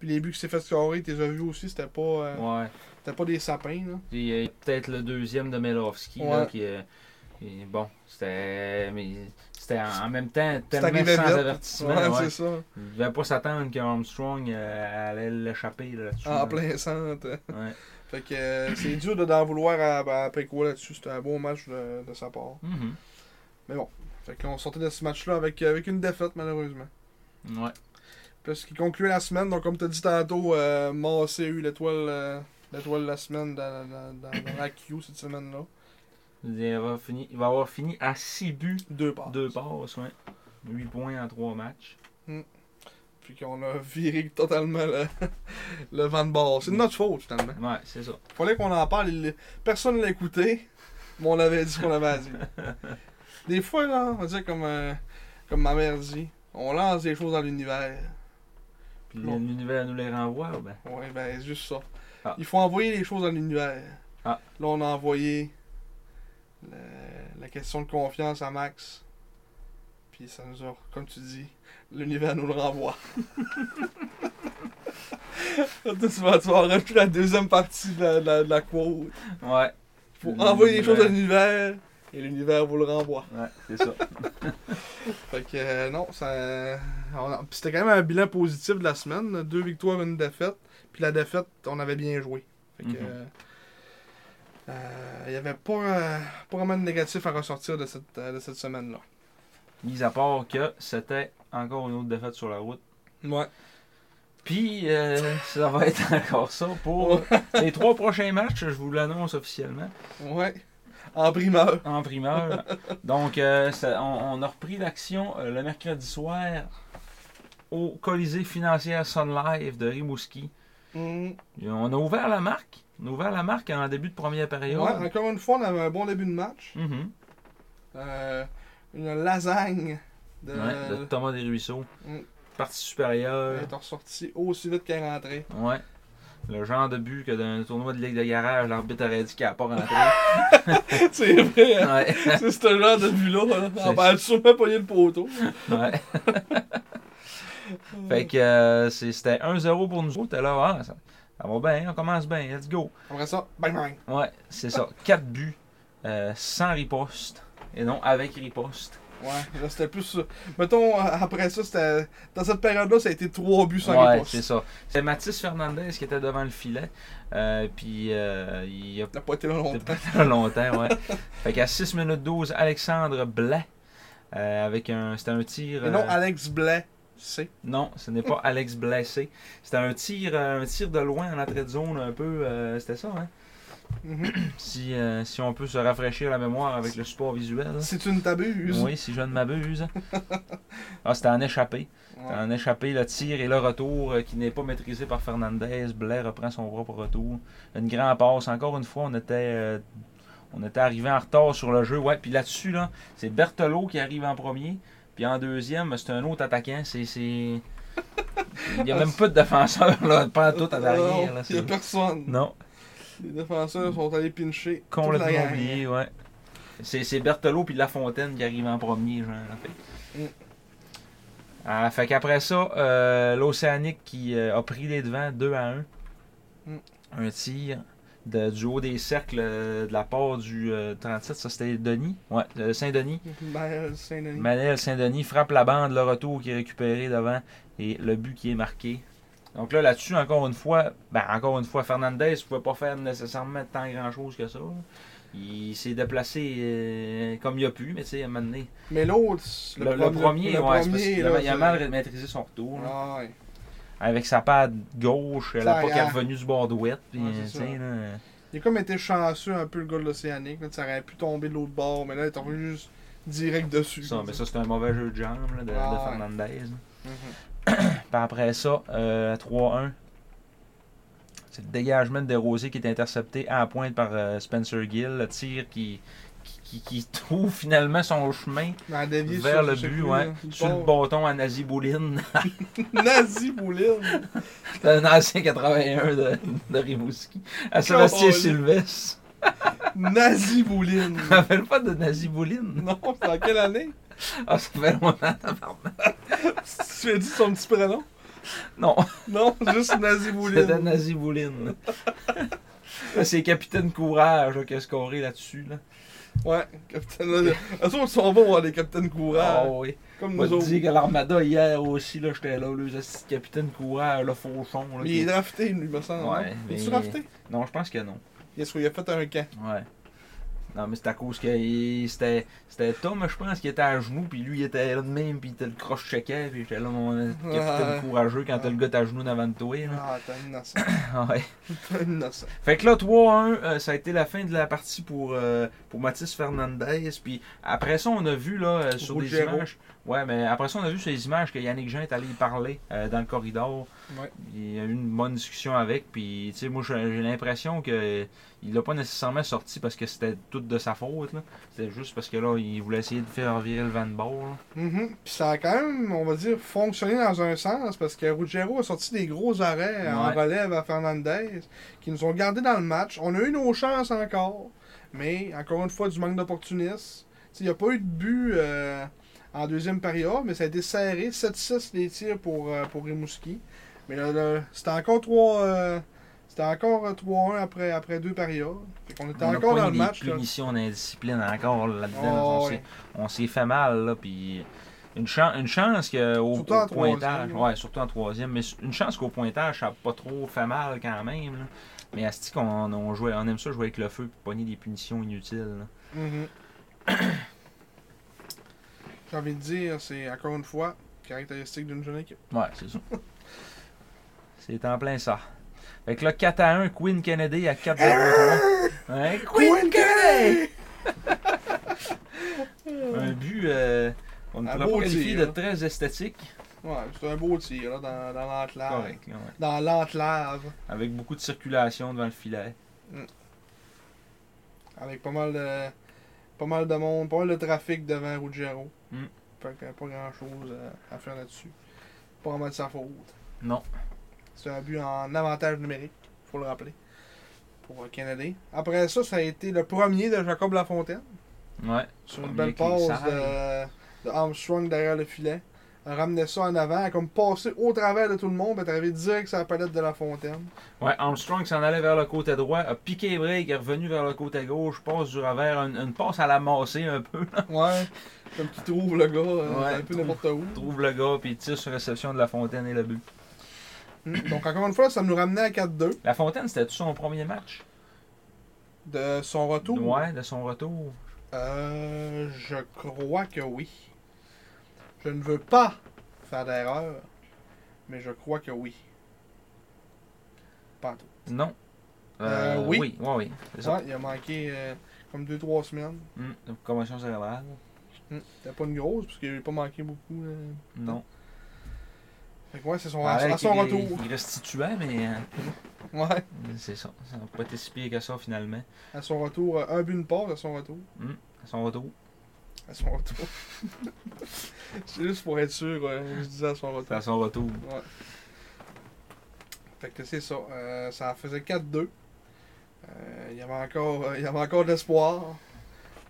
Speaker 3: Puis les buts qui s'est fait scorer, t'es as vu aussi, c'était pas, euh,
Speaker 4: Ouais.
Speaker 3: c'était pas des sapins. Là.
Speaker 4: Puis euh, peut-être le deuxième de Melowski,
Speaker 3: Ouais.
Speaker 4: là, qui euh, qui- Bon, c'était. Mais c'était en en même temps tellement
Speaker 3: arrivé
Speaker 4: sans
Speaker 3: vite.
Speaker 4: avertissement.
Speaker 3: Ouais,
Speaker 4: ouais.
Speaker 3: c'est ça.
Speaker 4: Il ne devait pas s'attendre qu'Armstrong euh, allait l'échapper là, dessus
Speaker 3: En Ah, plein centre.
Speaker 4: Ouais.
Speaker 3: Fait que euh, c'est dur de d'en vouloir à, à Précourt là-dessus. C'était un bon match de, de sa part.
Speaker 4: Mhm.
Speaker 3: Fait que là, on sortait de ce match-là avec, avec une défaite, malheureusement.
Speaker 4: Ouais.
Speaker 3: Puis ce qui concluait la semaine, donc comme tu as dit tantôt, euh, Massé a eu l'étoile euh, l'étoile de la semaine dans, dans- dans- dans la Q cette semaine-là.
Speaker 4: Il va, fini- il va avoir fini à 6 buts,
Speaker 3: Deux parts.
Speaker 4: 2 passes, ouais. 8 points en 3 matchs.
Speaker 3: Puis qu'on a viré totalement le, le vent de bord. C'est de notre faute, finalement.
Speaker 4: Ouais, c'est ça.
Speaker 3: Fallait qu'on en parle. il- Personne l'a écouté, mais on avait dit ce qu'on avait à dire. Des fois, là, on va dire comme. euh, comme ma mère dit, on lance des choses dans l'univers.
Speaker 4: Puis
Speaker 3: Non.
Speaker 4: l'univers nous les renvoie, ben.
Speaker 3: Ouais, ben, c'est juste ça.
Speaker 4: Ah.
Speaker 3: Il faut envoyer les choses dans l'univers.
Speaker 4: Ah.
Speaker 3: Là, on a envoyé le- la question de confiance à Max. Puis ça nous a, comme tu dis, l'univers nous le renvoie. Toi, tu vas, tu vas rajouter la deuxième partie de la, de la- de la quote.
Speaker 4: Ouais.
Speaker 3: Il faut envoyer les choses à l'univers et l'univers vous le renvoie.
Speaker 4: Ouais, c'est ça.
Speaker 3: Fait que euh, non, ça. on a- puis C'était quand même un bilan positif de la semaine. là. Deux victoires, une défaite. Puis la défaite, on avait bien joué. Fait que.
Speaker 4: Mhm.
Speaker 3: euh, euh, Il n'y avait pas, euh, pas vraiment de négatif à ressortir de cette, euh, de cette semaine-là.
Speaker 4: Mis à part que c'était encore une autre défaite sur la route.
Speaker 3: Ouais.
Speaker 4: Puis, euh, ça va être encore ça pour les trois prochains matchs, je vous l'annonce officiellement,
Speaker 3: Ouais. En primeur.
Speaker 4: en primeur. Donc, euh, ça- on, on a repris l'action euh, le mercredi soir au Colisée financière Sun Life de Rimouski.
Speaker 3: Mhm.
Speaker 4: Et On a ouvert la marque. On a ouvert la marque en début de première
Speaker 3: Ouais,
Speaker 4: période.
Speaker 3: encore une fois, on avait un bon début de match.
Speaker 4: Mhm.
Speaker 3: Euh, une lasagne de.
Speaker 4: Ouais, de Thomas Desruisseaux.
Speaker 3: Euh, Mm.
Speaker 4: Partie supérieure.
Speaker 3: euh, est ressortie aussi vite qu'elle est rentrée.
Speaker 4: Ouais. Le genre de but que d'un tournoi de ligue de garage, l'arbitre aurait dit qu'il n'a pas rentré.
Speaker 3: C'est vrai, hein?
Speaker 4: ouais.
Speaker 3: C'est ce genre de but-là. là. Ah,
Speaker 4: C'est-
Speaker 3: ben, elle a sûrement pogné le poteau.
Speaker 4: ouais. fait que euh, c'est- c'était 1-0 pour nous autres. Et là, ah, ça, ça va bien, on commence bien, let's go.
Speaker 3: Après ça, bang bang.
Speaker 4: Ouais, c'est ça. 4 buts, euh, sans riposte. Et non, avec riposte.
Speaker 3: Ouais, là c'était plus. ça. Mettons, euh, après ça, c'était. Dans cette période-là, ça a été 3 buts sans
Speaker 4: ouais,
Speaker 3: riposte.
Speaker 4: c'est ça. C'est Mathis Fernandez qui était devant le filet. Euh, puis euh, il a
Speaker 3: Il n'a pas été là
Speaker 4: C'était
Speaker 3: longtemps.
Speaker 4: pas très longtemps, ouais. fait qu'à 6 minutes 12, Alexandre Blais, euh, avec un, c'était un tir...
Speaker 3: Et non,
Speaker 4: euh,
Speaker 3: Alex Blais, c'est.
Speaker 4: non, ce n'est pas Alex Blessé. C'était un tir, euh, un tir de loin en entrée de zone, un peu, euh, c'était ça, hein?
Speaker 3: Mhm.
Speaker 4: Si, euh, si on peut se rafraîchir la mémoire avec le support visuel.
Speaker 3: C'est une tabuse.
Speaker 4: Oui, si je ne m'abuse. Ah, c'était en échappé.
Speaker 3: Ouais.
Speaker 4: C'était en échappé, le tir et le retour euh, qui n'est pas maîtrisé par Fernandez. Blais reprend son propre retour. Une grande passe. Encore une fois, on était, euh, on était arrivé en retard sur le jeu. Ouais, puis là-dessus, là, c'est Berthelot qui arrive en premier. Puis en deuxième, c'est un autre attaquant. C'est. c'est- Il n'y a même pas de défenseur, là, pas Ah, tout à
Speaker 3: Non,
Speaker 4: l'arrière. là,
Speaker 3: Il n'y
Speaker 4: c'est-
Speaker 3: a personne.
Speaker 4: Non,
Speaker 3: Les défenseurs sont allés pincher. toute la
Speaker 4: complètement
Speaker 3: gang.
Speaker 4: oublié, ouais. C'est, c'est Berthelot puis Lafontaine qui arrivent en premier, genre. en fait.
Speaker 3: Mm.
Speaker 4: Ah, fait qu'après ça, euh, l'Océanique qui euh, a pris les devants 2 à 1.
Speaker 3: Mm.
Speaker 4: Un tir de, du haut des cercles euh, de la part du euh, 37, ça c'était Denis. Ouais, de Saint-Denis.
Speaker 3: Maël Saint-Denis.
Speaker 4: Manel Saint-Denis frappe la bande, le retour qui est récupéré devant et le but qui est marqué. Donc là, là-dessus, encore une fois, ben, encore une fois, Fernandez ne pouvait pas faire nécessairement tant grand-chose que ça. là. Il s'est déplacé euh, comme il a pu, mais tu sais, à un moment donné,
Speaker 3: Mais l'autre,
Speaker 4: le, le premier,
Speaker 3: le
Speaker 4: ouais, c'est parce qu'il
Speaker 3: premier,
Speaker 4: a-
Speaker 3: là,
Speaker 4: il a
Speaker 3: c'est-
Speaker 4: mal maîtrisé son retour. là.
Speaker 3: Ouais.
Speaker 4: Avec sa patte gauche, la
Speaker 3: Ça,
Speaker 4: POC est
Speaker 3: gars.
Speaker 4: revenue du bord d'ouette. puis, euh,
Speaker 3: Ouais,
Speaker 4: tu
Speaker 3: c'est ça.
Speaker 4: sais, là,
Speaker 3: Il a comme été chanceux un peu le gars de l'Océanique. là, Ça aurait pu tomber de l'autre bord, mais là, il est revenu juste direct dessus.
Speaker 4: ça, mais ça, c'est un mauvais jeu de jambe là, de, de
Speaker 3: Ah, ouais.
Speaker 4: Fernandez. là.
Speaker 3: Mhm.
Speaker 4: Puis après ça, euh, à 3-1, c'est le dégagement de Desrosiers qui est intercepté à la pointe par euh, Spencer Gill. Le tir qui, qui, qui- qui trouve finalement son chemin
Speaker 3: Mais elle a dévié
Speaker 4: vers
Speaker 3: sur- hein,
Speaker 4: le
Speaker 3: je sais
Speaker 4: but.
Speaker 3: plus,
Speaker 4: ouais.
Speaker 3: là, il
Speaker 4: Sur le
Speaker 3: part.
Speaker 4: bâton à Nazi Boulin.
Speaker 3: Nazi Bouline.
Speaker 4: C'est un ancien 81 de, de Rimouski. À Sébastien
Speaker 3: Colin.
Speaker 4: Sylvestre.
Speaker 3: Nazi Bouline.
Speaker 4: Je me rappelle pas de Nazi Boulin.
Speaker 3: non, c'est en quelle année?
Speaker 4: Ah, ça fait longtemps.
Speaker 3: Tu as dit son petit prénom?
Speaker 4: Non,
Speaker 3: Non, juste Nazi Bouline.
Speaker 4: c'était Nazi Boulin. Là, C'est Capitaine Courage là, qui a scoré là-dessus. Là.
Speaker 3: Ouais, Capitaine. De toute façon, ils sont bons, hein, les Capitaine Courage.
Speaker 4: Ah oui.
Speaker 3: comme
Speaker 4: Je vais
Speaker 3: nous
Speaker 4: te
Speaker 3: autres.
Speaker 4: dire que l'Armada, hier aussi, là, j'étais là, le capitaine courage, le fauchon. Là,
Speaker 3: Mais
Speaker 4: qui-
Speaker 3: il est drafté, lui, me semble.
Speaker 4: Ouais,
Speaker 3: non?
Speaker 4: mais-
Speaker 3: Il est-tu drafté?
Speaker 4: Non, je pense que non.
Speaker 3: Il a- il a fait un camp.
Speaker 4: Ouais. Non, mais c'est à cause que il- c'était c'était Tom, je pense, qui était à genoux, puis lui, il était là de même, puis il était le croche-chequet, puis j'étais là, mon capitaine
Speaker 3: Ouais.
Speaker 4: courageux quand t'as le gars à genoux devant de toi. là.
Speaker 3: Ah, t'es un innocent.
Speaker 4: Ouais.
Speaker 3: T'es un innocent.
Speaker 4: Fait que là, 3-1, euh, ça a été la fin de la partie pour, euh, pour Mathis Fernandez. Puis après ça, on a vu là, euh, sur des
Speaker 3: Ruggiero.
Speaker 4: images Ouais, mais après ça, on a vu sur les images que Yannick Jean est allé y parler euh, dans le corridor.
Speaker 3: Ouais.
Speaker 4: Il y a eu une bonne discussion avec. Puis, tu sais, moi, j'ai j'ai l'impression que il l'a pas nécessairement sorti parce que c'était tout de sa faute. là. C'était juste parce que là, il voulait essayer de faire virer le Van Ball.
Speaker 3: Mhm. Puis ça a quand même, on va dire, fonctionné dans un sens parce que Ruggiero a sorti des gros arrêts en
Speaker 4: Ouais.
Speaker 3: relève à Fernandez qui nous ont gardés dans le match. On a eu nos chances encore, mais encore une fois, du manque d'opportunistes. Tu sais, Il n'y a pas eu de but euh, en deuxième période, mais ça a été serré. 7-6 les tirs pour, euh, pour Rimouski. Mais là, là, c'était encore 3. euh, c'était encore euh, 3-1 après, après deux périodes. on était
Speaker 4: On a
Speaker 3: encore
Speaker 4: pas
Speaker 3: dans
Speaker 4: eu
Speaker 3: le
Speaker 4: des
Speaker 3: match. là.
Speaker 4: punitions d'indiscipline encore là-dedans.
Speaker 3: Ah,
Speaker 4: on
Speaker 3: ouais.
Speaker 4: s'est- on s'est fait mal, là, puis une, chan- une chance qu'au
Speaker 3: Surtout en
Speaker 4: pointage,
Speaker 3: troisième.
Speaker 4: ouais, surtout en troisième, mais s- une chance qu'au pointage, ça n'a pas trop fait mal quand même. là. Mais Asti, on, on, jouait- on aime ça jouer avec le feu, puis pogner des punitions inutiles. là.
Speaker 3: Mhm. J'ai envie de dire, c'est encore une fois, caractéristique d'une jeune équipe.
Speaker 4: Ouais, c'est ça. c'est en plein ça. Fait que là, 4 à 1, Queen Kennedy à Hein? 4 0 ouais, Queen Kennedy! Un but, euh, on ne
Speaker 3: Un
Speaker 4: pourra
Speaker 3: beau
Speaker 4: pas qualifier
Speaker 3: tir,
Speaker 4: de
Speaker 3: hein.
Speaker 4: très esthétique.
Speaker 3: Ouais, c'est un beau tir là, dans, dans l'entlave.
Speaker 4: Correct, là, ouais.
Speaker 3: Dans l'entlave,
Speaker 4: Avec beaucoup de circulation devant le filet.
Speaker 3: avec pas mal de pas mal de monde, pas mal de trafic devant Ruggiero.
Speaker 4: Mm.
Speaker 3: Fait que pas grand chose à, à faire là-dessus. Pas vraiment de sa faute.
Speaker 4: Non.
Speaker 3: C'est un but en avantage numérique, faut le rappeler. Pour euh, Kennedy. Après ça, ça a été le premier de Jacob Lafontaine.
Speaker 4: Ouais.
Speaker 3: Sur une
Speaker 4: Premier
Speaker 3: belle
Speaker 4: qui
Speaker 3: passe
Speaker 4: s'arrête.
Speaker 3: de, de Armstrong derrière le filet. Elle ramenait ça en avant, elle a comme passé au travers de tout le monde, elle est arrivée direct sur la palette de la fontaine.
Speaker 4: Ouais, Armstrong s'en allait vers le côté droit, a piqué les break, est revenu vers le côté gauche, passe du revers, une, une passe à la massée un peu.
Speaker 3: Ouais, comme tu trouves le gars, euh,
Speaker 4: Ouais,
Speaker 3: un peu
Speaker 4: trouve.
Speaker 3: n'importe où.
Speaker 4: Trouve le gars, puis tire sur réception de La Fontaine et le but.
Speaker 3: Mm. Donc encore une fois, ça nous ramenait à 4-2
Speaker 4: La Fontaine, c'était son premier match.
Speaker 3: de son retour.
Speaker 4: Ouais, de son retour.
Speaker 3: Euh, je crois que oui. Je ne veux pas faire d'erreur, mais je crois que oui. Pas en tout.
Speaker 4: Non.
Speaker 3: Euh, oui.
Speaker 4: Oui, ouais, oui. C'est ça.
Speaker 3: Ouais, il a manqué euh, comme 2-3 semaines.
Speaker 4: Hum, Commotion cérébrale.
Speaker 3: Mm. C'était pas une grosse, parce qu'il n'a pas manqué beaucoup. là.
Speaker 4: Non.
Speaker 3: Fait que ouais, c'est son,
Speaker 4: Pareil
Speaker 3: à son
Speaker 4: qu'il est-
Speaker 3: retour.
Speaker 4: Il restituait, mais euh,
Speaker 3: Ouais,
Speaker 4: c'est ça. Ça n'a pas été si pire que ça finalement.
Speaker 3: à son retour. euh, Un but, une passe à son retour.
Speaker 4: À son retour.
Speaker 3: À son retour. c'est juste pour être sûr, euh, je disais à son
Speaker 4: C'était
Speaker 3: retour.
Speaker 4: à son retour.
Speaker 3: Ouais. Fait que c'est ça. euh, ça en faisait 4-2. Euh, Il y avait encore, euh, il y avait encore de l'espoir.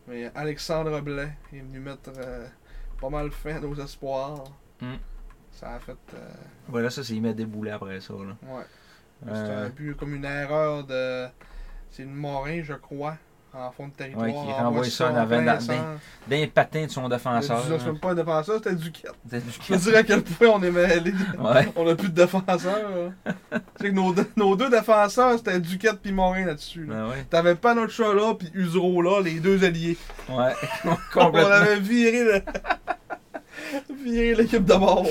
Speaker 3: Mais Alexandre Blais est venu mettre euh, pas mal fin aux espoirs.
Speaker 4: Mm.
Speaker 3: Ça a fait. euh,
Speaker 4: Voilà, ça, c'est il met des boulets après ça. Là.
Speaker 3: ouais. C'est
Speaker 4: Euh,
Speaker 3: un but comme une erreur de. C'est une Morin, je crois, en fond de territoire.
Speaker 4: Ouais, qui
Speaker 3: envoie
Speaker 4: renvoie ça en avant dans-
Speaker 3: plein
Speaker 4: d'un patin de son
Speaker 3: centre.
Speaker 4: défenseur.
Speaker 3: Le- C'est
Speaker 4: hein.
Speaker 3: même pas un défenseur, c'était du quête.
Speaker 4: C'était du
Speaker 3: Je peux dire à quel point on est mêlés.
Speaker 4: Ouais.
Speaker 3: On a plus de défenseurs. hein. tu sais que nos deux, nos deux défenseurs, c'était Duquette puis Morin là-dessus. là.
Speaker 4: Ben ouais.
Speaker 3: T'avais pas notre chat là puis Usuro là, les deux alliés.
Speaker 4: Ouais.
Speaker 3: On
Speaker 4: Complètement.
Speaker 3: avait viré le... viré l'équipe de bord.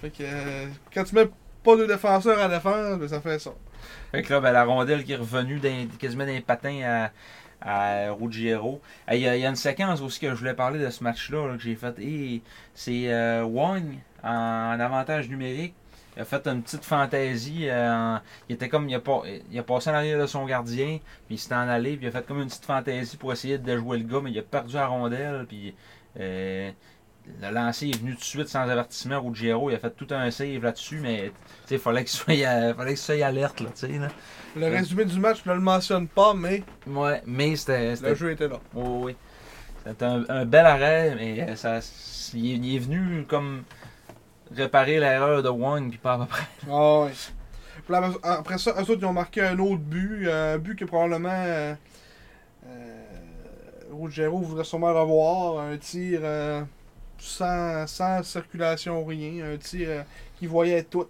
Speaker 3: fait que euh, quand tu mets pas deux défenseurs à défense, ben, ça fait ça.
Speaker 4: Fait que là, ben, la rondelle qui est revenue d'un- quasiment d'un patin à, à Ruggiero. Eh, Il y, a- il y a une séquence aussi que je voulais parler de ce match-là là, que j'ai fait. Et c'est euh, Wang en, avantage numérique. Il a fait une petite fantaisie. euh, en- il était comme il a, pas- il a passé en arrière de son gardien, puis il s'est en allé, puis il a fait comme une petite fantaisie pour essayer de déjouer le gars, mais il a perdu la rondelle, puis euh, le lancer est venu tout de suite sans avertissement. Ruggiero, il a fait tout un save là-dessus, mais il fallait qu'il soit, euh, fallait qu'il soit alerte. Là, tu sais, là.
Speaker 3: Le résumé du match, je ne le mentionne pas, mais
Speaker 4: Ouais, mais c'était.
Speaker 3: le
Speaker 4: c'était-
Speaker 3: jeu était là.
Speaker 4: oui, oui. C'était un, un bel arrêt, mais euh, ça, s- il, est, il est venu comme réparer l'erreur de Wang, puis pas à peu près.
Speaker 3: Ah ouais. Puis là, après ça, eux autres, ils ont marqué un autre but. euh, Un but que probablement euh, euh, Ruggiero voudrait sûrement revoir. Un tir euh, sans, sans circulation ou rien. Un tir euh, qu'il voyait tout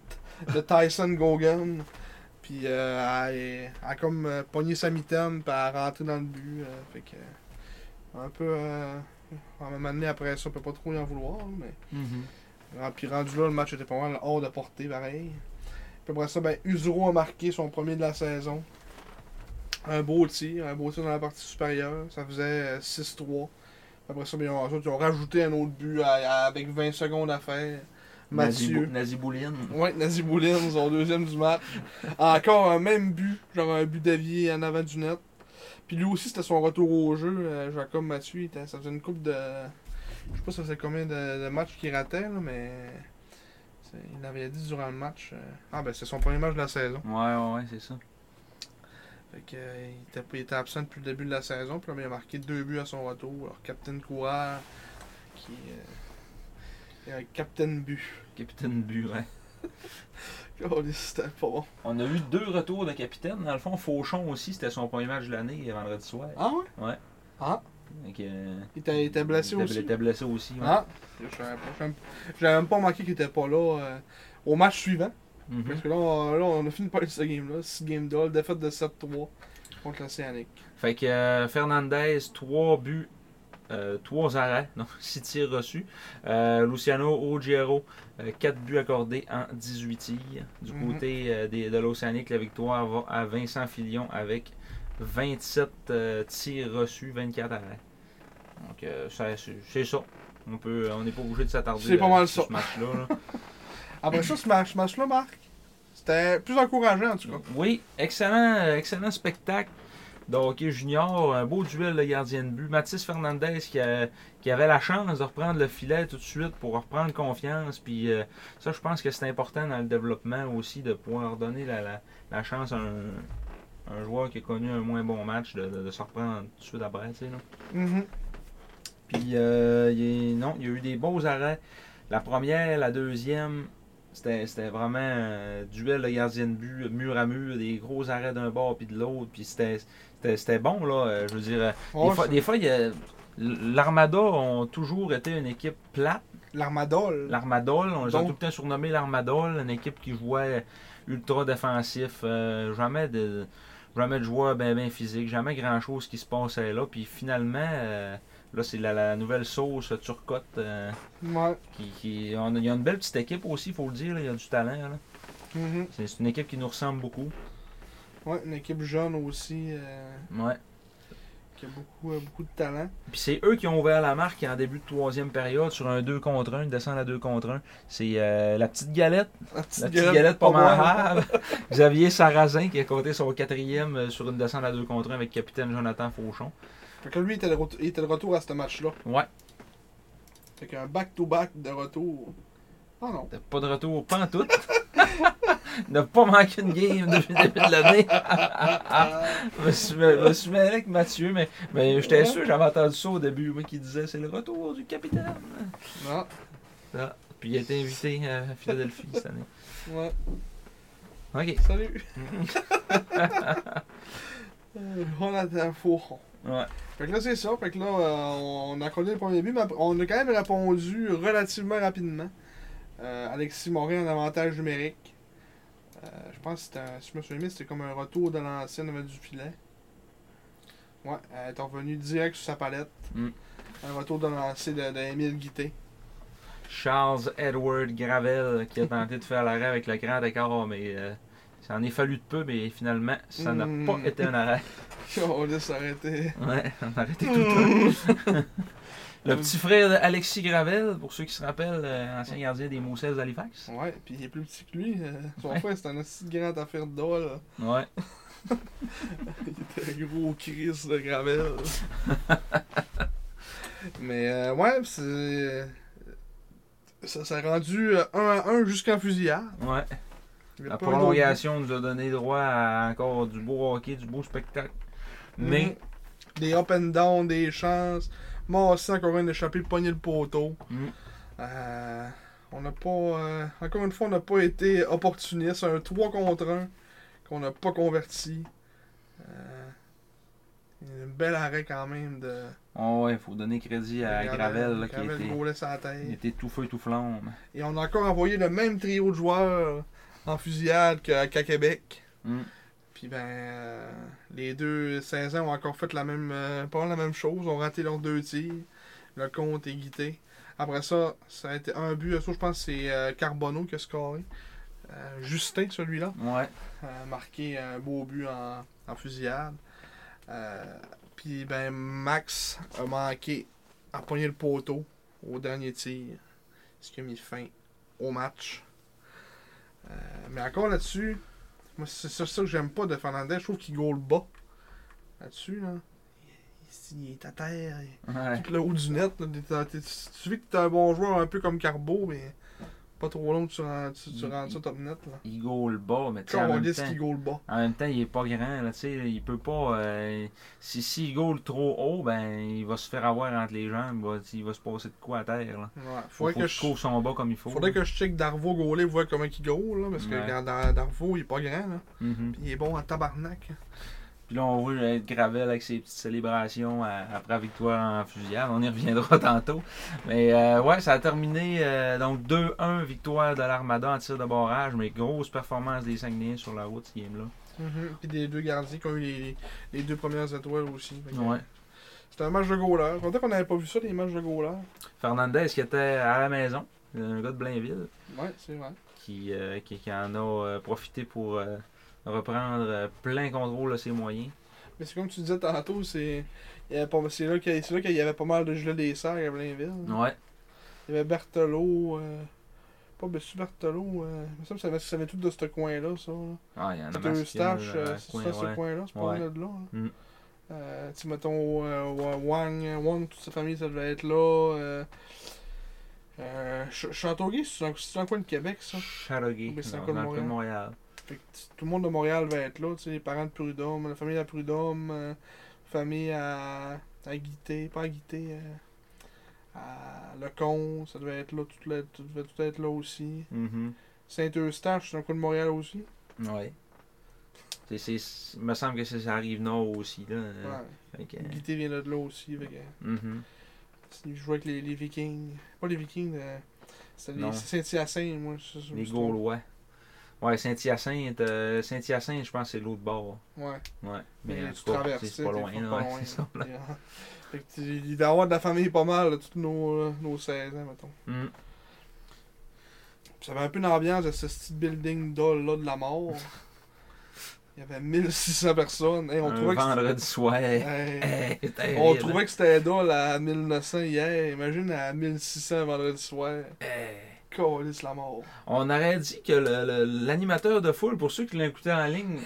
Speaker 3: de Tyson Gogan. Puis euh, elle, elle a comme euh, pogné sa mitaine, puis elle a rentré dans le but. euh, fait que, euh, un peu. euh, à un moment donné, après ça, on peut pas trop y en vouloir, mais.
Speaker 4: Mhm.
Speaker 3: Ah, puis rendu là, le match était pas mal hors de portée, pareil. Puis après ça, ben, Usuro a marqué son premier de la saison. Un beau tir, un beau tir dans la partie supérieure. Ça faisait euh, 6-3. Après ça, ben, ils, ont, eux autres, ils ont rajouté un autre but à- à- avec 20 secondes à faire. Mathieu.
Speaker 4: Nazi Bouline.
Speaker 3: Ouais, Nazi Boulin, son deuxième du match. Encore un même but, genre un but dévié en avant du net. Puis lui aussi, c'était son retour au jeu. euh, Jacob Mathieu, il était- ça faisait une coupe de. Je sais pas ça faisait combien de, de matchs qu'il ratait, là, mais. c'est- Il avait dit durant le match. euh, Ah, ben c'est son premier match de la saison.
Speaker 4: Ouais, ouais, ouais, c'est ça.
Speaker 3: Fait que, euh, il, était, il était absent depuis le début de la saison. Puis là, ben, il a marqué deux buts à son retour. Alors, Captain Coureur, qui. euh, est un Captain But.
Speaker 4: Capitaine Burin.
Speaker 3: Oh, c'était pas bon.
Speaker 4: On a eu deux retours de capitaine. Dans le fond, Fauchon aussi, c'était son premier match de l'année, vendredi soir.
Speaker 3: Ah ouais?
Speaker 4: Donc, euh,
Speaker 3: Il était, il était blessé
Speaker 4: il était-
Speaker 3: aussi.
Speaker 4: Il était blessé aussi. ouais.
Speaker 3: Ah! Je savais pas. J'avais- J'avais même pas remarqué qu'il était pas là euh, au match suivant.
Speaker 4: Mhm.
Speaker 3: Parce que là on, là, on a fini par ce game-là. 6 games d'all, défaite de 7-3 contre l'Océanique.
Speaker 4: Fait que euh, Fernandez, 3 buts, 3 arrêts, donc 6 tirs reçus. Euh, Luciano Ogiero, 4 buts accordés en 18 tirs. Du
Speaker 3: Mhm.
Speaker 4: côté euh, des- de l'Océanique, la victoire va à Vincent Filion avec 27 euh, tirs reçus, 24 arrêts. Donc euh, ça, c'est c'est ça. On peut, on n'est pas obligé de s'attarder
Speaker 3: C'est pas
Speaker 4: euh,
Speaker 3: mal
Speaker 4: sur
Speaker 3: ça.
Speaker 4: ce match-là. là.
Speaker 3: Après ça, ce match- ce match-là, Marc, c'était plus encourageant en tout cas.
Speaker 4: Oui, excellent, euh, excellent spectacle de hockey junior. Un beau duel de gardien de but. Mathis Fernandez qui, a- qui avait la chance de reprendre le filet tout de suite pour reprendre confiance. Puis euh, ça, je pense que c'est important dans le développement aussi de pouvoir donner la, la- la chance à un, un joueur qui a connu un moins bon match de, de- de se reprendre tout de suite après. tu sais, là.
Speaker 3: Mhm.
Speaker 4: Puis euh, il y a- non, il y a eu des beaux arrêts. La première, la deuxième, c'était c'était vraiment un duel de gardien de but, mur à mur, des gros arrêts d'un bord puis de l'autre. Puis c'était- c'était c'était bon, là. euh, Je veux dire, euh,
Speaker 3: Ouais,
Speaker 4: des fois,
Speaker 3: c'est-
Speaker 4: des fois, il y a- l'Armada ont toujours été une équipe plate.
Speaker 3: L'Armadol.
Speaker 4: L'Armadol, on les a
Speaker 3: Donc-
Speaker 4: tout le temps surnommés l'Armadol, une équipe qui jouait ultra défensif, euh, jamais de jamais de joueurs bien ben physiques, jamais grand chose qui se passait là. Puis finalement, euh, là c'est la, la nouvelle sauce turcotte. euh,
Speaker 3: Ouais.
Speaker 4: qui, qui- on a- il y a une belle petite équipe aussi, il faut le dire, là, il y a du talent. là.
Speaker 3: Mhm.
Speaker 4: C'est c'est une équipe qui nous ressemble beaucoup.
Speaker 3: Ouais, une équipe jeune aussi euh,
Speaker 4: Ouais.
Speaker 3: qui a beaucoup, euh, beaucoup de talent.
Speaker 4: Puis c'est eux qui ont ouvert la marque en début de troisième période sur un 2 contre 1, une descente à 2 contre 1. C'est euh, la petite galette.
Speaker 3: La petite,
Speaker 4: La petite galette pas
Speaker 3: mal.
Speaker 4: mangeable. Xavier Sarrazin qui a compté son quatrième euh, sur une descente à deux contre un avec capitaine Jonathan Fauchon.
Speaker 3: Fait que lui, il était, le ret- il était de retour à ce match-là.
Speaker 4: Ouais.
Speaker 3: Fait qu'un back-to-back de retour. Ah non.
Speaker 4: T'as Pas de retour, pas en tout. N'a pas manqué une game depuis le début de l'année. Je me suis- je me suis mêlé avec Mathieu, mais, mais j'étais sûr, j'avais entendu ça au début, moi qui disait c'est le retour du capitaine.
Speaker 3: Non.
Speaker 4: Ah, puis il a été invité à Philadelphie cette année.
Speaker 3: Ouais.
Speaker 4: Ok.
Speaker 3: Salut. Euh, Jonathan Fauron.
Speaker 4: Ouais.
Speaker 3: Fait que là, c'est ça. Fait que là, euh, on a accordé le premier but, mais après, on a quand même répondu relativement rapidement. Euh, Alexis Morin en avantage numérique. Euh, je pense que c'était un- si je me souviens bien, c'était comme un retour de l'ancienne avec du filet. Ouais, elle est revenue direct sur sa palette.
Speaker 4: Mm.
Speaker 3: Un retour de lancer de, de Émile Guité.
Speaker 4: Charles Edward Gravel qui a tenté de faire l'arrêt avec le grand écart, mais euh, ça en est fallu de peu, mais finalement, ça n'a
Speaker 3: Mm.
Speaker 4: pas été un arrêt.
Speaker 3: On laisse s'arrêter.
Speaker 4: Ouais, on a arrêté tout le temps. Mm. Le petit frère d'Alexis Gravel, pour ceux qui se rappellent, euh, ancien gardien des Moussels d'Halifax.
Speaker 3: Ouais, puis il est plus petit que lui. euh, son
Speaker 4: Ouais.
Speaker 3: frère, c'était un assez grand affaire de doigts, là.
Speaker 4: Ouais.
Speaker 3: Il était un gros Chris de Gravel. Mais euh, ouais, c'est. euh, Ça s'est rendu 1 à 1 jusqu'en fusillade.
Speaker 4: Ouais.
Speaker 3: Il y a
Speaker 4: La
Speaker 3: pas eu d'autre
Speaker 4: prolongation nous a donné droit à encore du beau hockey, du beau spectacle.
Speaker 3: but.
Speaker 4: Mais,
Speaker 3: Mhm. Des up and down, des chances. Massé encore une échappée, pogner le poteau.
Speaker 4: Mhm.
Speaker 3: Euh, on n'a pas. euh, encore une fois, on n'a pas été opportuniste. Un 3 contre 1 qu'on n'a pas converti. Euh, une belle arrêt quand même de.
Speaker 4: oh ouais, faut donner crédit à Gravel, euh, là, qui
Speaker 3: Gravel
Speaker 4: était,
Speaker 3: roulait sa tête.
Speaker 4: il était tout feu, tout flamme.
Speaker 3: Et on a encore envoyé le même trio de joueurs en fusillade qu'à qu'à Québec.
Speaker 4: Mm.
Speaker 3: Puis ben, euh, les deux 16 ans ont encore fait la même, euh, pas mal la même chose, ont raté leurs deux tirs. Le compte est guité. Après ça, ça a été un but. Ça, je pense que c'est euh, Carbonneau qui a scoré. Euh, Justin, celui-là,
Speaker 4: Ouais.
Speaker 3: a Euh, marqué un beau but en, en fusillade. Euh, Puis ben, Max a manqué a pogné le poteau au dernier tir, ce qui a mis fin au match. Euh, mais encore là-dessus, moi c'est ça, ça que j'aime pas de Fernandez, je trouve qu'il goal bas. Là-dessus, là, il, il est à terre, il-
Speaker 4: Ouais.
Speaker 3: tout le haut du net. là, t'es- t'es- t'es- tu vis que t'es un bon joueur un peu comme Carbo, mais pas trop long que tu, rends- tu, tu rends ça top net. Là.
Speaker 4: Il goal bas, mais tu sais, en
Speaker 3: Quand on
Speaker 4: même
Speaker 3: dit qu'il
Speaker 4: temps-
Speaker 3: goal bas.
Speaker 4: en même temps, il est pas grand, là, tu sais, il peut pas... euh, si s'il goal trop haut, ben, il va se faire avoir entre les jambes, il va, il va se passer de quoi à terre, là.
Speaker 3: Ouais,
Speaker 4: Faut,
Speaker 3: faudrait que
Speaker 4: je
Speaker 3: je
Speaker 4: trouve son bas comme il faut.
Speaker 3: faudrait
Speaker 4: là.
Speaker 3: que je check Darvo Gaulet voir comment il go là parce que
Speaker 4: Ouais.
Speaker 3: dans- dans- Darvo il est pas grand là.
Speaker 4: Mhm.
Speaker 3: Puis il est bon en tabarnak.
Speaker 4: Puis là, on voit euh, Gravel avec ses petites célébrations à- après la victoire en fusillade. On y reviendra tantôt. Mais euh, ouais, ça a terminé euh, donc 2-1 victoire de l'Armada en tir de barrage. Mais grosse performance des Saguenayens sur la route, ce game-là. Mm-hmm.
Speaker 3: Mhm. Puis des deux gardiens qui ont eu les, les deux premières étoiles aussi. Fait que,
Speaker 4: Ouais.
Speaker 3: C'était un match de goaler. Content qu'on n'avait pas vu ça des matchs de goaler.
Speaker 4: Fernandez qui était à la maison, un gars de Blainville,
Speaker 3: Ouais, c'est vrai.
Speaker 4: qui, euh, qui, qui en a euh, profité pour euh, reprendre euh, plein contrôle de ses moyens.
Speaker 3: Mais c'est comme tu disais tantôt, c'est il y avait pas- c'est là qu'il c'est là qu'il y avait pas mal de gelés des serres à Blainville.
Speaker 4: Ouais.
Speaker 3: Il y avait Berthelot euh, pas Bessu Berthelot, euh, il me semble que ça avait, ça avait tout de ce coin-là, ça. Là.
Speaker 4: Ah, il y en a
Speaker 3: Deux
Speaker 4: masqué, là,
Speaker 3: Eustache,
Speaker 4: dans
Speaker 3: euh,
Speaker 4: le
Speaker 3: c'est
Speaker 4: coin,
Speaker 3: ça, ce
Speaker 4: ouais.
Speaker 3: coin-là, c'est pas
Speaker 4: Ouais.
Speaker 3: loin de là. hein.
Speaker 4: Mm.
Speaker 3: Euh, tu sais, mettons, euh, Wa- Wang, euh, Wang, toute sa famille, ça devait être là. Euh, euh, Ch- Châteauguay, c'est un, c'est un coin de Québec, ça.
Speaker 4: Charoguay,
Speaker 3: Mais c'est
Speaker 4: dans
Speaker 3: encore
Speaker 4: dans le
Speaker 3: de
Speaker 4: coin de Montréal.
Speaker 3: Fait que t- tout le monde de Montréal devait être là, tu sais, les parents de Prudhomme, la famille à Prudhomme, euh, famille à, à Guité, pas à Guité, euh, à Lecon, ça devait être là, tout, le- tout devait tout être là aussi.
Speaker 4: Mhm.
Speaker 3: Saint-Eustache, c'est un coin de Montréal aussi.
Speaker 4: Mm-hmm. Ouais. C'est, c'est, c'est- il me semble que c'est- ça arrive nord aussi. Là. euh,
Speaker 3: Ouais. Mm-hmm.
Speaker 4: Fait que,
Speaker 3: Guité vient de là aussi, fait que-
Speaker 4: mhm.
Speaker 3: Il jouait avec les, les Vikings. Pas les Vikings, euh, c'était
Speaker 4: Non.
Speaker 3: les Saint-Hyacinthe, moi. je- je- je me
Speaker 4: Les
Speaker 3: trompe.
Speaker 4: Gaulois. Ouais, Saint-Hyacinthe, euh, Saint-Hyacinthe, je pense que c'est l'autre bord.
Speaker 3: Ouais.
Speaker 4: Ouais.
Speaker 3: Mais,
Speaker 4: Mais, en
Speaker 3: tu
Speaker 4: tout cas,
Speaker 3: traverses.
Speaker 4: c'est,
Speaker 3: tu sais,
Speaker 4: c'est pas
Speaker 3: t'es
Speaker 4: loin. là, ouais, c'est ça.
Speaker 3: Yeah. Fait que tu- il doit y avoir de la famille pas mal, là, toutes nos, euh, nos 16 ans, mettons.
Speaker 4: Mm.
Speaker 3: Puis ça avait un peu l'ambiance de ce petit building doll là de la mort. Il y avait 1600 personnes. Hey, on
Speaker 4: Un
Speaker 3: trouvait que c'était-
Speaker 4: vendredi soir.
Speaker 3: Hey,
Speaker 4: Hey,
Speaker 3: on
Speaker 4: terrible.
Speaker 3: trouvait que c'était doll à 1900 hier. Imagine à 1600 vendredi soir.
Speaker 4: Hey.
Speaker 3: Calisse la mort.
Speaker 4: On aurait dit que le- le- l'animateur de foule, pour ceux qui l'écoutaient en ligne,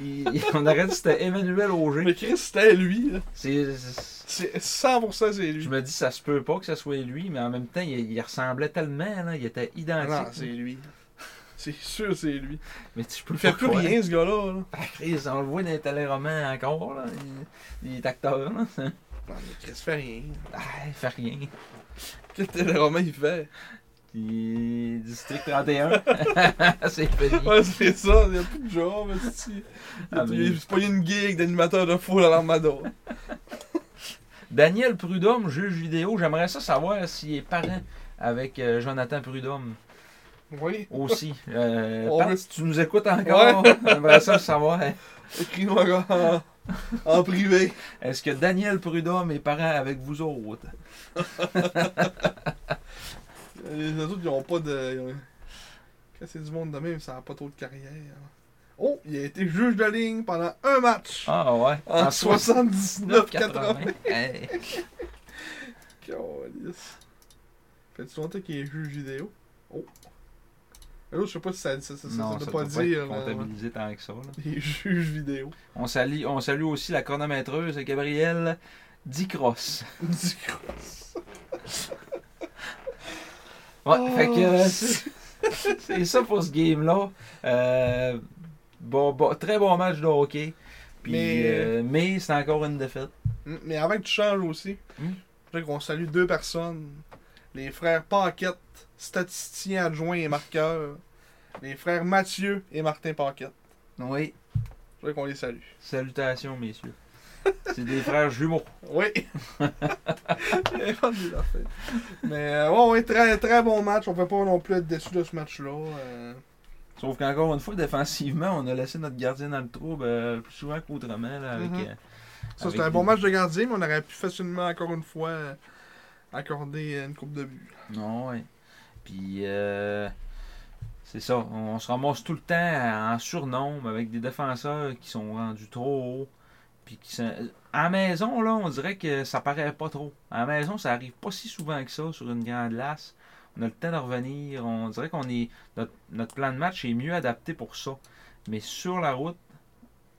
Speaker 4: il- on aurait dit que c'était Emmanuel
Speaker 3: Mais
Speaker 4: Auger.
Speaker 3: Chris, c'était lui. là.
Speaker 4: C'est- c'est,
Speaker 3: C'est 100% c'est lui.
Speaker 4: Je me dis, ça se peut pas que ça soit lui, mais en même temps, il, il ressemblait tellement, là, il était
Speaker 3: Ah Non,
Speaker 4: identique.
Speaker 3: c'est lui. C'est sûr, c'est lui.
Speaker 4: mais tu peux
Speaker 3: Il fait
Speaker 4: pas
Speaker 3: plus
Speaker 4: croire.
Speaker 3: rien, ce gars-là. là.
Speaker 4: Ah, Chris, on le voit dans les téléromans encore, là. Il, il est acteur, là.
Speaker 3: Non, mais Chris fait rien.
Speaker 4: Ah, il fait rien.
Speaker 3: Quel téléroman il fait
Speaker 4: Puis, District 31, c'est fini.
Speaker 3: Ouais, c'est ça. Il y a plus de job, esti.
Speaker 4: Ah, mais-
Speaker 3: Il se pogné une gig d'animateur de foule à l'Armada.
Speaker 4: Daniel Prudhomme, juge vidéo, j'aimerais ça savoir s'il est parent avec euh, Jonathan Prudhomme
Speaker 3: Oui.
Speaker 4: aussi. Euh,
Speaker 3: On
Speaker 4: Pat,
Speaker 3: veut-
Speaker 4: si tu nous écoutes encore, j'aimerais ça savoir.
Speaker 3: Écris-nous en, en privé.
Speaker 4: Est-ce que Daniel Prudhomme est parent avec vous autres?
Speaker 3: Les autres, ils ont pas de. ils ont- Quand c'est du monde de même, ça n'a pas trop de carrière. Oh, il a été juge de ligne pendant un match.
Speaker 4: Ah ouais.
Speaker 3: En
Speaker 4: 79,
Speaker 3: 79-80.
Speaker 4: 80. Hey.
Speaker 3: Calisse. Fait-tu longtemps qu'il est juge vidéo? Oh. Allô, je sais pas si ça, ça, ça, ça
Speaker 4: Non,
Speaker 3: veut
Speaker 4: ça
Speaker 3: pas
Speaker 4: doit pas être
Speaker 3: dire. euh, là, ouais.
Speaker 4: comptabilisé tant que ça. là.
Speaker 3: Les juges vidéo.
Speaker 4: On salue, on salue aussi la chronométreuse Gabrielle Dicross.
Speaker 3: Du coup,
Speaker 4: Ouais,
Speaker 3: Oh,
Speaker 4: fait que euh, c'est c'est ça pour ce game-là. Euh, bon, bon- très bon match de hockey. Puis,
Speaker 3: Mais-
Speaker 4: euh, mais c'est encore une défaite.
Speaker 3: Mm, Mais avant que tu changes aussi,
Speaker 4: Mm.
Speaker 3: je voudrais qu'on salue deux personnes. Les frères Paquette, statisticiens adjoints et marqueurs. Les frères Mathieu et Martin Paquette.
Speaker 4: Oui.
Speaker 3: Je voudrais qu'on les salue.
Speaker 4: Salutations, messieurs. C'est des frères jumeaux.
Speaker 3: Oui! Il est pas dur à faire. Mais euh, ouais, ouais, très, très bon match. On peut pas non plus être déçu de ce match-là. euh.
Speaker 4: Sauf qu'encore une fois, défensivement, on a laissé notre gardien dans le trouble euh, plus souvent qu'autrement. là, avec,
Speaker 3: Mhm.
Speaker 4: euh,
Speaker 3: Ça,
Speaker 4: avec
Speaker 3: c'était un
Speaker 4: des-
Speaker 3: bon match de gardien, mais on aurait pu facilement, encore une fois, euh, accorder euh, une coupe de but.
Speaker 4: Non, ouais. Puis, euh, c'est ça. On, on se ramasse tout le temps en surnombre avec des défenseurs qui sont rendus trop hauts. Puis qui sont- à la maison, là, on dirait que ça paraît pas trop. À la maison, ça arrive pas si souvent que ça sur une grande glace. On a le temps de revenir. On dirait qu'on est. Notre, notre plan de match est mieux adapté pour ça. Mais sur la route.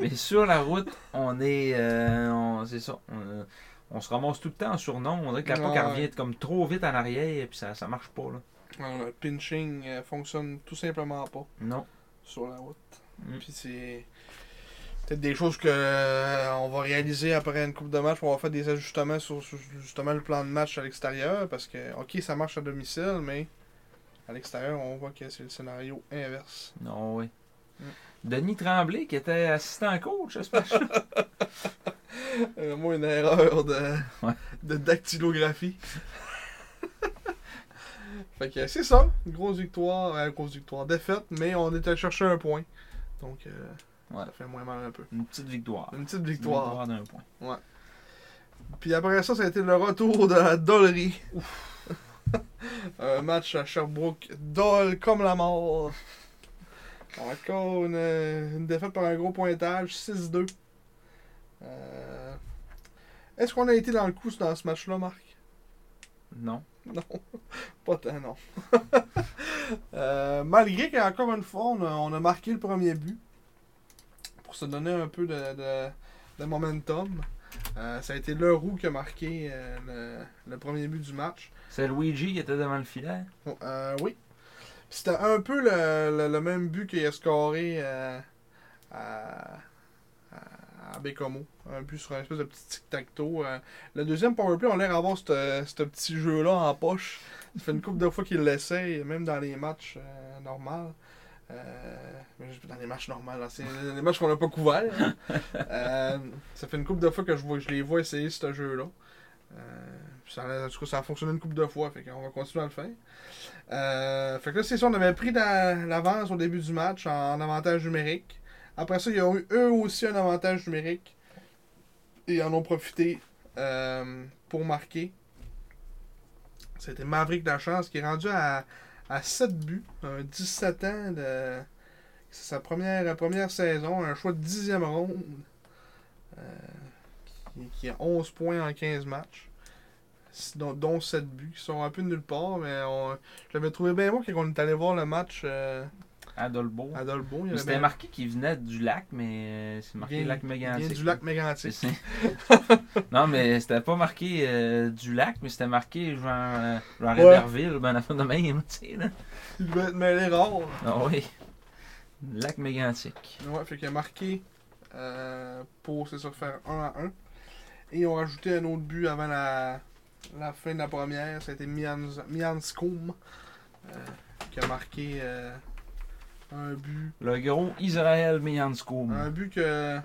Speaker 4: Mais sur la route, on est. euh, on- c'est ça. On, euh, on se ramasse tout le temps en surnom. On dirait que la POC elle
Speaker 3: Ouais.
Speaker 4: revient comme trop vite en arrière et puis ça, ça marche pas là.
Speaker 3: Alors, le pinching euh, fonctionne tout simplement pas
Speaker 4: Non.
Speaker 3: sur la route.
Speaker 4: Mm.
Speaker 3: Puis c'est peut-être des choses que euh, on va réaliser après une coupe de match. On va faire des ajustements sur, sur- justement le plan de match à l'extérieur parce que ok ça marche à domicile mais à l'extérieur on voit que c'est le scénario inverse.
Speaker 4: Non, Ah oui.
Speaker 3: Mm.
Speaker 4: Denis Tremblay qui était assistant coach, à ce match
Speaker 3: Euh, moi une erreur de,
Speaker 4: Ouais.
Speaker 3: de dactylographie. fait que c'est ça, une grosse victoire, euh, grosse victoire, défaite, mais on était chercher un point. Donc euh,
Speaker 4: Ouais.
Speaker 3: ça fait moins mal un peu.
Speaker 4: Une petite victoire.
Speaker 3: Une petite victoire.
Speaker 4: Une d'un point.
Speaker 3: Puis après ça, ça a été le retour de la dolerie. un match à Sherbrooke dole comme la mort. Encore une, une défaite par un gros pointage, 6-2. Euh, Est-ce qu'on a été dans le coup dans ce match-là, Marc?
Speaker 4: Non.
Speaker 3: Non, pas tant, non. Euh, malgré qu'encore une fois, on a, on a marqué le premier but pour se donner un peu de, de- de momentum. Euh, ça a été Leroux qui a marqué euh, le, le premier but du match.
Speaker 4: C'est Luigi qui était devant le filet.
Speaker 3: Bon, euh, oui. C'était un peu le, le- le même but qu'il a scoré euh, à, à, à Bécomo. Un but sur un espèce de petit tic-tac-toe. euh. Le deuxième powerplay, on a l'air d'avoir ce ce petit jeu-là en poche. Ça fait une couple de fois qu'il l'essaye, même dans les matchs euh, normaux. Euh, mais je- dans les matchs normaux, là, c'est les matchs qu'on n'a pas couverts. Euh, ça fait une couple de fois que je, vois, je les vois essayer ce jeu-là. Euh, puis ça, a- en tout cas, ça a fonctionné une couple de fois, fait qu'on va continuer à le faire. Euh, fait que là, c'est ça, on avait pris la- l'avance au début du match en avantage numérique. Après ça, ils ont eu eux aussi un avantage numérique. Et ils en ont profité euh, pour marquer. C'était Maverick Lachance qui est rendu à, à 7 buts, un 17 ans de. C'est sa première, première saison, un choix de 10e ronde. euh, qui, qui a 11 points en 15 matchs. Dont, dont 7 buts, qui sont un peu de nulle part, mais on, je l'avais trouvé bien bon quand on est allé voir le match euh,
Speaker 4: À Dolbo.
Speaker 3: à Dolbeau. Il y
Speaker 4: Mais
Speaker 3: avait
Speaker 4: C'était
Speaker 3: bien-
Speaker 4: marqué qu'il venait du lac, mais euh, c'est marqué
Speaker 3: Vient-
Speaker 4: lac
Speaker 3: eh ben. il vient
Speaker 4: Mégantic.
Speaker 3: du lac Mégantic.
Speaker 4: C'est- non, mais c'était pas marqué euh, du lac, mais c'était marqué genre, euh, genre
Speaker 3: Ouais.
Speaker 4: Héberville, ben, la fin de même, tu sais, là.
Speaker 3: Il devait être mêlé rare.
Speaker 4: Ah oui. Lac Mégantic.
Speaker 3: Ouais, fait qu'il a marqué euh, pour c'est ça, faire 1 à 1. Et ils ont rajouté un autre but avant la, la fin de la première. Ça a été Mians, Mianskoum euh, qui a marqué euh, un but.
Speaker 4: Le gros Israël Meyanskoum.
Speaker 3: Un but que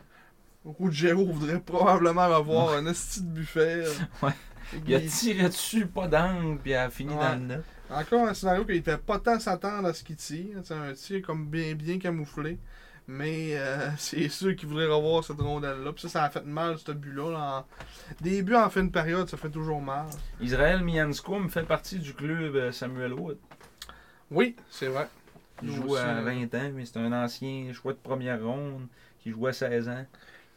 Speaker 3: Ruggiero voudrait probablement avoir un esti de buffet. euh.
Speaker 4: Ouais.
Speaker 3: Il-
Speaker 4: Il a tiré dessus, pas d'angle, puis il a fini
Speaker 3: Ouais.
Speaker 4: dans le net.
Speaker 3: Encore un scénario qu'il ne fait pas tant s'attendre à ce qu'il tire. C'est un tir comme bien, bien camouflé. Mais euh, c'est sûr qu'il voudrait revoir cette rondelle-là. Puis ça, ça a fait mal, ce but-là. là. En- Des buts en fin de période, ça fait toujours mal.
Speaker 4: Israël Mianskoum fait partie du club euh, Samuel Wood.
Speaker 3: Oui, c'est vrai.
Speaker 4: Il
Speaker 3: Nous
Speaker 4: joue
Speaker 3: aussi,
Speaker 4: à
Speaker 3: euh,
Speaker 4: 20 ans, mais c'est un ancien choix de première ronde qui joue à 16 ans.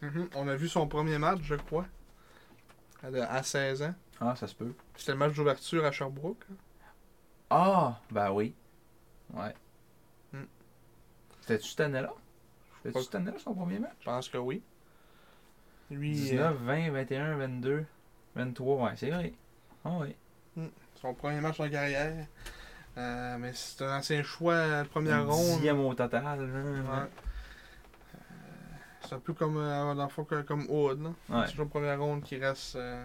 Speaker 3: Mhm. On a vu son premier match, je crois. À de- À 16 ans.
Speaker 4: Ah, ça se peut.
Speaker 3: C'était le match d'ouverture à Sherbrooke. hein.
Speaker 4: Ah, ben oui. Ouais.
Speaker 3: Hmm.
Speaker 4: C'était-tu cette année-là?
Speaker 3: crois
Speaker 4: C'était-tu cette année-là son premier match?
Speaker 3: Je pense que oui. Lui, euh,
Speaker 4: 19, 20, 21, 22, 23, ouais, c'est vrai. Ah oui.
Speaker 3: euh, son premier match en carrière. Euh, mais c'est un ancien choix de première ronde.
Speaker 4: Dixième au total. hein,
Speaker 3: Euh, C'est un peu comme, euh, dans le fond, que- comme Hood, là.
Speaker 4: Ouais. Ouais.
Speaker 3: C'est toujours première ronde qui reste euh,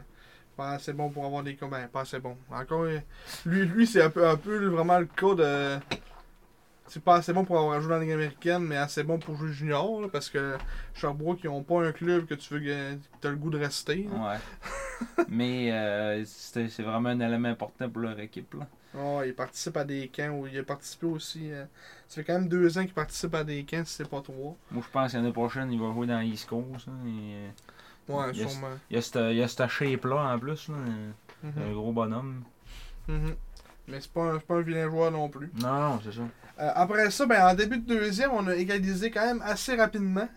Speaker 3: pas assez bon pour avoir des combats. Pas assez bon. Encore, euh, lui, lui c'est un peu, un peu vraiment le cas de. C'est pas assez bon pour avoir joué dans la Ligue américaine, mais assez bon pour jouer junior, là, parce que Sherbrooke, ils ont pas un club que tu veux que t'as le goût de rester. là.
Speaker 4: Ouais. mais euh, c'était- c'est vraiment un élément important pour leur équipe. Là.
Speaker 3: Ah, il participe à des camps, où il a participé aussi. euh, ça fait quand même deux ans qu'il participe à des camps, si c'est pas trois.
Speaker 4: Moi, je pense que l'année prochaine, il va jouer dans l'East Coast. hein, et, euh,
Speaker 3: Ouais,
Speaker 4: Yes.
Speaker 3: sûrement.
Speaker 4: il y a cette- il y a cette shape-là en plus. Là, euh,
Speaker 3: Mhm.
Speaker 4: un gros bonhomme.
Speaker 3: Mhm. Mais c'est pas, un- c'est pas un vilain joueur non plus.
Speaker 4: Non, non, c'est ça.
Speaker 3: Euh, après ça, ben, en début de deuxième, on a égalisé quand même assez rapidement.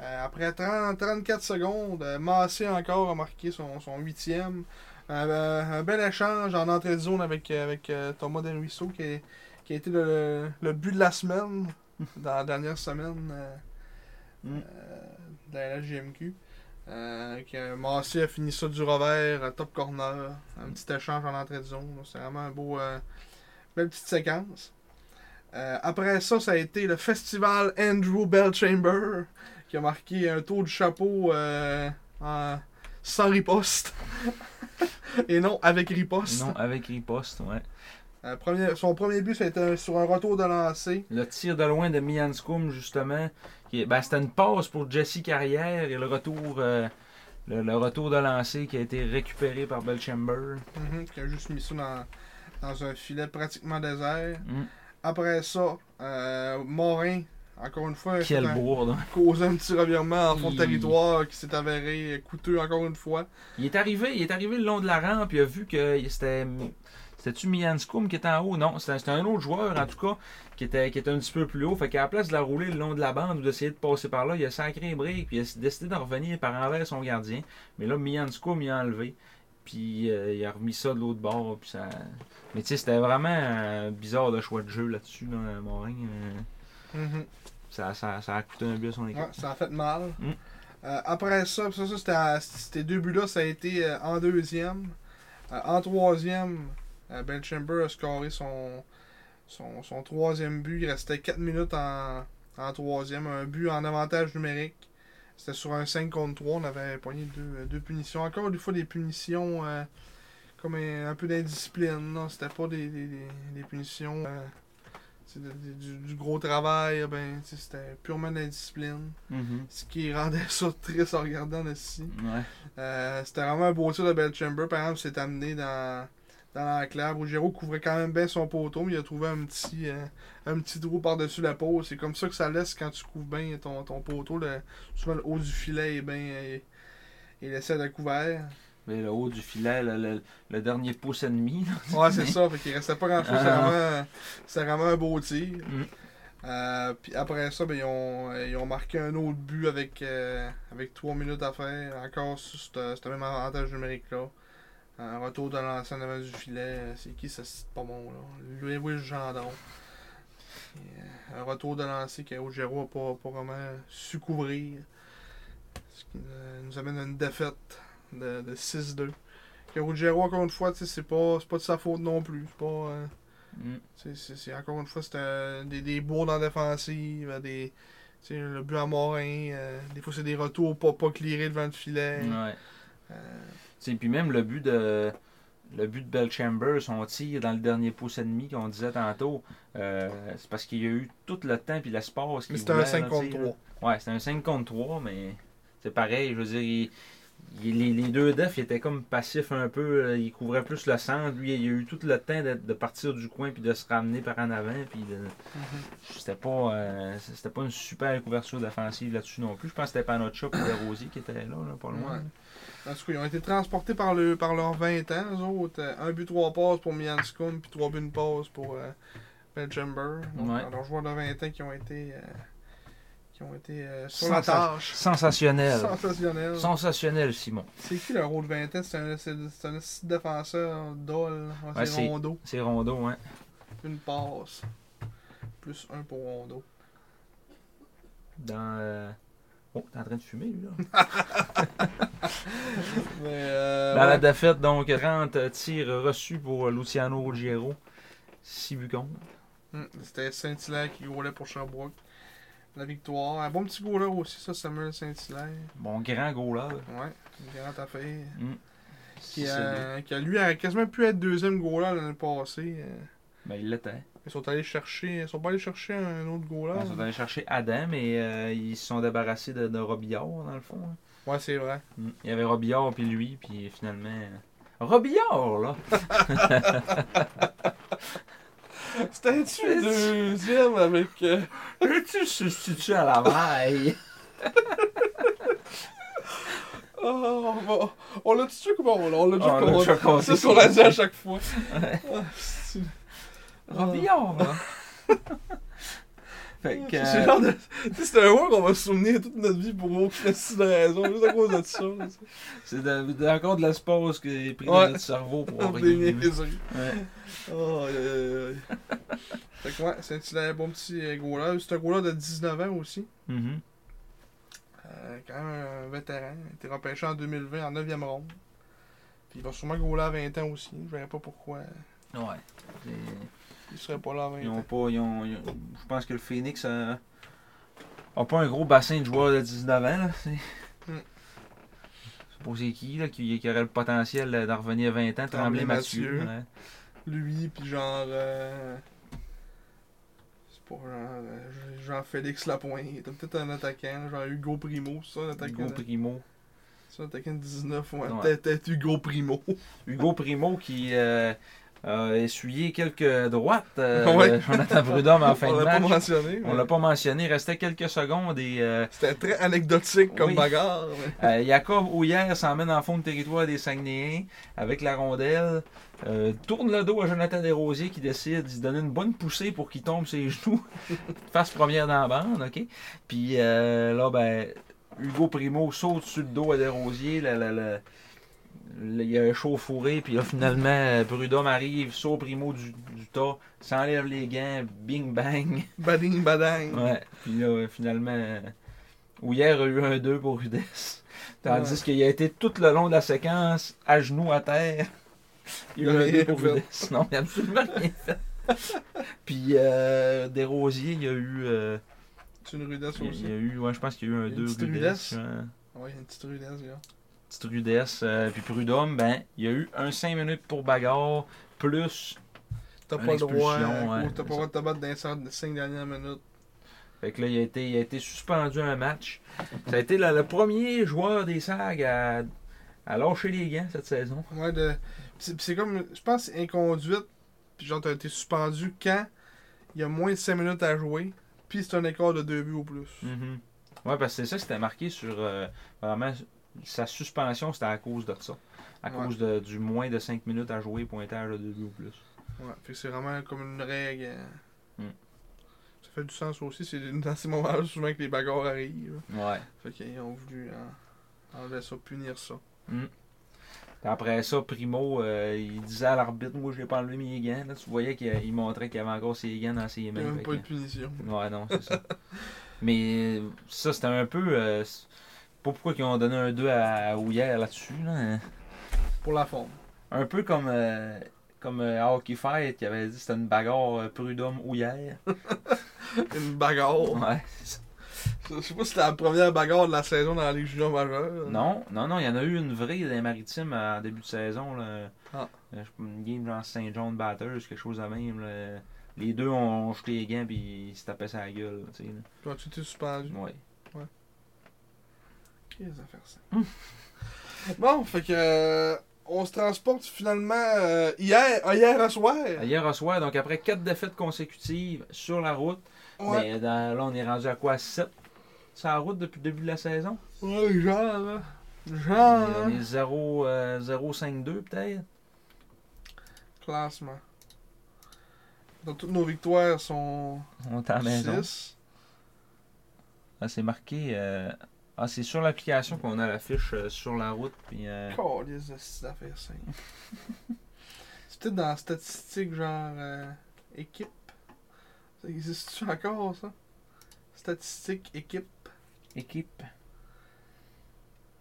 Speaker 3: Euh, après 30, 34 secondes, euh, Massé encore a marqué son, son huitième. Euh, un bel échange en entrée de zone avec, avec euh, Thomas Denruisseau qui, est- qui a été le, le- le but de la semaine, dans la dernière semaine euh,
Speaker 4: Mm.
Speaker 3: euh, de la GMQ. Euh, que Massé a fini ça du revers, euh, top corner, un petit échange en entrée de zone. là. C'est vraiment un beau, euh, belle petite séquence. Euh, après ça, ça a été le festival Andrew Bell Chamber qui a marqué un tour du chapeau euh, en- sans riposte. Et non, avec riposte.
Speaker 4: Non, avec riposte, ouais.
Speaker 3: Euh, premier- son premier but, c'était sur un retour de lancer.
Speaker 4: Le tir de loin de Mian Skoum, justement, qui est- ben, c'était une passe pour Jesse Carrière et le retour, euh, le, le retour de lancer qui a été récupéré par Belchamber.
Speaker 3: Mhm, qui a juste mis ça dans, dans un filet pratiquement désert.
Speaker 4: Mm.
Speaker 3: Après ça, euh, Morin, encore une fois,
Speaker 4: Quel
Speaker 3: a
Speaker 4: bourde! hein.
Speaker 3: causé un petit revirement en fond de
Speaker 4: Il-
Speaker 3: territoire qui s'est avéré coûteux encore une fois.
Speaker 4: Il est arrivé, il est arrivé le long de la rampe, il a vu que c'était. C'était-tu Mian Skoum qui était en haut? Non, c'était c'était un autre joueur en tout cas qui était, qui était un petit peu plus haut. Fait qu'à la place de la rouler le long de la bande ou d'essayer de passer par là, il a sacré un break, puis il a décidé d'en revenir par envers son gardien. Mais là, Mian Skoum il a enlevé. Puis euh, il a remis ça de l'autre bord. Puis ça... Mais tu sais, c'était vraiment euh, bizarre le choix de jeu là-dessus dans le Morin. Euh,
Speaker 3: Mhm.
Speaker 4: ça, ça, ça a coûté un but à son équipe.
Speaker 3: Ouais, ça a fait mal.
Speaker 4: Mm.
Speaker 3: Euh, après ça, ça, ça, c'était à- ces deux buts-là, ça a été euh, en deuxième. Euh, en troisième, euh, Ben Chamber a scoré son, son, son troisième but. Il restait 4 minutes en, en troisième. Un but en avantage numérique. C'était sur un 5 contre 3. On avait poigné deux, deux punitions. Encore une fois, des punitions euh, comme un, un peu d'indiscipline. là. C'était pas des, des- des- des punitions euh, tu sais, de- de- du, du gros travail. Ben, tu sais, c'était purement d'indiscipline. Ce qui rendait ça triste en regardant ici.
Speaker 4: Ouais.
Speaker 3: Euh, c'était vraiment un beau tir de Belchamber. Par exemple, s'est amené dans, dans l'enclave. Ruggiero couvrait quand même bien son poteau, mais il a trouvé un petit, euh, un petit trou par-dessus la peau. C'est comme ça que ça laisse quand tu couvres bien ton, ton poteau. Le, souvent, le haut du filet est bien. est- est laissé à découvert.
Speaker 4: Mais le haut du filet, le, le- le dernier pouce et demi. là.
Speaker 3: Ouais, c'est ça. Fait qu'il restait pas grand chose. C'est
Speaker 4: Ah.
Speaker 3: vraiment, c'est vraiment un beau tir.
Speaker 4: Mm.
Speaker 3: Euh, puis après ça, ben, ils, ont, euh, ils ont marqué un autre but avec, euh, avec 3 minutes à faire. Encore sur ce ce même avantage numérique-là. Un retour de lancer en avant du filet. C'est qui ça? C'est pas bon, là. Louis Gendron. Et, euh, Un retour de lancer qu'Augero n'a pas, pas vraiment su couvrir. Ce qui euh, nous amène à une défaite de, de 6-2. Que Ruggiero, encore une fois, tu sais, c'est pas, c'est pas de sa faute non plus. C'est pas. euh,
Speaker 4: Mm.
Speaker 3: c'est- c'est- c'est- encore une fois, c'est un- des, des bourdes en défensive, euh, des, tu sais, le but à Morin, euh, des fois c'est des retours pas, pas clearés devant le filet.
Speaker 4: Ouais.
Speaker 3: Euh,
Speaker 4: Tu sais, puis même le but de le but de Belchamber, son tir dans le dernier pouce et demi qu'on disait tantôt, euh, c'est parce qu'il y a eu tout le temps puis l'espace qu'il
Speaker 3: mais c'était
Speaker 4: voulait, là,
Speaker 3: un 5 contre
Speaker 4: tu sais, là.
Speaker 3: 3.
Speaker 4: Ouais, c'était un 5 contre 3, mais c'est pareil, je veux dire, il- il- les, les deux defs ils étaient comme passifs un peu, euh, ils couvraient plus le centre, lui il y a eu tout le temps de, de partir du coin puis de se ramener par en avant puis de- c'était pas euh, c'était pas une super couverture défensive là-dessus non plus. Je pense que c'était Panocha et Desrosiers qui étaient là, là pas loin.
Speaker 3: Ouais. En tout cas, ils ont été transportés par, le, par leurs 20 ans, eux autres. Euh, Un but, trois passes pour Mianskoum, puis trois buts, une passe pour euh, Beljamber. Donc,
Speaker 4: Ouais.
Speaker 3: Leurs joueurs de 20 ans qui ont été, euh, qui ont été euh, sur la
Speaker 4: Sensation-
Speaker 3: tâche.
Speaker 4: Sensationnel.
Speaker 3: Sensationnel.
Speaker 4: Sensationnel, Simon.
Speaker 3: C'est qui le rôle de 20 ans? C'est un, c'est, c'est un esti de défenseur dol.
Speaker 4: Ouais,
Speaker 3: c'est
Speaker 4: c'est-
Speaker 3: Rondo.
Speaker 4: C'est Rondo, hein.
Speaker 3: Une passe. Plus un pour Rondo.
Speaker 4: Dans. euh, Oh, t'es en train de fumer, lui, là.
Speaker 3: Mais, euh,
Speaker 4: Dans la
Speaker 3: ouais.
Speaker 4: défaite, donc, 30 tirs reçus pour euh, Luciano Ruggiero. 6 buts contre.
Speaker 3: Hum, C'était Saint-Hilaire qui roulait pour Sherbrooke. La victoire. Un bon petit goaler aussi, ça, Samuel Saint-Hilaire.
Speaker 4: Bon, grand goal là.
Speaker 3: Ouais, une grande affaire.
Speaker 4: Si
Speaker 3: Qui,
Speaker 4: c'est lui.
Speaker 3: euh, qui, lui a quasiment pu être deuxième goaler l'année passée. euh.
Speaker 4: Ben, il l'était.
Speaker 3: Ils sont allés chercher. Ils sont pas allés chercher un autre goaler.
Speaker 4: Ils sont allés chercher Adam, mais euh, ils se sont débarrassés de, de Robillard, dans le fond. hein.
Speaker 3: Ouais, c'est vrai.
Speaker 4: Mm. Il y avait Robillard, puis lui, puis finalement. euh, Robillard, là!
Speaker 3: C'était-tu deuxième avec. euh,
Speaker 4: tu substitues à la maille?
Speaker 3: Oh, on va- on l'a tué comment on l'a on l'a
Speaker 4: On l'a déjà
Speaker 3: déjà
Speaker 4: compté.
Speaker 3: compté. C'est ce qu'on a dit à chaque fois. Ah, c'est-
Speaker 4: Robillard, là! Fait que,
Speaker 3: C'est le
Speaker 4: euh,
Speaker 3: genre de. tu sais, C'est un mot qu'on va se souvenir toute notre vie pour aucune de raison, juste à cause de ça. là, tu sais.
Speaker 4: c'est de- de- encore de l'espace qui est pris dans
Speaker 3: Ouais.
Speaker 4: notre cerveau pour
Speaker 3: Pour des
Speaker 4: rien.
Speaker 3: niaiseries.
Speaker 4: Ouais.
Speaker 3: Oh, aïe, aïe, aïe. Fait que ouais, c'est un bon petit euh, goaler. C'est un goaler de 19 ans aussi.
Speaker 4: Mhm.
Speaker 3: Euh, quand même un vétéran. Il a été repêché en 2020 en 9e ronde. Puis il va sûrement goaler à 20 ans aussi. Je verrais pas pourquoi
Speaker 4: Ouais. C'est-
Speaker 3: il serait pas là à 20
Speaker 4: Ils ont
Speaker 3: ans.
Speaker 4: pas. Ils ont, ils ont- je pense que le Phoenix n'a pas un gros bassin de joueurs de 19 ans. Là. C'est
Speaker 3: Mm.
Speaker 4: c'est pas c'est qui là, qui, qui aurait le potentiel euh, d'en revenir à 20 ans, Tremblay
Speaker 3: Tremblay
Speaker 4: Mathieu.
Speaker 3: Mathieu.
Speaker 4: ouais.
Speaker 3: Lui, puis genre. euh, C'est pas genre. euh, Jean-Félix Lapointe. Il était peut-être un attaquant. là, Genre Hugo Primo, c'est ça, un attaquant.
Speaker 4: Hugo
Speaker 3: de-
Speaker 4: Primo.
Speaker 3: C'est un attaquant de 19, ouais.
Speaker 4: Ouais.
Speaker 3: Peut-être- Peut-être Hugo Primo.
Speaker 4: Hugo Primo qui euh, a essuyé quelques droites euh,
Speaker 3: Ouais.
Speaker 4: de Jonathan Prudhomme en fin
Speaker 3: On
Speaker 4: de
Speaker 3: l'a pas
Speaker 4: match.
Speaker 3: mentionné.
Speaker 4: On
Speaker 3: mais
Speaker 4: l'a pas mentionné, restait quelques secondes et euh,
Speaker 3: C'était très anecdotique comme
Speaker 4: Oui.
Speaker 3: bagarre. mais-
Speaker 4: Euh, Jacob Ouillère s'emmène en fond de territoire des Saguenayens avec la rondelle. euh, tourne le dos à Jonathan Desrosiers qui décide de se donner une bonne poussée pour qu'il tombe ses genoux. Face première dans la bande, OK? Puis euh, là, ben, Hugo Primo saute sur le dos à Desrosiers. La, la, la- la- il y a un chaud fourré. Puis là, finalement, euh, Prudhomme arrive, saute Primo du, du tas, s'enlève les gants, bing bang.
Speaker 3: Bading, badang.
Speaker 4: Ouais. Puis là, euh, finalement, euh, Ouillère a eu un 2 pour Rudess. Tandis qu'il a été tout le long de la séquence à genoux à terre. Il y a eu un 2 pour Rudess. Non, il n'a absolument rien fait. Puis euh, Desrosiers, il y a eu. euh,
Speaker 3: C'est une rudesse
Speaker 4: il y a-
Speaker 3: aussi.
Speaker 4: il y a eu ouais, je pense qu'il y a eu un
Speaker 3: Une
Speaker 4: 2
Speaker 3: petite
Speaker 4: Rudess.
Speaker 3: rudesse.
Speaker 4: ouais.
Speaker 3: Ouais, il y a une petite rudesse, gars.
Speaker 4: Petite Rudess. euh, puis Prudhomme, ben, il y a eu un 5 minutes pour bagarre. Plus.
Speaker 3: T'as
Speaker 4: Une
Speaker 3: pas le droit.
Speaker 4: expulsion, ouais,
Speaker 3: gros, T'as
Speaker 4: c'est
Speaker 3: pas le droit de te battre dans les cinq- les 5 dernières minutes.
Speaker 4: Fait que là, il a été, il a été suspendu un match. Ça a été le, le premier joueur des SAG à, à lâcher les gants cette saison.
Speaker 3: Ouais, de... pis c'est pis c'est comme. Je pense que c'est inconduite. Puis genre, t'as été suspendu quand il y a moins de 5 minutes à jouer. Puis c'est un écart de 2 buts au plus.
Speaker 4: Ouais, parce que c'est ça que c'était marqué sur euh, vraiment sa suspension, c'était à cause de ça. À
Speaker 3: Ouais.
Speaker 4: cause de, du moins de 5 minutes à jouer, pointage de 2 buts ou plus.
Speaker 3: Ouais, fait que c'est vraiment comme une règle. euh.
Speaker 4: Mm.
Speaker 3: Ça fait du sens aussi. C'est dans ces moments-là souvent que les bagarres arrivent.
Speaker 4: Ouais.
Speaker 3: Fait qu'ils ont voulu en- enlever ça, punir ça.
Speaker 4: Puis après ça, Primo, euh, il disait à l'arbitre Moi, j'ai pas enlevé mes gants. Là, tu voyais qu'il il montrait qu'il avait encore ses gants dans ses
Speaker 3: Il n'y
Speaker 4: mains.
Speaker 3: a
Speaker 4: Fait
Speaker 3: même pas
Speaker 4: que-
Speaker 3: eu de punition.
Speaker 4: Ouais, non, c'est ça. Mais euh, ça, c'était un peu. euh, c'est pas pourquoi ils ont donné un 2 à Ouillère là-dessus. Là. hein.
Speaker 3: Pour la forme.
Speaker 4: Un peu comme, euh, comme euh, à Hockey Fight qui avait dit que c'était une bagarre euh, Prudhomme-Ouillère.
Speaker 3: Une bagarre.
Speaker 4: Ouais, c'est ça.
Speaker 3: Je sais pas si c'était la première bagarre de la saison dans la Ligue junior majeure.
Speaker 4: Non, non, non, il y en a eu une vraie dans les maritimes euh, en début de saison. Là.
Speaker 3: Ah.
Speaker 4: Euh, je- Une game genre Saint-John Batters, quelque chose de même. là. Les deux ont jeté les gants puis ils se tapaient sa gueule. tu sais, là.
Speaker 3: Toi, tu t'es suspendu.
Speaker 4: Ouais.
Speaker 3: Qu'est-ce que ça fait ça? bon, fait que. euh, on se transporte finalement euh, hier, à hier à soir.
Speaker 4: Hier au soir, donc après quatre défaites consécutives sur la route,
Speaker 3: Ouais,
Speaker 4: Mais dans- là, on est rendu à quoi 7 sur la route depuis le début de la saison
Speaker 3: ouais, genre, là.
Speaker 4: On
Speaker 3: Genre,
Speaker 4: est-
Speaker 3: là.
Speaker 4: On est 0, euh, 0,52 peut-être.
Speaker 3: Classement. Dans toutes nos victoires sont
Speaker 4: On est à la maison.
Speaker 3: 6.
Speaker 4: Ah, c'est marqué. euh, Ah, c'est sur l'application qu'on a la fiche euh, sur la route. Puis, euh,
Speaker 3: Calisse de ces affaires simples. C'est peut-être dans la statistique, genre euh, équipe. Ça existe-tu encore, ça Statistique, équipe
Speaker 4: équipe.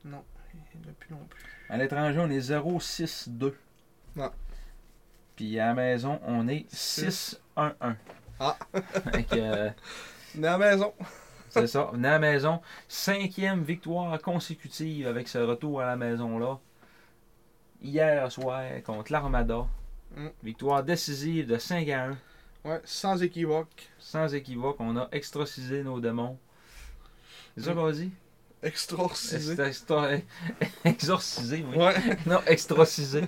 Speaker 3: Non, il n'y en a plus non plus.
Speaker 4: À l'étranger, on est 0,62.
Speaker 3: Ah.
Speaker 4: Puis à la maison, on est
Speaker 3: Six.
Speaker 4: 6-1-1.
Speaker 3: Ah.
Speaker 4: Fait que, euh,
Speaker 3: Dans la maison
Speaker 4: c'est ça. Venez à la maison. Cinquième victoire consécutive avec ce retour à la maison-là. Hier soir contre l'Armada.
Speaker 3: Mm.
Speaker 4: Victoire décisive de 5 à 1.
Speaker 3: Ouais, sans équivoque.
Speaker 4: Sans équivoque, on a extracisé nos démons. C'est ça
Speaker 3: Mm.
Speaker 4: qu'on dit?
Speaker 3: Extraordinaire.
Speaker 4: Extra- extra- Exorcisé, oui.
Speaker 3: Ouais,
Speaker 4: Non, extracisé.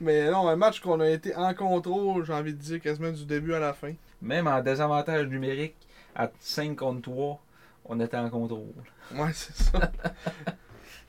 Speaker 3: mais non, un match qu'on a été en contrôle, j'ai envie de dire, quasiment du début à la fin.
Speaker 4: Même en désavantage numérique, à 5 contre 3, on était en contrôle.
Speaker 3: Ouais, c'est ça.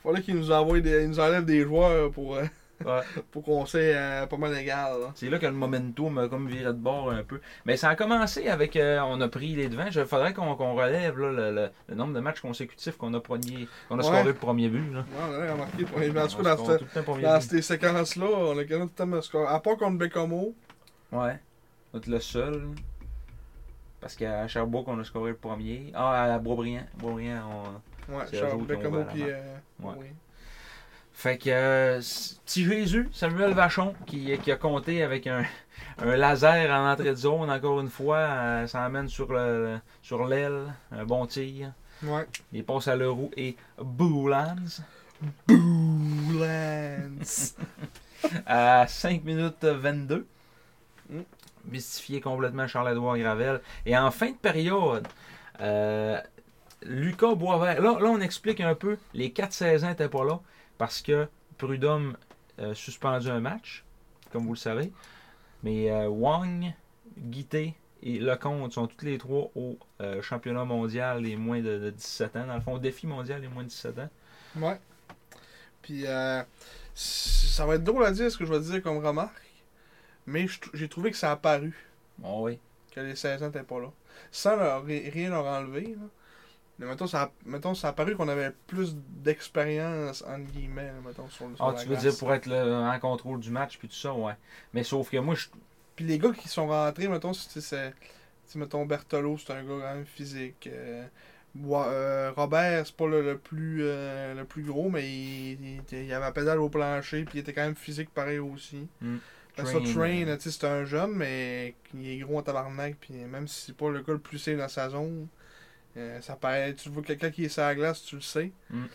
Speaker 3: Fallait qu'ils nous envoient des, ils nous enlèvent des joueurs pour euh,
Speaker 4: Ouais.
Speaker 3: pour qu'on sait euh, pas mal égal. là.
Speaker 4: C'est là que le momento m'a comme viré de bord un peu. Mais ça a commencé avec. euh, on a pris les devants. Il faudrait qu'on qu'on relève là, le, le- le nombre de matchs consécutifs qu'on a, premier, qu'on a
Speaker 3: Ouais.
Speaker 4: scoré le premier but. Là.
Speaker 3: Ouais, on a remarqué. pour les- En
Speaker 4: Ah,
Speaker 3: tout
Speaker 4: On
Speaker 3: cas, dans
Speaker 4: score
Speaker 3: cette-
Speaker 4: tout le temps premier
Speaker 3: Dans
Speaker 4: but.
Speaker 3: ces séquences-là, on a gagné tout le temps de score. À part contre Bécomo,
Speaker 4: Ouais. Notre le seul. là. Parce qu'à Sherbrooke, on a scoré le premier. Ah, à Boisbriand. Boisbriand, on.
Speaker 3: ouais,
Speaker 4: C'est eux
Speaker 3: Charles
Speaker 4: autres qui ont
Speaker 3: Bécomo
Speaker 4: ouvert
Speaker 3: puis.
Speaker 4: la
Speaker 3: euh,
Speaker 4: Ouais.
Speaker 3: oui.
Speaker 4: Fait que euh, c- petit Jésus, Samuel Vachon, qui, qui a compté avec un, un laser en entrée de zone, encore une fois, euh, ça amène sur le sur l'aile, un bon tir.
Speaker 3: Ouais.
Speaker 4: Il passe à Leroux et Boulans.
Speaker 3: Boulance.
Speaker 4: à 5 minutes 22.
Speaker 3: Mm.
Speaker 4: Mystifié complètement Charles-Edouard Gravel. Et en fin de période, euh, Lucas Boisvert. Là, là, on explique un peu. Les 4-16 ans n'étaient pas là parce que Prudhomme euh, suspendu un match, comme vous le savez. Mais euh, Wang, Guité et Lecomte sont tous les trois au euh, championnat mondial les moins de, de 17 ans. Dans le fond, défi mondial les moins de 17 ans.
Speaker 3: ouais. Puis, euh, c- ça va être drôle à dire ce que je vais dire comme remarque, mais je t- j'ai trouvé que ça a paru
Speaker 4: Bon, oui.
Speaker 3: que les 16 ans n'étaient pas là. Sans leur- ri- rien leur enlever. là. Mais mettons, ça a, mettons, ça a paru qu'on avait plus d'expérience, entre guillemets, là, mettons, sur le sur
Speaker 4: Ah,
Speaker 3: la
Speaker 4: tu veux
Speaker 3: glace.
Speaker 4: dire pour être le- en contrôle du match puis tout ça, ouais. Mais sauf que moi, je,
Speaker 3: Puis les gars qui sont rentrés, mettons, c'est- c'est. tu sais, mettons, Bertolo, c'est un gars quand même physique. Euh, Wa- euh, Robert, c'est pas le, le plus, euh, le plus gros, mais il, il était- il avait la pédale au plancher, puis il était quand même physique pareil aussi.
Speaker 4: Mm.
Speaker 3: Parce que
Speaker 4: Train,
Speaker 3: ça, Train,
Speaker 4: euh,
Speaker 3: tu sais, c'est un jeune, mais il est gros en tabarnak, puis même si c'est pas le gars le plus safe dans sa zone, euh, ça paraît. Tu vois quelqu'un qui est sur la glace, tu le sais.
Speaker 4: Mm.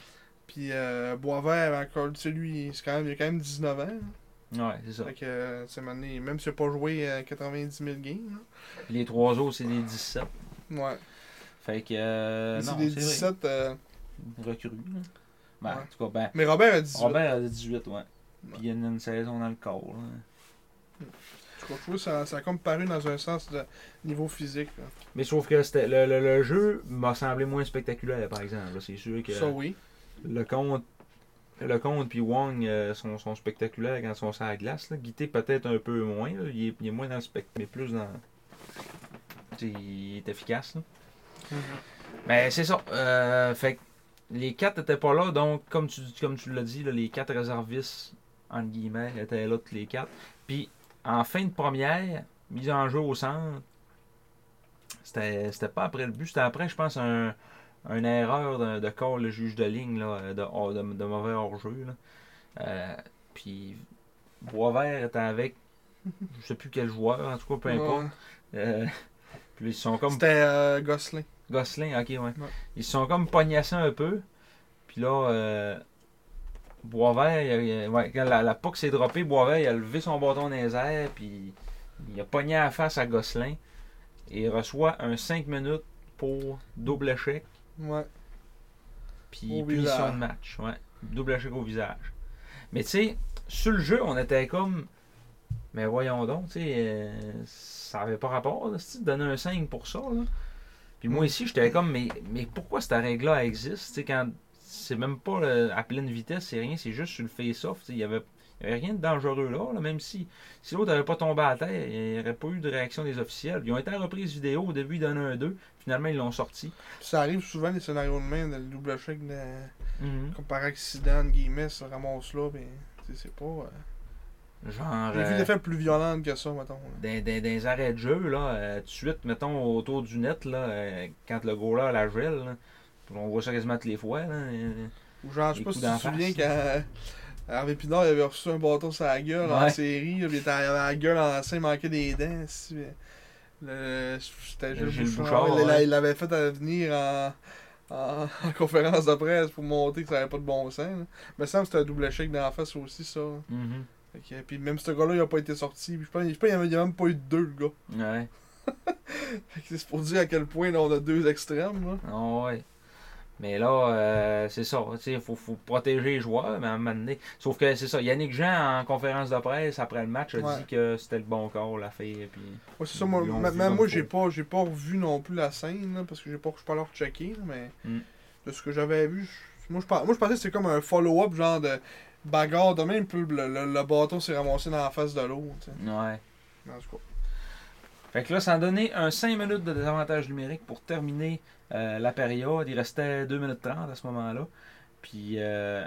Speaker 3: Puis euh, Boisvert, encore, tu sais, lui, c'est quand même, il a quand même 19 ans. hein.
Speaker 4: ouais, c'est ça.
Speaker 3: Fait que, euh, tu sais, mané, même s'il n'a pas joué euh, 90 000 games,
Speaker 4: Puis les trois autres, c'est des 17.
Speaker 3: là. ouais.
Speaker 4: Fait que, euh,
Speaker 3: Mais c'est
Speaker 4: non,
Speaker 3: des
Speaker 4: c'est vrai.
Speaker 3: 17. euh,
Speaker 4: Recrues, là. Ben,
Speaker 3: Ouais.
Speaker 4: en tout cas, ben,
Speaker 3: Mais Robert a 18.
Speaker 4: Robert a 18, ouais. Puis il y a une, une saison dans le corps, là.
Speaker 3: Je crois que ça, ça a comme paru dans un sens de niveau physique. là.
Speaker 4: Mais sauf que c'était le, le- le jeu m'a semblé moins spectaculaire, par exemple. là. C'est sûr que
Speaker 3: Ça, oui.
Speaker 4: le compte. Le compte puis Wang euh, sont, sont spectaculaires quand ils sont sur la glace. Là. Guité peut-être un peu moins. là. Il, est, il est moins dans le spectacle, mais plus dans. tu sais, Il est efficace. là. Mais c'est ça. Euh, fait que les quatre n'étaient pas là, donc comme tu, comme tu l'as dit, là, les quatre réservistes, entre guillemets, étaient là tous les quatre. Puis en fin de première, mise en jeu au centre, c'était c'était pas après le but, c'était après, je pense, un, une erreur de, de call, le juge de ligne, là, de, hors- de- de mauvais hors-jeu. là. Euh, puis Boisvert était avec, je sais plus quel joueur, en tout cas, peu importe.
Speaker 3: Ouais.
Speaker 4: Euh, puis ils sont comme
Speaker 3: C'était euh, Gosselin.
Speaker 4: Gosselin, ok, ouais.
Speaker 3: Ouais.
Speaker 4: Ils se sont comme pognassés un peu. Puis là, euh, Boisvert, il a- il a- ouais, quand la, la puck s'est droppée, Boisvert, il a levé son bâton dans les airs, puis il a pogné à la face à Gosselin. Et il reçoit un 5 minutes pour double échec,
Speaker 3: Ouais.
Speaker 4: puis
Speaker 3: Au
Speaker 4: punition
Speaker 3: visage.
Speaker 4: de match. Ouais, double échec au visage. Mais tu sais, sur le jeu, on était comme. Mais voyons donc, tu sais, euh, ça avait pas rapport, là, c'ti, de donner un 5 pour ça. Là. Puis moi ici, j'étais comme, mais, mais pourquoi cette règle-là existe? Tu sais, quand c'est même pas le- à pleine vitesse, c'est rien, c'est juste sur le face-off. tu sais, Il y avait, il y avait rien de dangereux là, là, même si, si l'autre n'avait pas tombé à terre, il n'y aurait pas eu de réaction des officiels. Ils ont été en reprise vidéo, au début ils donnaient un 2, finalement ils l'ont sorti.
Speaker 3: Puis ça arrive souvent, les scénarios de main, le double check, de-
Speaker 4: Mhm.
Speaker 3: comme par accident, entre guillemets, ça ramasse là, mais tu sais, c'est pas. euh,
Speaker 4: Genre.
Speaker 3: J'ai vu
Speaker 4: euh,
Speaker 3: des faits plus violentes que ça, mettons. là.
Speaker 4: dans, dans- dans les arrêts de jeu, là, euh, tout de suite, mettons, autour du net, là, euh, quand le goaler a la gel, là, on voit ça quasiment tous les fois. Là, euh,
Speaker 3: Ou genre, je sais
Speaker 4: Les
Speaker 3: pas
Speaker 4: coups
Speaker 3: si tu
Speaker 4: d'en
Speaker 3: te
Speaker 4: face,
Speaker 3: souviens
Speaker 4: là.
Speaker 3: quand euh, Harvey Pinard il avait reçu un bâton sur la gueule en
Speaker 4: Ouais.
Speaker 3: série, là, puis il était- il avait la gueule en scène, il manquait des dents. si, mais le- C'était Gilles
Speaker 4: Gilles
Speaker 3: Bouchard.
Speaker 4: Bouchard,
Speaker 3: il- il-
Speaker 4: ouais.
Speaker 3: Il l'avait fait à venir en, en, en conférence de presse pour montrer que ça n'avait pas de bon sens. là. Mais ça me semble que c'était un double chèque dans la face aussi, ça. là.
Speaker 4: mhm.
Speaker 3: Fait que- Puis même ce gars-là, il a pas été sorti. Puis je pense, je pense qu'il y avait- il y a même pas eu de deux, le gars.
Speaker 4: Ouais.
Speaker 3: Fait que C'est pour dire à quel point là, on a deux extrêmes. là.
Speaker 4: Ah ouais. Mais là, euh, c'est ça. Il faut, faut protéger les joueurs, mais à un moment donné. Sauf que c'est ça. Yannick Jean, en conférence de presse après le match, a
Speaker 3: Ouais.
Speaker 4: dit que c'était le bon corps, la fille. Puis...
Speaker 3: Ouais, c'est ça, moi,
Speaker 4: Ils l'ont
Speaker 3: ma-
Speaker 4: vu
Speaker 3: même
Speaker 4: comme
Speaker 3: moi,
Speaker 4: faut.
Speaker 3: j'ai pas, j'ai pas revu non plus la scène, là, parce que j'ai pas, je suis pas allé rechecker, là, mais
Speaker 4: Mm.
Speaker 3: de ce que j'avais vu, je- moi, je pens- moi, je pensais que c'était comme un follow-up, genre de bagarre de même, puis le, le- le bâton s'est ramassé dans la face de l'autre. tu sais.
Speaker 4: Ouais.
Speaker 3: En tout cas.
Speaker 4: Fait que là, ça a donné un 5 minutes de désavantage numérique pour terminer euh, la période. Il restait 2 minutes 30 à ce moment-là. Puis euh,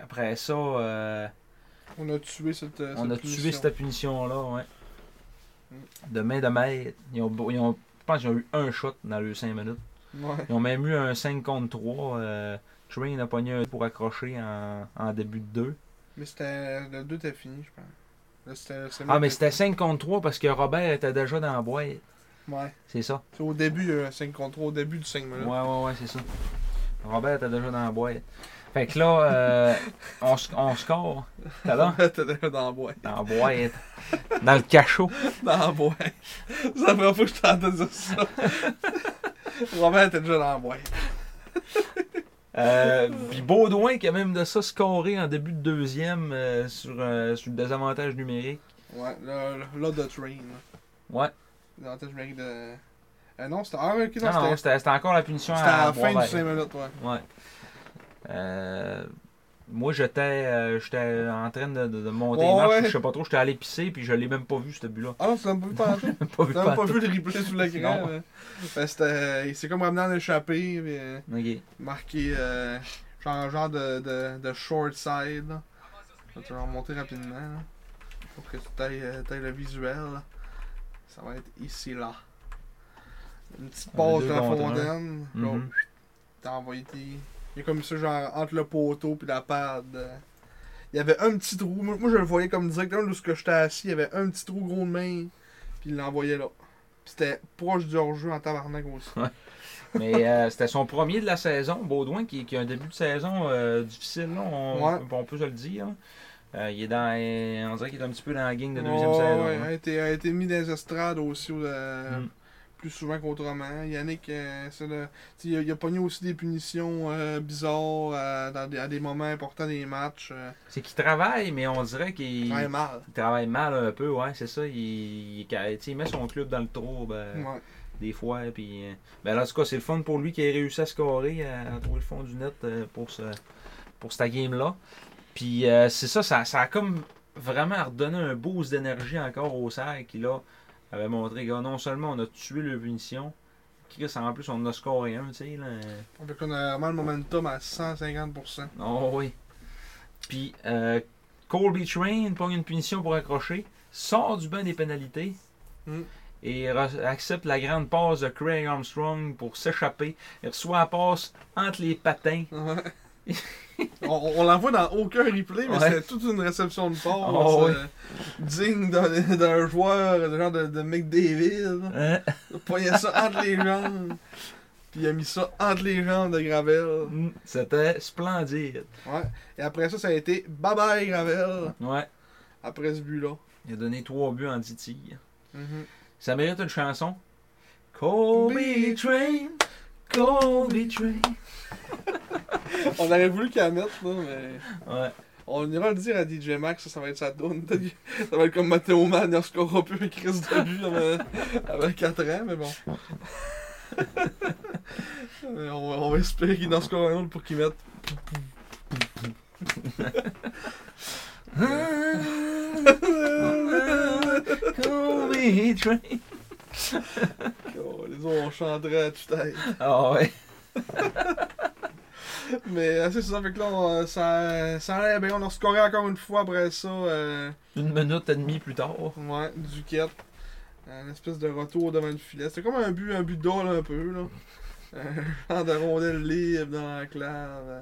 Speaker 4: après ça, euh,
Speaker 3: On a tué cette. euh,
Speaker 4: on a
Speaker 3: cette
Speaker 4: tué
Speaker 3: punition.
Speaker 4: cette punition-là. Ouais. De main de maître. Ils ont, ils ont- je pense qu'ils ont eu un shot dans le 5 minutes.
Speaker 3: Ouais.
Speaker 4: Ils ont même eu un 5 contre 3. Train a pogné un pour accrocher en, en début de 2.
Speaker 3: Mais c'était. Le 2 était fini, je pense. Là, c'était- c'est
Speaker 4: Ah,
Speaker 3: moi
Speaker 4: mais
Speaker 3: qui-
Speaker 4: c'était 5 contre 3 parce que Robert était déjà dans la boîte.
Speaker 3: Ouais.
Speaker 4: C'est ça.
Speaker 3: C'est au début, il y a eu un 5 contre 3, au début du 5
Speaker 4: Ouais,
Speaker 3: minutes.
Speaker 4: ouais, ouais, c'est ça. Robert était déjà dans la boîte. Fait que là, euh, on, s- on score. T'as là?
Speaker 3: T'es déjà dans la boîte.
Speaker 4: Dans la boîte. Dans le cachot.
Speaker 3: Dans la boîte. C'est la première fois que je t'entends dire ça. Robert était déjà dans la boîte.
Speaker 4: Euh, Puis Baudouin, qui a même de ça scoré en début de deuxième euh, sur, euh, sur le désavantage numérique.
Speaker 3: Ouais, là, là, là, de train. là.
Speaker 4: Ouais.
Speaker 3: Dans la tête, je me dis de. Euh, non, c'était. Ah, ok,
Speaker 4: Non,
Speaker 3: non,
Speaker 4: non,
Speaker 3: c'était.
Speaker 4: c'était c'était encore la punition
Speaker 3: C'était à la fin
Speaker 4: Boisvert.
Speaker 3: du 5 minutes, ouais.
Speaker 4: Ouais. Euh, moi, j'étais euh, j'étais en train de, de- de monter les
Speaker 3: Ouais,
Speaker 4: marches,
Speaker 3: ouais.
Speaker 4: Je sais pas trop, j'étais allé pisser, puis je l'ai même pas vu, ce but-là.
Speaker 3: Ah non, tu l'as même pas vu
Speaker 4: Même pas
Speaker 3: Tu
Speaker 4: vu
Speaker 3: l'as même pas
Speaker 4: pantoute.
Speaker 3: vu le replay sous l'écran.
Speaker 4: Non.
Speaker 3: là. Ben, c'était. Il s'est comme ramené en échappé, puis euh,
Speaker 4: Ok.
Speaker 3: marqué. euh, genre, genre de, de, de short side. Là. Je vais te le remonter rapidement, là, Pour que tu ailles, le visuel, là. Ça va être ici, là. Une petite
Speaker 4: On a
Speaker 3: passe
Speaker 4: deux
Speaker 3: de la
Speaker 4: contre un.
Speaker 3: fontaine. genre,
Speaker 4: Mhm.
Speaker 3: t'as envoyé tes- Il y a comme ça, genre, entre le poteau puis la pad. euh, Il y avait un petit trou. Moi, moi, je le voyais comme directement de ce que j'étais assis. Il y avait un petit trou gros de main. Puis il l'envoyait là. Puis c'était proche du hors-jeu en tabarnak aussi.
Speaker 4: Mais euh, c'était son premier de la saison, Baudouin, qui, qui a un début de saison euh, difficile, là, on,
Speaker 3: Ouais.
Speaker 4: on peut se le dire. hein. Euh, il est dans, euh, on dirait qu'il est un petit peu dans la gang de deuxième
Speaker 3: Ouais,
Speaker 4: saison.
Speaker 3: ouais,
Speaker 4: hein.
Speaker 3: a, été, a été mis dans les estrades aussi. euh,
Speaker 4: Mm.
Speaker 3: Plus souvent qu'autrement. Yannick, euh, c'est le- tu sais, il, a, il a pogné aussi des punitions euh, bizarres euh, dans des- à des moments importants des matchs. Euh,
Speaker 4: C'est qu'il travaille, mais on dirait qu'il
Speaker 3: très mal.
Speaker 4: il travaille mal un peu, ouais, c'est ça. Il, il- tu sais, il met son club dans le trou ben,
Speaker 3: Ouais.
Speaker 4: des fois. Puis, euh, ben, là, en tout cas, c'est le fun pour lui qui a réussi à scorer, à, à trouver le fond du net euh, pour, ce, pour cette game-là. Puis euh, c'est ça, ça, ça a comme vraiment redonné un boost d'énergie encore au cerf qui là avait montré que non seulement on a tué le punition, Chris en plus on en a scoré un, tu sais. Là.
Speaker 3: Fait qu'on a vraiment le momentum à 150%.
Speaker 4: Oh oui. Puis euh, Colby Train prend une punition pour accrocher, sort du banc des pénalités.
Speaker 3: Mm.
Speaker 4: Et re- accepte la grande passe de Craig Armstrong pour s'échapper. Il reçoit la passe entre les patins.
Speaker 3: Ouais. on on la voit dans aucun replay,
Speaker 4: Ouais.
Speaker 3: mais c'était toute une réception de passe
Speaker 4: Oh,
Speaker 3: euh, digne d'un d'un joueur, de genre de, de McDavid.
Speaker 4: Hein?
Speaker 3: Il a pogné ça entre les jambes. Puis il a mis ça entre les jambes de Gravel.
Speaker 4: Mm. C'était splendide.
Speaker 3: Ouais. Et après ça, ça a été bye bye Gravel.
Speaker 4: Ouais.
Speaker 3: Après ce but-là.
Speaker 4: Il a donné trois buts en 10 tirs.
Speaker 3: Mhm.
Speaker 4: Ça mérite une chanson. Colby Train, Colby Train.
Speaker 3: On aurait voulu qu'il la mette, là, mais.
Speaker 4: Ouais.
Speaker 3: On ira le dire à DJ Max, ça, ça va être sa donne. Ça va être comme Matteo Mann, il en scorera plus avec Chris de but avant- avant 4 ans, mais bon. Euh, on, va- on va espérer qu'il en score un autre pour qu'il mette. Hein?
Speaker 4: Colby Train.
Speaker 3: Oh, les autres, on chanterait à toute tête.
Speaker 4: Ah ouais.
Speaker 3: Mais euh, c'est ça, fait que là, on, ça, ça allait bien. On a scoré encore une fois après ça. euh,
Speaker 4: Une minute et demie plus tard.
Speaker 3: ouais, du quête. Un espèce de retour devant le filet. C'était comme un but, un but d'or, un peu, là. Un genre de rondelle libre dans la clave. euh,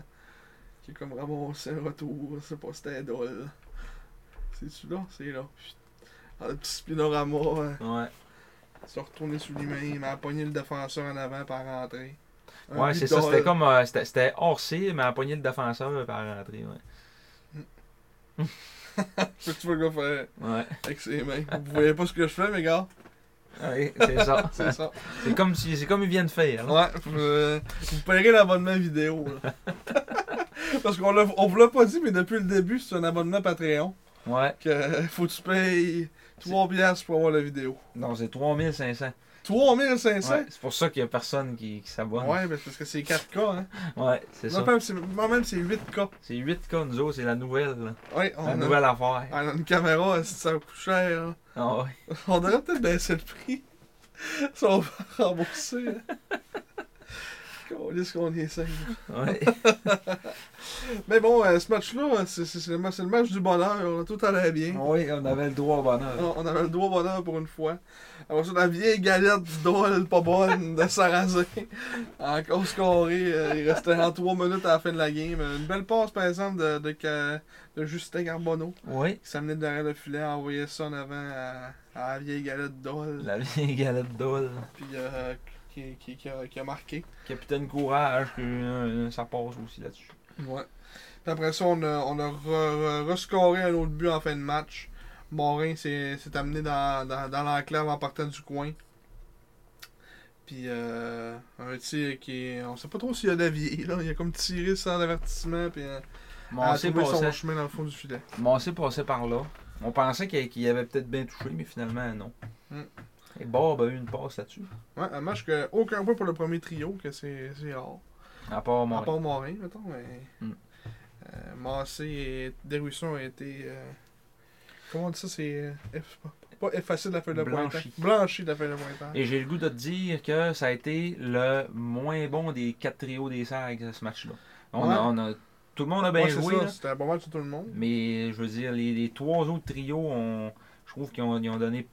Speaker 3: qui est comme ramassé un retour. C'est pas, c'était dole. C'est-tu là? C'est là. Chut. Ah, le petit spinorama. euh,
Speaker 4: Ouais.
Speaker 3: se retourner sous les mains. Il m'a pogné le défenseur en avant par rentrer. Un
Speaker 4: Ouais,
Speaker 3: but
Speaker 4: c'est ça.
Speaker 3: d'or,
Speaker 4: C'était
Speaker 3: là.
Speaker 4: comme. euh, c'était- C'était hors C, mais à poignée le défenseur euh, par rentrée. Ouais.
Speaker 3: Fait que tu vois le gars faire
Speaker 4: Ouais.
Speaker 3: avec ses mains. Vous voyez pas ce que je fais, mes gars?
Speaker 4: Ouais, c'est ça.
Speaker 3: C'est ça.
Speaker 4: C'est comme, si- c'est comme il vient de faire. là.
Speaker 3: Ouais, vous, euh, vous paierez l'abonnement vidéo. là. Parce qu'on l'a- on vous l'a pas dit, mais depuis le début, c'est un abonnement Patreon.
Speaker 4: Ouais.
Speaker 3: Que faut que tu payes 3 piastres pour avoir la vidéo.
Speaker 4: Non, c'est 3500.
Speaker 3: 3500?
Speaker 4: Ouais, c'est pour ça qu'il y a personne qui, qui s'abonne. Ouais,
Speaker 3: Ouais, mais c'est parce que c'est 4K, hein.
Speaker 4: c'est ça.
Speaker 3: Non, même, c'est- moi-même, c'est 8K.
Speaker 4: C'est 8K, nous autres, c'est la nouvelle. là.
Speaker 3: Ouais, on
Speaker 4: La
Speaker 3: a, Ah,
Speaker 4: nouvelle affaire.
Speaker 3: on a une caméra, ça coûte cher. hein.
Speaker 4: Ah ouais.
Speaker 3: On devrait peut-être baisser le prix. Ça, on va rembourser. hein. Câlisse qu'on est cinq.
Speaker 4: ouais.
Speaker 3: Mais bon, euh, ce match-là, c'est c'est- c'est le ma- c'est le match du bonheur. là. Tout allait bien.
Speaker 4: oui, on avait le droit au bonheur.
Speaker 3: On on avait le droit au bonheur pour une fois. On ça, la vieille galette d'ol pas bonne de Sarrazin. Encore scoré. euh, il restait en 3 minutes à la fin de la game. Une belle passe, par exemple, de, de, Ca- de Justin Carbonneau.
Speaker 4: Oui.
Speaker 3: qui s'amenait derrière le filet, a envoyé ça en avant à, à la vieille galette d'ol.
Speaker 4: La vieille galette d'ol.
Speaker 3: Puis euh, qui, qui, qui a, qui a marqué.
Speaker 4: Capitaine Courage, que euh, ça passe aussi là-dessus.
Speaker 3: Ouais. Puis après ça, on a, on a re- re- rescoré un autre but en fin de match. Morin s'est s'est amené dans, dans, dans l'enclave en partant du coin. Puis euh, un tir qui est- On sait pas trop s'il a dévié. Là. Il a comme tiré sans avertissement. Puis euh,
Speaker 4: Mon
Speaker 3: a
Speaker 4: C
Speaker 3: trouvé son
Speaker 4: passait,
Speaker 3: chemin dans le fond du filet.
Speaker 4: mon C passait par là. On pensait qu'il qu'il avait peut-être bien touché, mais finalement, non.
Speaker 3: Mm.
Speaker 4: Et Bob a eu une passe là-dessus.
Speaker 3: Ouais, un match que aucun point pour le premier trio, que c'est c'est rare.
Speaker 4: À part mon.
Speaker 3: À part Morin, mettons. Mais,
Speaker 4: Mm.
Speaker 3: euh, Massé et Desruisseaux ont été. euh, comment on dit ça C'est. euh, eff- pas effacé de la feuille de pointage.
Speaker 4: Blanchi.
Speaker 3: Blanchi de la feuille de pointage.
Speaker 4: Et j'ai le goût de te dire que ça a été le moins bon des quatre trios des Sags, ce match-là. On a-
Speaker 3: Ouais.
Speaker 4: on a- tout le monde a bien
Speaker 3: Ouais, c'est
Speaker 4: joué,
Speaker 3: ça,
Speaker 4: là,
Speaker 3: C'était un bon match de tout le monde.
Speaker 4: mais je veux dire, les, les trois autres trios, ont- je trouve qu'ils ont, ils ont donné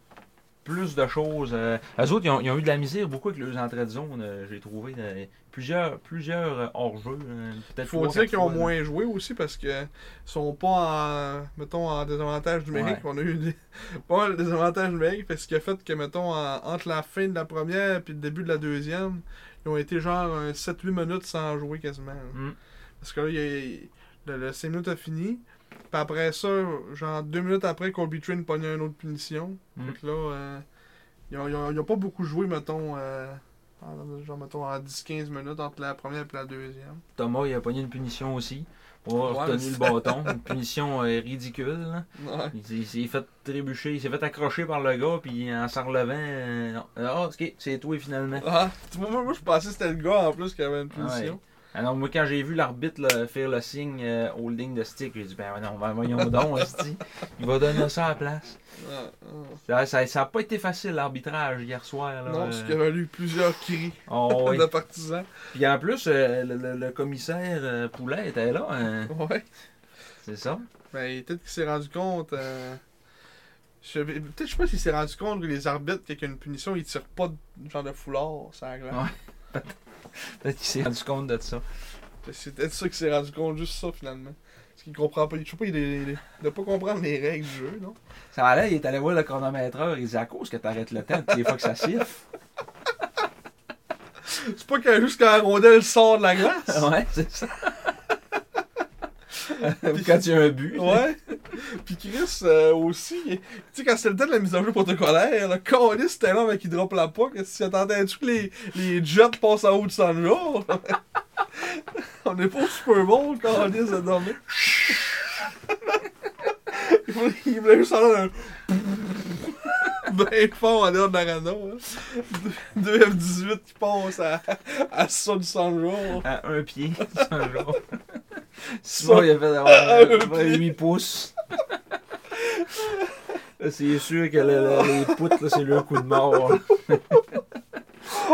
Speaker 4: plus de choses. Euh, eux autres, ils ont, ils ont eu de la misère beaucoup avec leurs entrées de zone, euh, j'ai trouvé. euh, plusieurs plusieurs euh, hors-jeu. euh,
Speaker 3: Il
Speaker 4: peut-être
Speaker 3: faut
Speaker 4: trois,
Speaker 3: dire
Speaker 4: quatre
Speaker 3: qu'ils ont
Speaker 4: fois, là.
Speaker 3: moins joué aussi parce que sont pas en, mettons, en désavantage numérique.
Speaker 4: Ouais.
Speaker 3: On a eu des, pas mal de désavantage numérique parce que fait que, mettons, en- entre la fin de la première et le début de la deuxième, ils ont été genre un 7-8 minutes sans jouer quasiment. là.
Speaker 4: Mm.
Speaker 3: Parce que là, il y a- le, le 5 minutes a fini. Puis après ça, genre 2 minutes après, Colby Train pognait une autre punition.
Speaker 4: Mm.
Speaker 3: Fait que là, euh, ils, ont, ils ont- ils ont pas beaucoup joué, mettons, euh, en- genre, mettons, en 10-15 minutes entre la première et la deuxième.
Speaker 4: Thomas, il a pogné une punition aussi. pour avoir
Speaker 3: Ouais,
Speaker 4: retenu le
Speaker 3: mais
Speaker 4: bâton. Une punition euh, ridicule. là.
Speaker 3: Ouais.
Speaker 4: Il, s'est- il s'est fait trébucher, il s'est fait accrocher par le gars, puis en s'en relevant, euh, ah, ok, c'est toi finalement.
Speaker 3: Ah, tu vois, moi, moi, je pensais que c'était le gars en plus qui avait une
Speaker 4: Ah
Speaker 3: punition.
Speaker 4: Alors, moi, quand j'ai vu l'arbitre là, faire le signe euh, holding de stick, j'ai dit, ben non, ben, voyons donc, hostie, il va donner ça à la place.
Speaker 3: Ah, ah.
Speaker 4: Ça n'a pas été facile l'arbitrage hier soir. Là,
Speaker 3: non,
Speaker 4: euh.
Speaker 3: parce qu'il y avait eu plusieurs cris
Speaker 4: Oh, oui.
Speaker 3: de partisans.
Speaker 4: Puis en plus, euh, le, le- le commissaire euh, Poulet était là, hein.
Speaker 3: Ouais.
Speaker 4: c'est ça.
Speaker 3: Mais peut-être qu'il s'est rendu compte. euh, je sais- Peut-être, je sais pas s'il s'est rendu compte que les arbitres, quand il y a une punition, ils tirent pas de genre de foulard sur la glace.
Speaker 4: Ouais. Peut-être qu'il s'est rendu compte de ça.
Speaker 3: C'est peut-être ça qu'il s'est rendu compte, juste ça finalement. Parce qu'il comprend pas. Je sais pas, il est- il est- il doit pas comprendre les règles du jeu, non?
Speaker 4: Ça allait, il est allé voir le chronométreur, il dit, à cause que t'arrêtes le temps, toutes les fois que ça siffle.
Speaker 3: C'est pas qu'à juste quand la rondelle sort de la glace.
Speaker 4: Ouais, c'est ça. Ou quand tu as un but.
Speaker 3: Ouais. Puis Chris euh, aussi, il- tu sais, quand c'était le temps de la mise en jeu protocolaire, le Calis était là avec qui drop la puck. Si t'attendais-tu que les, les jets passent en haut du jour On est pas au Super Bowl, Calis, de dormir. il, voulait, il voulait juste en un. Ben fort en dehors de la rando. Hein. Deux F-18 qui passent à, à ça du jour
Speaker 4: À un pied, c'est un genre.
Speaker 3: Ça.
Speaker 4: Simon, il a fait
Speaker 3: À un
Speaker 4: avoir
Speaker 3: pied.
Speaker 4: 8 pouces. Là, C'est sûr que le- le- les poutres, là, c'est le coup de mort. hein.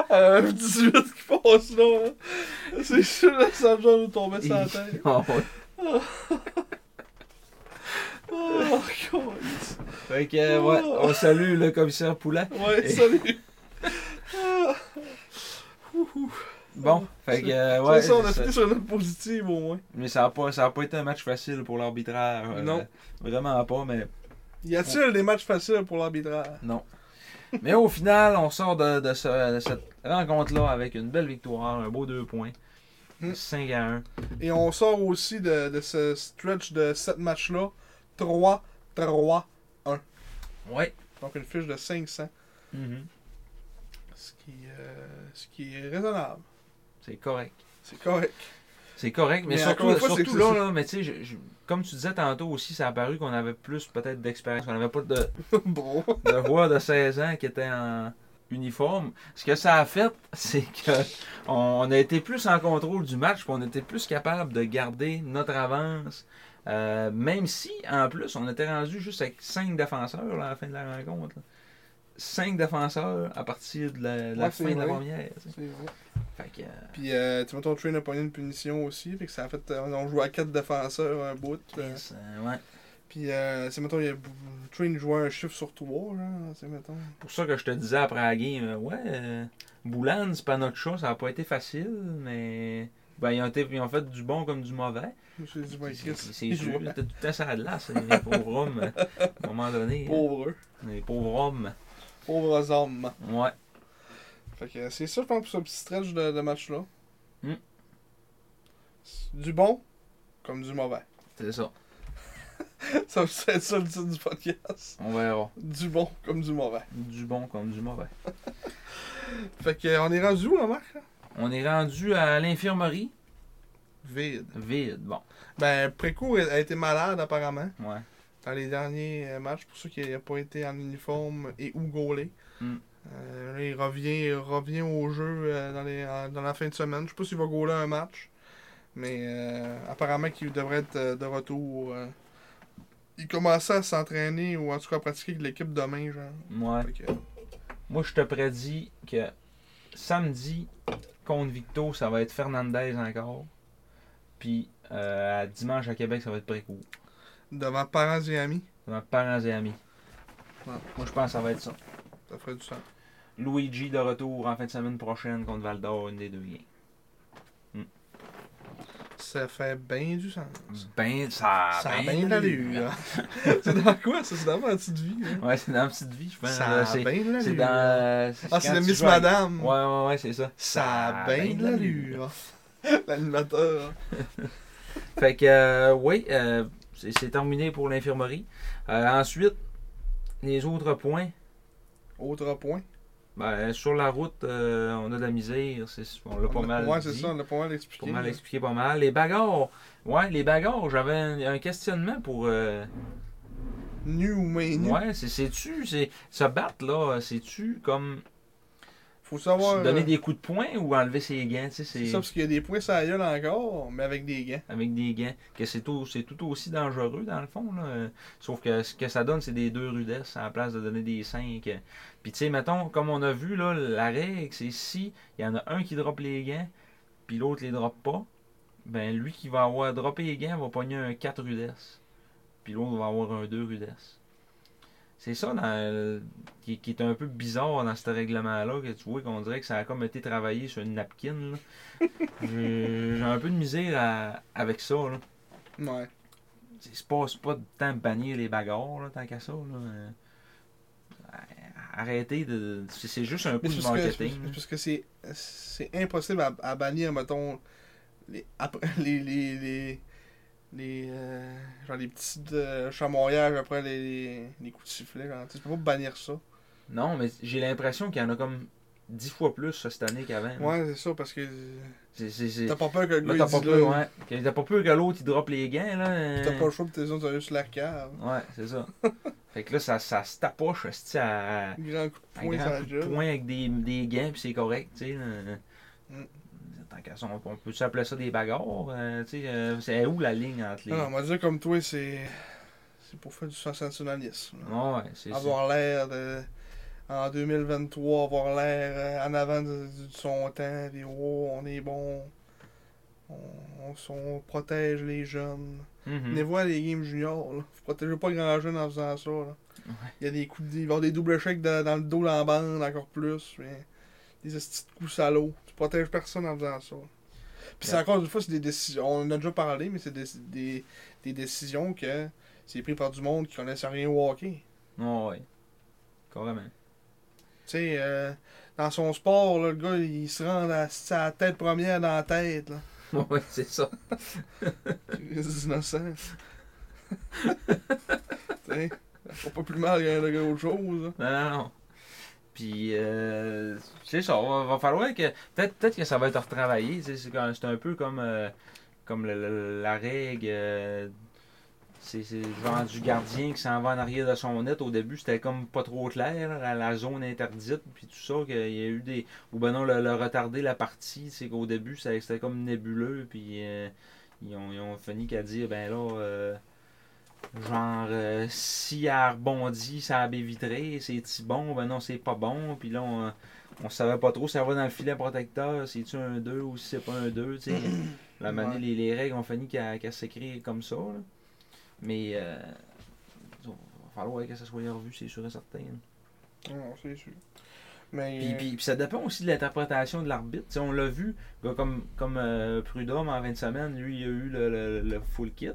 Speaker 3: Un F-18 Euh, qui passe là. hein. C'est sûr que ça me nous tomber sur la tête.
Speaker 4: Ah ouais.
Speaker 3: Oh, God.
Speaker 4: Fait que, euh, ouais,
Speaker 3: Oh.
Speaker 4: on salue le commissaire Poulet.
Speaker 3: Ouais,
Speaker 4: Et-
Speaker 3: salut. Ah,
Speaker 4: Bon, fait que, euh,
Speaker 3: c'est
Speaker 4: ouais.
Speaker 3: ça, on a
Speaker 4: c'est-
Speaker 3: fini sur une note positive au moins.
Speaker 4: Mais ça n'a pas, ça a pas été un match facile pour l'arbitraire. euh,
Speaker 3: Non.
Speaker 4: Vraiment pas, mais
Speaker 3: Y a-t-il des matchs faciles pour l'arbitraire
Speaker 4: Non. Mais au final, on sort de, de ce- de cette rencontre-là avec une belle victoire, un beau deux points.
Speaker 3: Mm.
Speaker 4: 5 à 1.
Speaker 3: Et on sort aussi de, de ce stretch de 7 matchs-là 3-3.
Speaker 4: Ouais.
Speaker 3: Donc une fiche de 500. Ce qui, euh, ce qui est raisonnable.
Speaker 4: C'est correct.
Speaker 3: C'est correct.
Speaker 4: C'est correct, mais,
Speaker 3: Mais encore
Speaker 4: surtout,
Speaker 3: une fois, c'est
Speaker 4: surtout
Speaker 3: que
Speaker 4: là,
Speaker 3: c'est-
Speaker 4: là, mais tu sais, je- je- comme tu disais tantôt aussi, ça a paru qu'on avait plus peut-être d'expérience. On n'avait pas de,
Speaker 3: bon.
Speaker 4: de voix de 16 ans qui était en, uniforme. Ce que ça a fait, c'est que on, on a été plus en contrôle du match, puis on était plus capable de garder notre avance. Euh, même si, en plus, on était rendu juste avec 5 défenseurs là, à la fin de la rencontre. 5 défenseurs à partir de la, de la
Speaker 3: Ouais, c'est
Speaker 4: fin de la
Speaker 3: vrai.
Speaker 4: première. tu sais.
Speaker 3: C'est vrai.
Speaker 4: Fait que, euh,
Speaker 3: Puis, euh, tu vois, ton train a pogné une punition aussi. Fait que ça a fait. euh, on jouait à 4 défenseurs un bout. euh,
Speaker 4: Chris, euh, ouais.
Speaker 3: Puis, euh, c'est mettons, il y a Train jouait un chiffre sur 3, genre. C'est mettons.
Speaker 4: pour ça que je te disais après la game, euh, ouais, euh, Boulan, c'est pas notre chat, ça a pas été facile, mais ben, ils, ont été- ils ont fait du bon comme du mauvais.
Speaker 3: Je me suis dit, ouais,
Speaker 4: C'est
Speaker 3: Chris,
Speaker 4: c'est
Speaker 3: il
Speaker 4: sûr,
Speaker 3: jouait.
Speaker 4: t'as tout le temps ça à de l'as, hein, les pauvres hommes, euh, à un moment donné. hein.
Speaker 3: Pauvre.
Speaker 4: Les pauvres hommes.
Speaker 3: Pauvres hommes.
Speaker 4: Ouais.
Speaker 3: Fait que euh, c'est ça, je pense, pour ce petit stretch de, de match-là.
Speaker 4: Hmm.
Speaker 3: C'est Du bon, comme du mauvais.
Speaker 4: C'est ça.
Speaker 3: ça va être ça le titre du podcast.
Speaker 4: On verra.
Speaker 3: Du bon, comme du mauvais.
Speaker 4: Du bon comme du mauvais.
Speaker 3: Fait que euh, on est rendu où, là, Marc? là?
Speaker 4: On est rendu à l'infirmerie.
Speaker 3: Vide.
Speaker 4: Vide. Bon.
Speaker 3: Ben, Préco a a été malade, apparemment,
Speaker 4: Ouais.
Speaker 3: dans les derniers euh, matchs, pour ceux qui n'ont pas été en uniforme et ou gaulé.
Speaker 4: Hmm.
Speaker 3: Euh, là, il revient, il revient au jeu euh, dans, les, en- dans la fin de semaine. Je sais pas s'il va gauler un match, mais euh, apparemment qu'il devrait être euh, de retour. euh. Il commençait à s'entraîner ou en tout cas à pratiquer avec l'équipe demain, genre. euh,
Speaker 4: Ouais.
Speaker 3: Fait que,
Speaker 4: Moi, je te prédis que samedi, contre Victo, ça va être Fernandez encore. Puis euh, à dimanche à Québec, ça va être Préco.
Speaker 3: devant parents et amis,
Speaker 4: Devant parents et amis.
Speaker 3: Ouais.
Speaker 4: Moi, je pense que ça va être ça.
Speaker 3: ça ferait du sens.
Speaker 4: Luigi de retour en fin de semaine prochaine contre Val d'Or, une des deux games.
Speaker 3: Ça fait bien du sens.
Speaker 4: Ben, ça
Speaker 3: ça a bien de l'allure. hein. c'est dans quoi ça? C'est dans ma petite vie. hein?
Speaker 4: hein. Ouais, c'est dans Petite Vie, je pense.
Speaker 3: Ça
Speaker 4: Euh,
Speaker 3: a
Speaker 4: c'est-
Speaker 3: bien de l'allure.
Speaker 4: C'est dans. euh,
Speaker 3: Ah, c'est
Speaker 4: quand
Speaker 3: de
Speaker 4: tu
Speaker 3: Miss
Speaker 4: joues à-
Speaker 3: Madame.
Speaker 4: Ouais, ouais, ouais, c'est ça.
Speaker 3: Ça a bien de l'allure. L'animateur.
Speaker 4: Fait que, euh, oui, euh, c'est c'est terminé pour l'infirmerie. Euh, ensuite, les autres points.
Speaker 3: Autre point.
Speaker 4: Ben, sur la route, euh, on a de la misère. c'est- On l'a pas
Speaker 3: On a-
Speaker 4: mal.
Speaker 3: Ouais,
Speaker 4: dit.
Speaker 3: c'est ça, on l'a pas mal expliqué.
Speaker 4: Pour mal expliquer pas mal. Les bagarres. Ouais, les bagarres. J'avais un, un questionnement pour. euh,
Speaker 3: Nu ou main nu.
Speaker 4: ouais, c'est- c'est-tu. c'est- Se battre, là, c'est-tu comme.
Speaker 3: Faut savoir.
Speaker 4: se donner
Speaker 3: euh,
Speaker 4: des coups de poing ou enlever ses gants, tu sais,
Speaker 3: C'est
Speaker 4: c'est.
Speaker 3: ça, parce qu'il y a des points sur la gueule encore, mais avec des gants.
Speaker 4: avec des gants, que c'est tout, c'est tout aussi dangereux dans le fond. Là. Euh, Sauf que ce que ça donne, c'est des deux rudesses à la place de donner des cinq. Euh, Puis tu sais, mettons, comme on a vu, là, la règle, c'est si il y en a un qui drop les gants, puis l'autre les drop pas, ben lui qui va avoir droppé les gants va pogner un 4 rudesses. Puis l'autre va avoir un 2 rudesses. C'est ça dans le- qui, qui est un peu bizarre dans ce règlement-là, que tu vois qu'on dirait que ça a comme été travaillé sur une napkin. là. J'ai j'ai un peu de misère à- avec ça. Là.
Speaker 3: Ouais.
Speaker 4: C'est c'est pas, c'est pas de temps de bannir les bagarres, là, tant qu'à ça. là. Euh, Arrêtez de. C'est c'est juste un coup
Speaker 3: Mais c'est
Speaker 4: de
Speaker 3: parce que- c'est
Speaker 4: marketing.
Speaker 3: parce que c'est c'est impossible à, à bannir, mettons, les, après, les, les, les, les, euh, genre les petits euh, chamouillages après les, les, les coups de sifflet. Genre. Tu sais, tu peux pas bannir ça.
Speaker 4: Non, mais j'ai l'impression qu'il y en a comme 10 fois plus ça, cette année qu'avant. là.
Speaker 3: Ouais, c'est ça, parce que
Speaker 4: C'est- c'est- c'est-
Speaker 3: t'as pas peur que le
Speaker 4: Là,
Speaker 3: gars
Speaker 4: t'as
Speaker 3: il
Speaker 4: pas
Speaker 3: dise,
Speaker 4: peur,
Speaker 3: là,
Speaker 4: ouais. Que- T'as pas peur que l'autre il drop les gants, là. euh.
Speaker 3: T'as pas le choix de tes autres allés sur la cave.
Speaker 4: Ouais, c'est ça. fait que là, ça, ça se tapoche, hostie, à, à
Speaker 3: Grand coup de
Speaker 4: un
Speaker 3: poing
Speaker 4: grand
Speaker 3: sur la
Speaker 4: coup de
Speaker 3: gueule.
Speaker 4: poing avec des, des gants, puis c'est correct, tu sais. là.
Speaker 3: Mm.
Speaker 4: Tant qu'à ça, on- on peut s'appeler ça des bagarres, euh, tu sais. euh, c'est où la ligne entre les.
Speaker 3: Non, non, on va dire comme toi, c'est. C'est pour faire du sensationnalisme. là.
Speaker 4: ouais, c'est ça.
Speaker 3: Avoir l'air de. En 2023, avoir l'air euh, en avant de, de- de son temps, puis oh, on est bon. On, on, s- on protège les jeunes.
Speaker 4: Mhm.
Speaker 3: Venez voir les games juniors, là. Vous protégez pas grand jeune en faisant ça, là. Il y a des coups de. Il va y avoir des doubles chèques dans, dans le dos, dans la bande, encore plus. Mais des petits coups salauds. Tu protèges personne en faisant ça. Puis c'est
Speaker 4: Ouais.
Speaker 3: encore une fois, c'est des décisions. On en a déjà parlé, mais c'est des, des, des décisions que c'est pris par du monde qui connaissent rien au hockey.
Speaker 4: Ouais, ouais. Carrément.
Speaker 3: Tu sais, euh, dans son sport, là, le gars, il se rend à sa tête première dans la tête. Là.
Speaker 4: Ouais, c'est ça.
Speaker 3: C'est innocent. tu sais, faut pas plus mal qu'un gars autre chose. hein. là.
Speaker 4: Non, non, non. Puis, euh, c'est ça, va, va falloir que. Peut-être peut que ça va être retravaillé. tu sais, C'est quand- c'est un peu comme, euh, comme le- le- la règle euh, C'est c'est le genre du gardien qui s'en va en arrière de son net. Au début, c'était comme pas trop clair, la, la zone interdite, puis tout ça, qu'il y a eu des... Ou ben non, le, le retarder la partie, c'est qu'au début, ça- c'était comme nébuleux, puis euh, ils, ont, ils ont fini qu'à dire, ben là, euh, genre, euh, si elle rebondit, ça a baie vitrée, c'est-tu bon, ben non, c'est pas bon, puis là, on, on savait pas trop, ça va dans le filet protecteur, c'est-tu un 2 ou si c'est pas un 2, tu sais. La manière,
Speaker 3: Ouais.
Speaker 4: les, les règles ont fini qu'à qu'à s'écrire comme ça, là. Mais euh, il va falloir que ça soit revu, c'est sûr et certain.
Speaker 3: Non, c'est sûr. Mais. euh,
Speaker 4: Puis, puis- puis ça dépend aussi de l'interprétation de l'arbitre. Tu sais, on l'a vu, gars, comme, comme euh, Prudhomme en 20 semaines, lui, il a eu le, le- le full kit.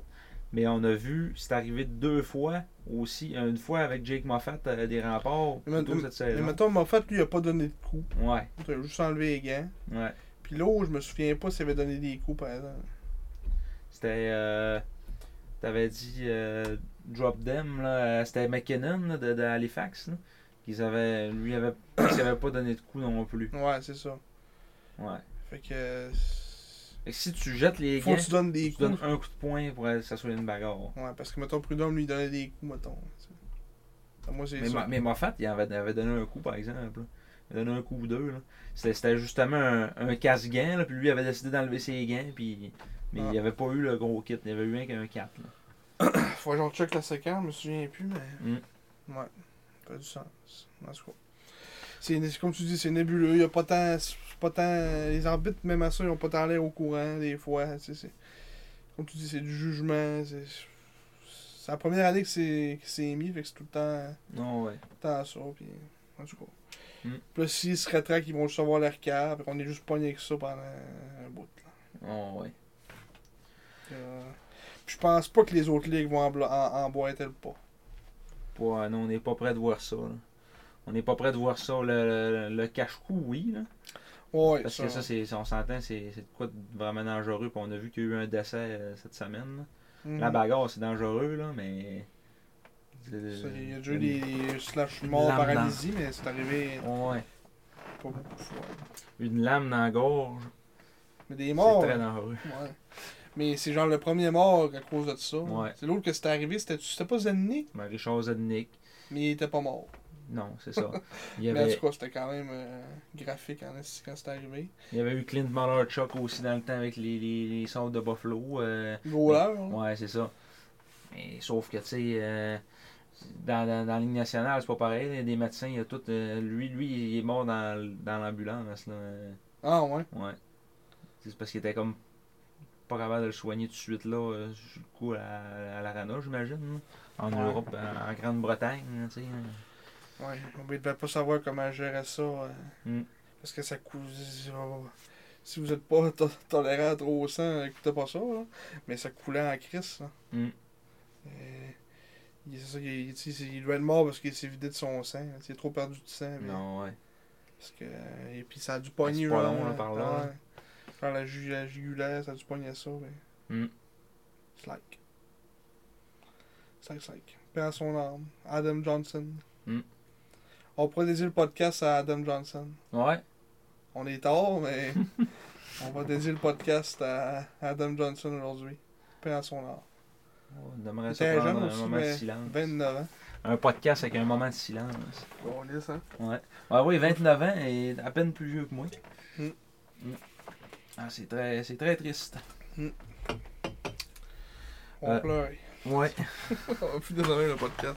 Speaker 4: Mais on a vu, c'est arrivé deux fois aussi. Une fois avec Jake Moffat euh, des remparts
Speaker 3: Mais-
Speaker 4: plutôt cette
Speaker 3: mais
Speaker 4: saison.
Speaker 3: mettons, Moffat, lui, il a pas donné de coups.
Speaker 4: Ouais,
Speaker 3: Il a juste enlevé les gants.
Speaker 4: ouais.
Speaker 3: Puis l'autre, je me souviens pas s'il avait donné des coups, par exemple.
Speaker 4: C'était. euh, T'avais dit euh, Drop Them, là, euh, c'était McKinnon là, de, de Halifax. là, qu'ils avaient, lui, avait, il avait pas donné de coup non plus.
Speaker 3: Ouais, c'est ça.
Speaker 4: Ouais.
Speaker 3: Fait que.
Speaker 4: Fait que si tu jettes les
Speaker 3: Faut
Speaker 4: gants,
Speaker 3: que tu donnes des
Speaker 4: tu donnes
Speaker 3: coups.
Speaker 4: un coup de poing pour que ça soit une bagarre.
Speaker 3: Ouais, parce que, mettons, Prudhomme, lui, il donnait des coups, mettons. T'sais. Moi, c'est
Speaker 4: Mais,
Speaker 3: ça.
Speaker 4: Ma- mais Moffat, il avait, il avait donné un coup, par exemple. là. Il a donné un coup ou deux. là. C'était c'était justement un, un casse-gain, là, puis lui avait décidé d'enlever ses gains, puis... mais
Speaker 3: Ah.
Speaker 4: il avait pas eu le gros kit. Il y avait eu un qui a un 4. là.
Speaker 3: Faut que j'en check la séquence, je me souviens plus, mais.
Speaker 4: Mm.
Speaker 3: Ouais, ça a du sens. En tout cas. C'est, c'est comme tu dis, c'est nébuleux. Y a pas tant, c'est pas tant. Les arbitres, même à ça, ils ont pas tant l'air au courant, des fois. tu sais, c'est, comme tu dis, c'est du jugement. C'est, c'est la première année que c'est, que c'est mis, fait que c'est tout le temps,
Speaker 4: Non, ouais.
Speaker 3: tout le temps ça. Puis, en tout cas.
Speaker 4: Mm.
Speaker 3: Puis là, s'ils se rétractent, ils vont juste avoir leur carte. Puis on est juste pogné avec ça pendant un bout. là.
Speaker 4: Non, Ah ouais.
Speaker 3: Euh, puis je pense pas que les autres ligues vont en, blo- en, emboîter le pas.
Speaker 4: Pas- non, on n'est pas prêt de voir ça. là. On n'est pas prêt de voir ça. Le, le, le cache-cou, oui. là.
Speaker 3: Ouais,
Speaker 4: Parce que ça, c'est, on s'entend, c'est, c'est de quoi de vraiment dangereux. Puis on a vu qu'il y a eu un décès euh, cette semaine. là.
Speaker 3: Mhm.
Speaker 4: La bagarre, c'est dangereux, là, mais. euh,
Speaker 3: Ça, Il y a déjà eu des slash morts
Speaker 4: Lame dans-
Speaker 3: paralysie, mais c'est arrivé
Speaker 4: Ouais.
Speaker 3: pas beaucoup de fois.
Speaker 4: Une lame dans la gorge.
Speaker 3: Mais des
Speaker 4: C'est
Speaker 3: morts. hein.
Speaker 4: très dangereux.
Speaker 3: ouais. Mais c'est genre le premier mort à cause de ça.
Speaker 4: Ouais.
Speaker 3: C'est l'autre que c'était arrivé, c'était c'était pas Zenny,
Speaker 4: Mais Richard Zednik.
Speaker 3: mais il était pas mort.
Speaker 4: Non, c'est ça. Il y
Speaker 3: Mais en
Speaker 4: avait,
Speaker 3: tout cas, c'était quand même euh, graphique en esti quand c'est arrivé.
Speaker 4: il y avait eu Clint Mallarchuk aussi dans le temps avec les, les, les sorts de Buffalo. euh,
Speaker 3: Voleur. hein.
Speaker 4: ouais, c'est ça. Mais sauf que, tu sais, euh, dans, dans, dans la Ligue nationale, c'est pas pareil. Il y a des médecins, il y a tout. euh, lui, lui, il est mort dans, l- dans l'ambulance, là. euh,
Speaker 3: Ah ouais.
Speaker 4: Ouais. C'est parce qu'il était comme pas capable de le soigner tout de suite là, euh, sur le coup à, à la Rana, j'imagine. là. En
Speaker 3: Ouais.
Speaker 4: Europe, en, en Grande-Bretagne, hein, tu sais. hein.
Speaker 3: Ouais. Mais il devait pas savoir comment gérer ça. euh,
Speaker 4: Mm.
Speaker 3: Parce que ça coûte. Si vous êtes pas to- tolérant trop au sang, écoutez pas ça. là. Mais ça coulait en crise. là.
Speaker 4: Mm.
Speaker 3: Euh, il- c'est ça, il, il- tu sais, il doit être mort parce qu'il s'est vidé de son sang. Il s'est trop perdu de sang. mais-
Speaker 4: Non, ouais.
Speaker 3: Parce que, et puis ça a dû pogner.
Speaker 4: Ah, C'est pas
Speaker 3: genre,
Speaker 4: long, là, par là.
Speaker 3: ouais. Genre la, ju- la jugulaire, ça a dû pogner ça. Mais...
Speaker 4: Mm.
Speaker 3: Slack. Slack, slack. Paix à son âme. Adam Johnson.
Speaker 4: Mm.
Speaker 3: On pourrait dédier le podcast à Adam Johnson.
Speaker 4: Ouais.
Speaker 3: On est tard, mais on va dédier le podcast à Adam Johnson aujourd'hui. Paix à son âme.
Speaker 4: On aimerait
Speaker 3: Il
Speaker 4: ça
Speaker 3: était
Speaker 4: prendre
Speaker 3: jeune
Speaker 4: un
Speaker 3: aussi,
Speaker 4: moment de
Speaker 3: mais
Speaker 4: silence.
Speaker 3: 29 ans.
Speaker 4: Un podcast avec un moment de silence.
Speaker 3: On est ça.
Speaker 4: Ouais. Ouais, oui, 29 ans et à peine plus vieux que moi.
Speaker 3: Mm.
Speaker 4: Mm. Ah, c'est très, c'est très triste.
Speaker 3: On
Speaker 4: Euh,
Speaker 3: pleure.
Speaker 4: Ouais.
Speaker 3: on va plus désolé le podcast.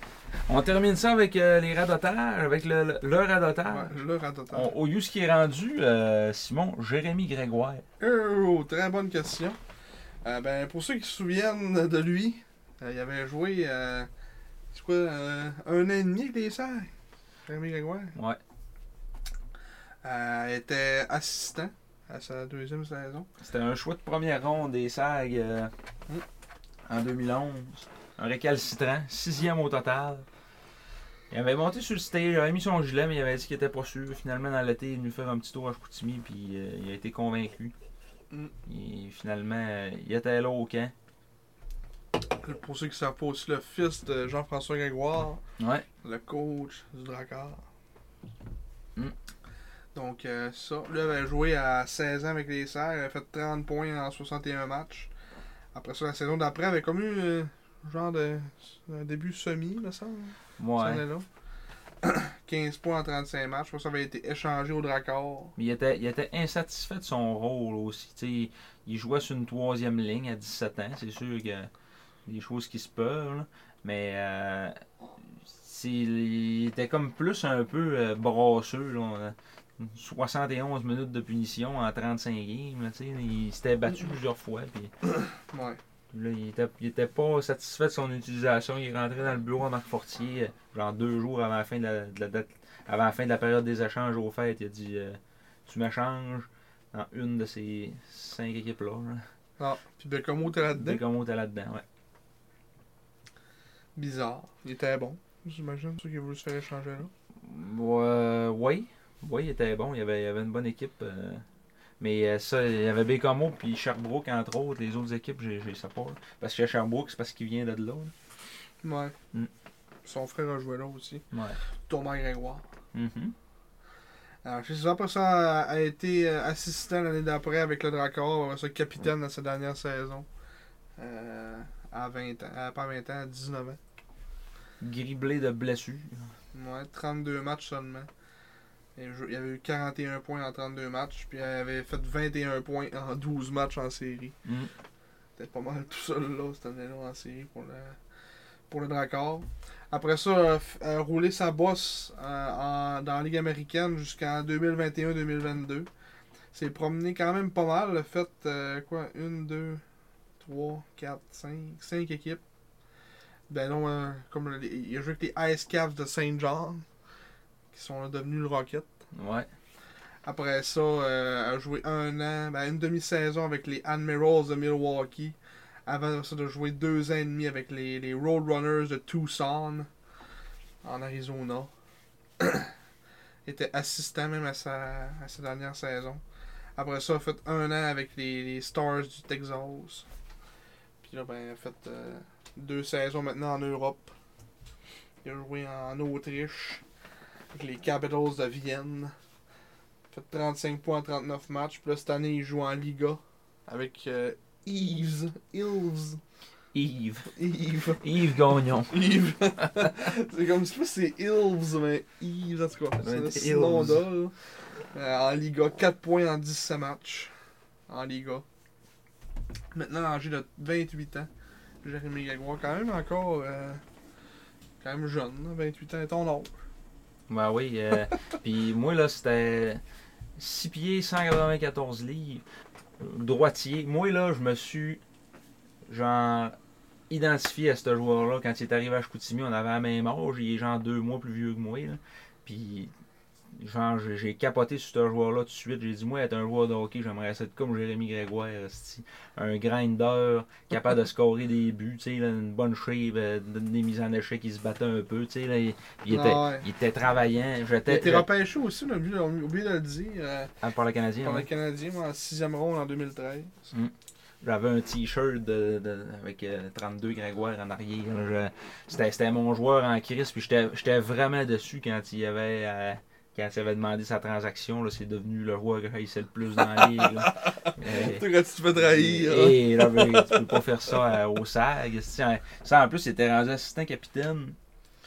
Speaker 4: On termine ça avec euh, les radotages, avec le, le, le radotage.
Speaker 3: Ouais, je le rends total.
Speaker 4: Ah. On- au use qui est rendu, euh, Simon, Jérémy Grégoire.
Speaker 3: Oh, très bonne question. Euh, ben, pour ceux qui se souviennent de lui, euh, il avait joué euh, c'est quoi, euh, un an et demi avec les Serres. Jérémy Grégoire.
Speaker 4: Ouais.
Speaker 3: Euh, il était assistant à sa deuxième saison.
Speaker 4: C'était un choix de première ronde des SAG euh,
Speaker 3: Mm.
Speaker 4: en 2011. Un récalcitrant, sixième au total. Il avait monté sur le stage, il avait mis son gilet, mais il avait dit qu'il était pas sûr. Finalement, dans l'été, il est venu faire un petit tour à Chicoutimi, puis euh, il a été convaincu.
Speaker 3: Mm.
Speaker 4: Et finalement, euh, il était là au camp.
Speaker 3: Pour ceux qui savent pas aussi, le fils de Jean-François Grégoire,
Speaker 4: Ouais.
Speaker 3: le coach du Drakkar.
Speaker 4: Mm.
Speaker 3: Donc, euh, ça. Lui avait joué à 16 ans avec les Serres. Il avait fait 30 points en 61 matchs. Après ça, la saison d'après, il avait comme eu euh, genre de un début semi, me semble. cette
Speaker 4: Ouais.
Speaker 3: année-là. 15 points en 35 matchs. Je pense que ça avait été échangé au Dracor.
Speaker 4: Mais il était, il était insatisfait de son rôle aussi. Tu sais, il jouait sur une troisième ligne à 17 ans. C'est sûr que des choses qui se peuvent. là. Mais euh, c'est- il était comme plus un peu euh, brasseux. là. On a 71 minutes de punition en 35 games. là, tu sais. il s'était battu plusieurs fois. Puis
Speaker 3: Ouais.
Speaker 4: là, il, était, il était pas satisfait de son utilisation. Il est rentré dans le bureau à Marc Fortier, euh, genre deux jours avant la fin de la, de la date- avant la fin de la période des échanges aux fêtes. Il a dit euh, Tu m'échanges dans une de ces cinq équipes-là. là.
Speaker 3: Ah, puis Becomo était là-dedans.
Speaker 4: Dès qu'on était là-dedans, ouais.
Speaker 3: Bizarre. Il était bon, j'imagine. Ceux qui voulaient se faire échanger là.
Speaker 4: Ouais, oui, oui, il était bon. Il y avait, il y avait une bonne équipe. euh, mais euh, ça, il y avait Bécamo puis Sherbrooke, entre autres. Les autres équipes, je ne sais pas. là. Parce que Sherbrooke, c'est parce qu'il vient de là. là.
Speaker 3: Ouais.
Speaker 4: Mm.
Speaker 3: Hmm. Son frère a joué là aussi.
Speaker 4: Ouais.
Speaker 3: Thomas Grégoire.
Speaker 4: Mhm.
Speaker 3: Alors, je sais après ça, a été euh, assistant l'année d'après avec le Dracor, après ça, capitaine dans sa dernière saison. Euh, à 20 ans, euh, pas 20 ans, à 19 ans.
Speaker 4: Griblé de blessures.
Speaker 3: Ouais, 32 matchs seulement. Et je- il avait eu 41 points en 32 matchs, puis il avait fait 21 points en 12 matchs en série.
Speaker 4: Mm.
Speaker 3: C'était pas mal tout seul là, cette année-là en série pour le, pour le Dracor. Après ça, euh, f- euh, rouler sa bosse euh, en- dans la Ligue américaine jusqu'en 2021-2022. C'est promené quand même pas mal. Le fait, euh, quoi, une, deux, trois, quatre, cinq, cinq équipes. Ben non, euh, comme le- il a joué avec les Ice Caps de Saint John, qui sont là devenus le Rocket.
Speaker 4: Ouais.
Speaker 3: Après ça, euh, a joué un an, ben, une demi-saison avec les Admirals de Milwaukee. Avant ça, de jouer deux ans et demi avec les, les Roadrunners de Tucson, en Arizona. était assistant même à sa, à sa dernière saison. Après ça, a fait un an avec les, les Stars du Texas. Puis là, ben, a fait euh, deux saisons maintenant en Europe. Il a joué en Autriche, avec les Capitals de Vienne fait 35 points en 39 matchs. Puis là, cette année, il joue en Liga avec euh, Yves. Yves.
Speaker 4: Yves.
Speaker 3: Yves.
Speaker 4: Yves Gagnon.
Speaker 3: Yves. c'est comme, je sais pas si c'est Yves, mais Yves, en tout cas.
Speaker 4: Ça doit être
Speaker 3: C'est ce nom
Speaker 4: Ilves.
Speaker 3: là. Euh, en Liga, 4 points en 17 matchs. En Liga. Maintenant, âgé de 28 ans. Jérémy Gagouin, quand même encore. euh, quand même jeune, là, 28 ans, et ton oncle.
Speaker 4: Ben oui. euh, Puis moi, là, c'était 6 pieds, 194 livres, droitier. Moi, là, je me suis, genre, identifié à ce joueur-là. Quand il est arrivé à Chicoutimi, on avait la même âge. Il est, genre, deux mois plus vieux que moi. là. Puis, genre, j'ai- j'ai capoté sur ce joueur-là tout de suite. J'ai dit, moi, être un joueur de hockey, j'aimerais ça être comme Jérémy Grégoire, esti. un grinder, capable de scorer des buts, tu sais, là, une bonne shape, euh, des mises en échec, il se battait un peu, tu sais, là, il, il était,
Speaker 3: Ah ouais.
Speaker 4: il était travaillant.
Speaker 3: Il a
Speaker 4: J'étais
Speaker 3: été
Speaker 4: je-
Speaker 3: repêché aussi, on a oublié on a oublié de le dire. euh,
Speaker 4: ah, par le Canadien.
Speaker 3: Par
Speaker 4: ouais.
Speaker 3: le Canadien, moi, en sixième ronde en 2013.
Speaker 4: J'avais un t-shirt de, de- avec euh, 32 Grégoire en arrière. là. Je- C'était c'était mon joueur en crise. Puis j'étais j'étais vraiment dessus quand il avait euh, quand il avait demandé sa transaction. là. C'est devenu le joueur que haïssait le plus dans la ligue. là. Euh,
Speaker 3: Toi, quand tu te fais trahir. hein.
Speaker 4: Et là, ben, tu peux pas faire ça euh, au SAG. Si, en- Ça, en plus, il était rendu assistant capitaine.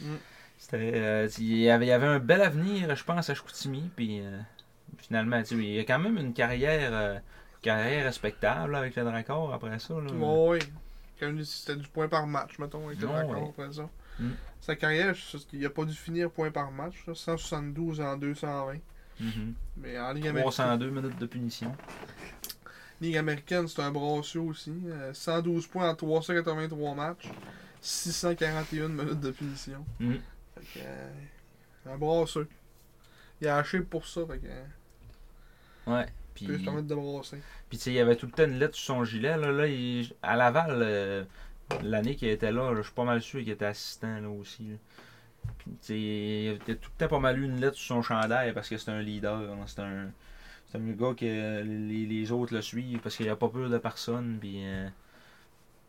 Speaker 3: Mm.
Speaker 4: C'était, euh, tu- il, y avait, il y avait un bel avenir, je pense, à Chicoutimi. Puis euh, finalement, tu sais, il y a quand même une carrière, euh, carrière respectable là, avec le Dracor après ça. là.
Speaker 3: Ouais, oui. Quand il- C'était du point par match, mettons, avec le
Speaker 4: Ouais,
Speaker 3: Dracor,
Speaker 4: ouais.
Speaker 3: après ça.
Speaker 4: Mm.
Speaker 3: Sa carrière, je sais qu'il a pas dû finir point par match. là, 172 en 220.
Speaker 4: Mhm.
Speaker 3: Mais en Ligue, américaine-
Speaker 4: 302 minutes de punition.
Speaker 3: Ligue américaine, c'est un brasseux aussi. euh, 112 points en 383 matchs. 641 minutes de punition.
Speaker 4: Mm.
Speaker 3: Fait que, euh, un brasseux. Il a haché pour ça, fait que, euh,
Speaker 4: Ouais.
Speaker 3: il
Speaker 4: Puis,
Speaker 3: peut se permettre de brasser.
Speaker 4: Puis tu sais, il y avait tout le temps une lettre sur son gilet. Là, là, il- à Laval, euh, l'année qu'il était là, là, je suis pas mal sûr qu'il était assistant là aussi. là. Puis, tu sais, il y avait tout le temps pas mal eu une lettre sur son chandail parce que c'est un leader. là. C'est un, c'est un gars que euh, les, les autres le suivent parce qu'il a pas peur de personne. Puis euh,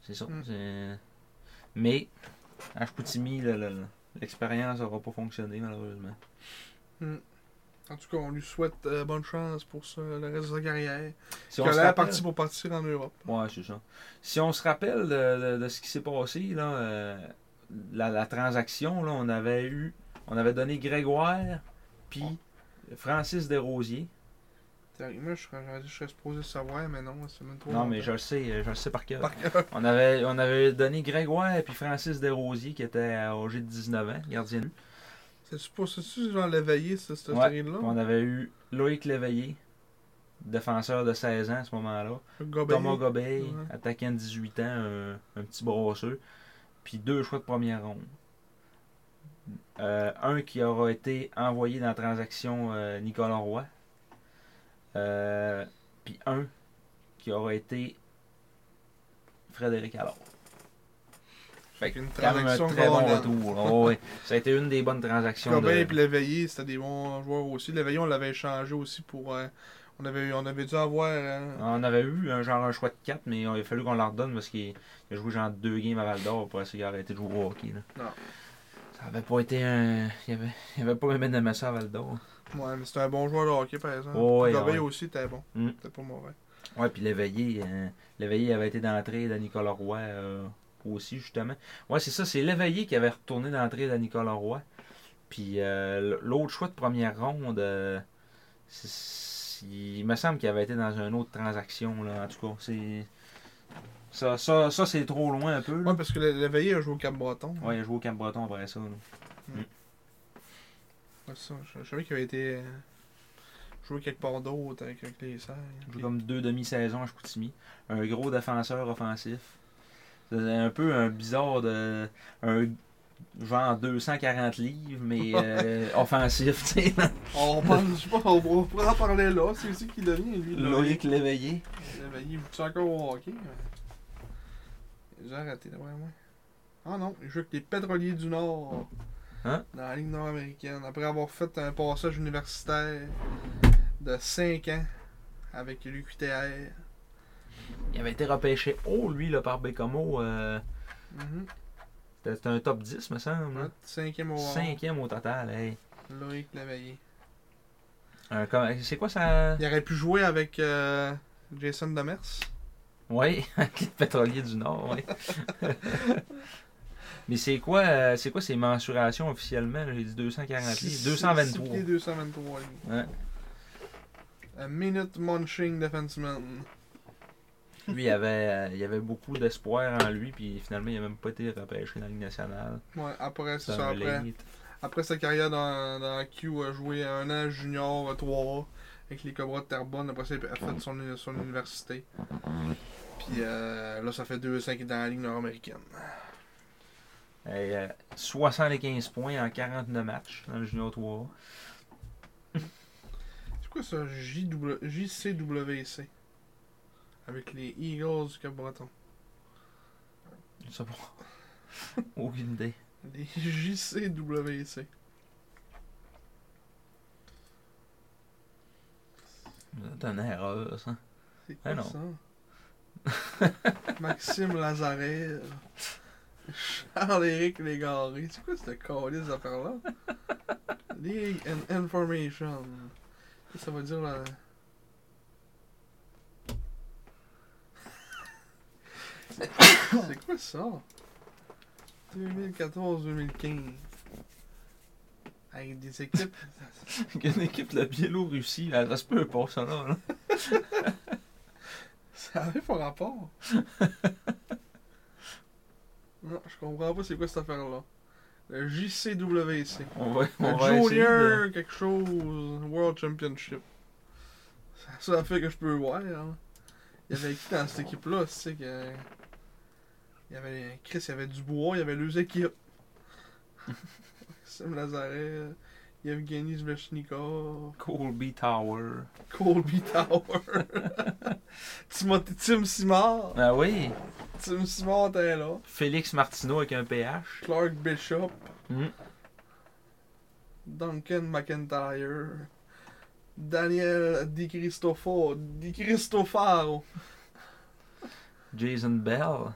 Speaker 4: c'est ça.
Speaker 3: Mm.
Speaker 4: c'est- Mais à Chicoutimi, là, là, là, l'expérience n'aura pas fonctionné malheureusement.
Speaker 3: En tout cas, on lui souhaite euh, bonne chance pour ça, le reste de sa carrière.
Speaker 4: Si
Speaker 3: Qu'elle
Speaker 4: on se
Speaker 3: est
Speaker 4: rappelle-
Speaker 3: parti pour partir en Europe.
Speaker 4: Ouais, c'est ça. Si on se rappelle de, de- de ce qui s'est passé, là, euh, la, la transaction, là, on avait eu, on avait donné Grégoire, puis Francis Desrosiers.
Speaker 3: Théoriquement, je serais, je serais supposé savoir, mais non, c'est même trop.
Speaker 4: Non, mais je
Speaker 3: longtemps.
Speaker 4: le sais, je le sais par cœur.
Speaker 3: Par cœur.
Speaker 4: On avait, on avait donné Grégoire et puis Francis Desrosiers, qui était âgé de 19 ans, gardien de but.
Speaker 3: C'est-tu pour c'est-tu genre l'éveillé, ça, cette
Speaker 4: Ouais,
Speaker 3: série-là?
Speaker 4: Puis on avait eu Loïc Léveillé, défenseur de 16 ans à ce moment-là.
Speaker 3: Le gobelet.
Speaker 4: Thomas Gobeil,
Speaker 3: Ouais.
Speaker 4: attaquant de 18 ans, un, un petit brasseux. Puis deux choix de première ronde. Euh, un qui aura été envoyé dans la transaction euh, Nicolas Roy. Euh, puis un qui aura été Frédéric Allard. Fait que
Speaker 3: Une
Speaker 4: quand même un
Speaker 3: transaction
Speaker 4: très bon
Speaker 3: gagnante.
Speaker 4: retour. Oh, ouais. Ça a été une des bonnes transactions. de-
Speaker 3: Gobeil et l'éveillé, c'était des bons joueurs aussi. L'éveillé, on l'avait échangé aussi pour. euh, on, avait, on avait dû avoir. euh,
Speaker 4: On avait eu un genre un choix de 4, mais il a fallu qu'on leur donne parce qu'il il a joué genre deux games à Val d'Or pour essayer d'arrêter de jouer au hockey. Là.
Speaker 3: Non.
Speaker 4: Ça avait pas été un. Il avait, il avait pas même aimé ça à Val d'Or.
Speaker 3: Ouais, mais c'était un bon joueur de hockey, par exemple.
Speaker 4: Ouais,
Speaker 3: Gobeil
Speaker 4: ouais.
Speaker 3: aussi était bon.
Speaker 4: Mm.
Speaker 3: C'était pas mauvais.
Speaker 4: Ouais, puis l'éveillé, euh, l'éveillé avait été dans l'entrée de Nicolas Roy euh, aussi, justement. Ouais, c'est ça, c'est l'éveillé qui avait retourné dans l'entrée de Nicolas Roy. Puis euh, l'autre choix de première ronde, euh, c'est- c'est- il me semble qu'il avait été dans une autre transaction, là, en tout cas. C'est. Ça, ça, ça c'est trop loin un peu. là.
Speaker 3: Ouais, parce que l'é- l'éveillé a joué au Cap-Breton.
Speaker 4: Ouais, il a joué au Cap Breton après ça. là.
Speaker 3: Ouais, c'est ça. Je, je savais qu'il avait été. euh, joué quelque part d'autre avec, avec les serres.
Speaker 4: Il a joué comme deux demi-saisons à Chicoutimi. Un gros défenseur offensif. C'était un peu un bizarre de. Un genre 240 livres, mais euh, offensif, tu sais.
Speaker 3: On pense pas, on, on pourrait en parler là. C'est aussi qui devient, lui. Eh
Speaker 4: Loïc Léveillé.
Speaker 3: L'éveillé, vous tu ben, encore au hockey mais- J'ai arrêté, d'après moi. Ah non, il joue avec les Pétroliers du Nord.
Speaker 4: Hein?
Speaker 3: Dans la Ligue nord-américaine. Après avoir fait un passage universitaire de 5 ans avec l'UQTR.
Speaker 4: Il avait été repêché haut, lui, là, par Bécamo. euh,
Speaker 3: Mhm.
Speaker 4: C'était c'était un top 10, me semble.
Speaker 3: Ouais,
Speaker 4: hein.
Speaker 3: Cinquième au
Speaker 4: Cinquième au total, hey.
Speaker 3: Loïc Léveillé.
Speaker 4: Un com- C'est quoi ça?
Speaker 3: Il aurait pu jouer avec euh, Jason Demers.
Speaker 4: Oui, avec les pétroliers du Nord, oui. Mais c'est quoi, euh, c'est quoi ces mensurations officiellement? là? J'ai dit 240 livres. 223.
Speaker 3: 6 pieds 223 livres.
Speaker 4: Ouais.
Speaker 3: A minute munching defenseman.
Speaker 4: Lui, il avait, euh, il avait beaucoup d'espoir en lui, puis finalement, il n'a même pas été repêché dans la Ligue nationale.
Speaker 3: Ouais, après, c'est
Speaker 4: C'est
Speaker 3: ça,
Speaker 4: un
Speaker 3: après.
Speaker 4: late.
Speaker 3: Après sa carrière dans, dans la Q, a joué un an junior 3 avec les Cobras de Terrebonne. Après ça, il a fait son, son université. Puis euh, là, ça fait deux ans qu'il est dans la Ligue nord-américaine.
Speaker 4: Et, euh, 75 points en 49 matchs dans le Junior 3.
Speaker 3: C'est quoi ça, JW JCWC Avec les Eagles du Cap-Breton.
Speaker 4: Je sais pas. Aucune idée.
Speaker 3: Les JCWC.
Speaker 4: C'est une erreur, ça.
Speaker 3: C'est quoi
Speaker 4: Ah non.
Speaker 3: ça Maxime Lazarel. Charles-Éric Légaré. C'est quoi cette calice d'affaires-là? League and Information. Ça, ça veut dire la... C'est quoi ça? 2014-2015. Avec des équipes.
Speaker 4: Une équipe de la Biélorussie, là, ça se peut pas, ça, là. hein. là.
Speaker 3: Ça avait pas rapport. non, je comprends pas c'est quoi cette affaire-là. Le JCWC.
Speaker 4: On va, on
Speaker 3: Le
Speaker 4: va essayer de-
Speaker 3: Junior quelque chose World Championship. Ça, ça fait que je peux voir. hein. Il y avait qui dans cette équipe-là, tu sais que. Il y avait Chris, il y avait Dubois, il y avait deux équipes. Sam Lazaret, Yevgeny Zvechnikov.
Speaker 4: Colby Tower.
Speaker 3: Colby Tower. Timothy, Tim Simard.
Speaker 4: Ah oui,
Speaker 3: Tim Simard était là.
Speaker 4: Félix Martineau avec un PH.
Speaker 3: Clark Bishop.
Speaker 4: Hmm.
Speaker 3: Duncan McIntyre. Daniel Di Cristofaro. Di Cristofaro.
Speaker 4: Jason Bell.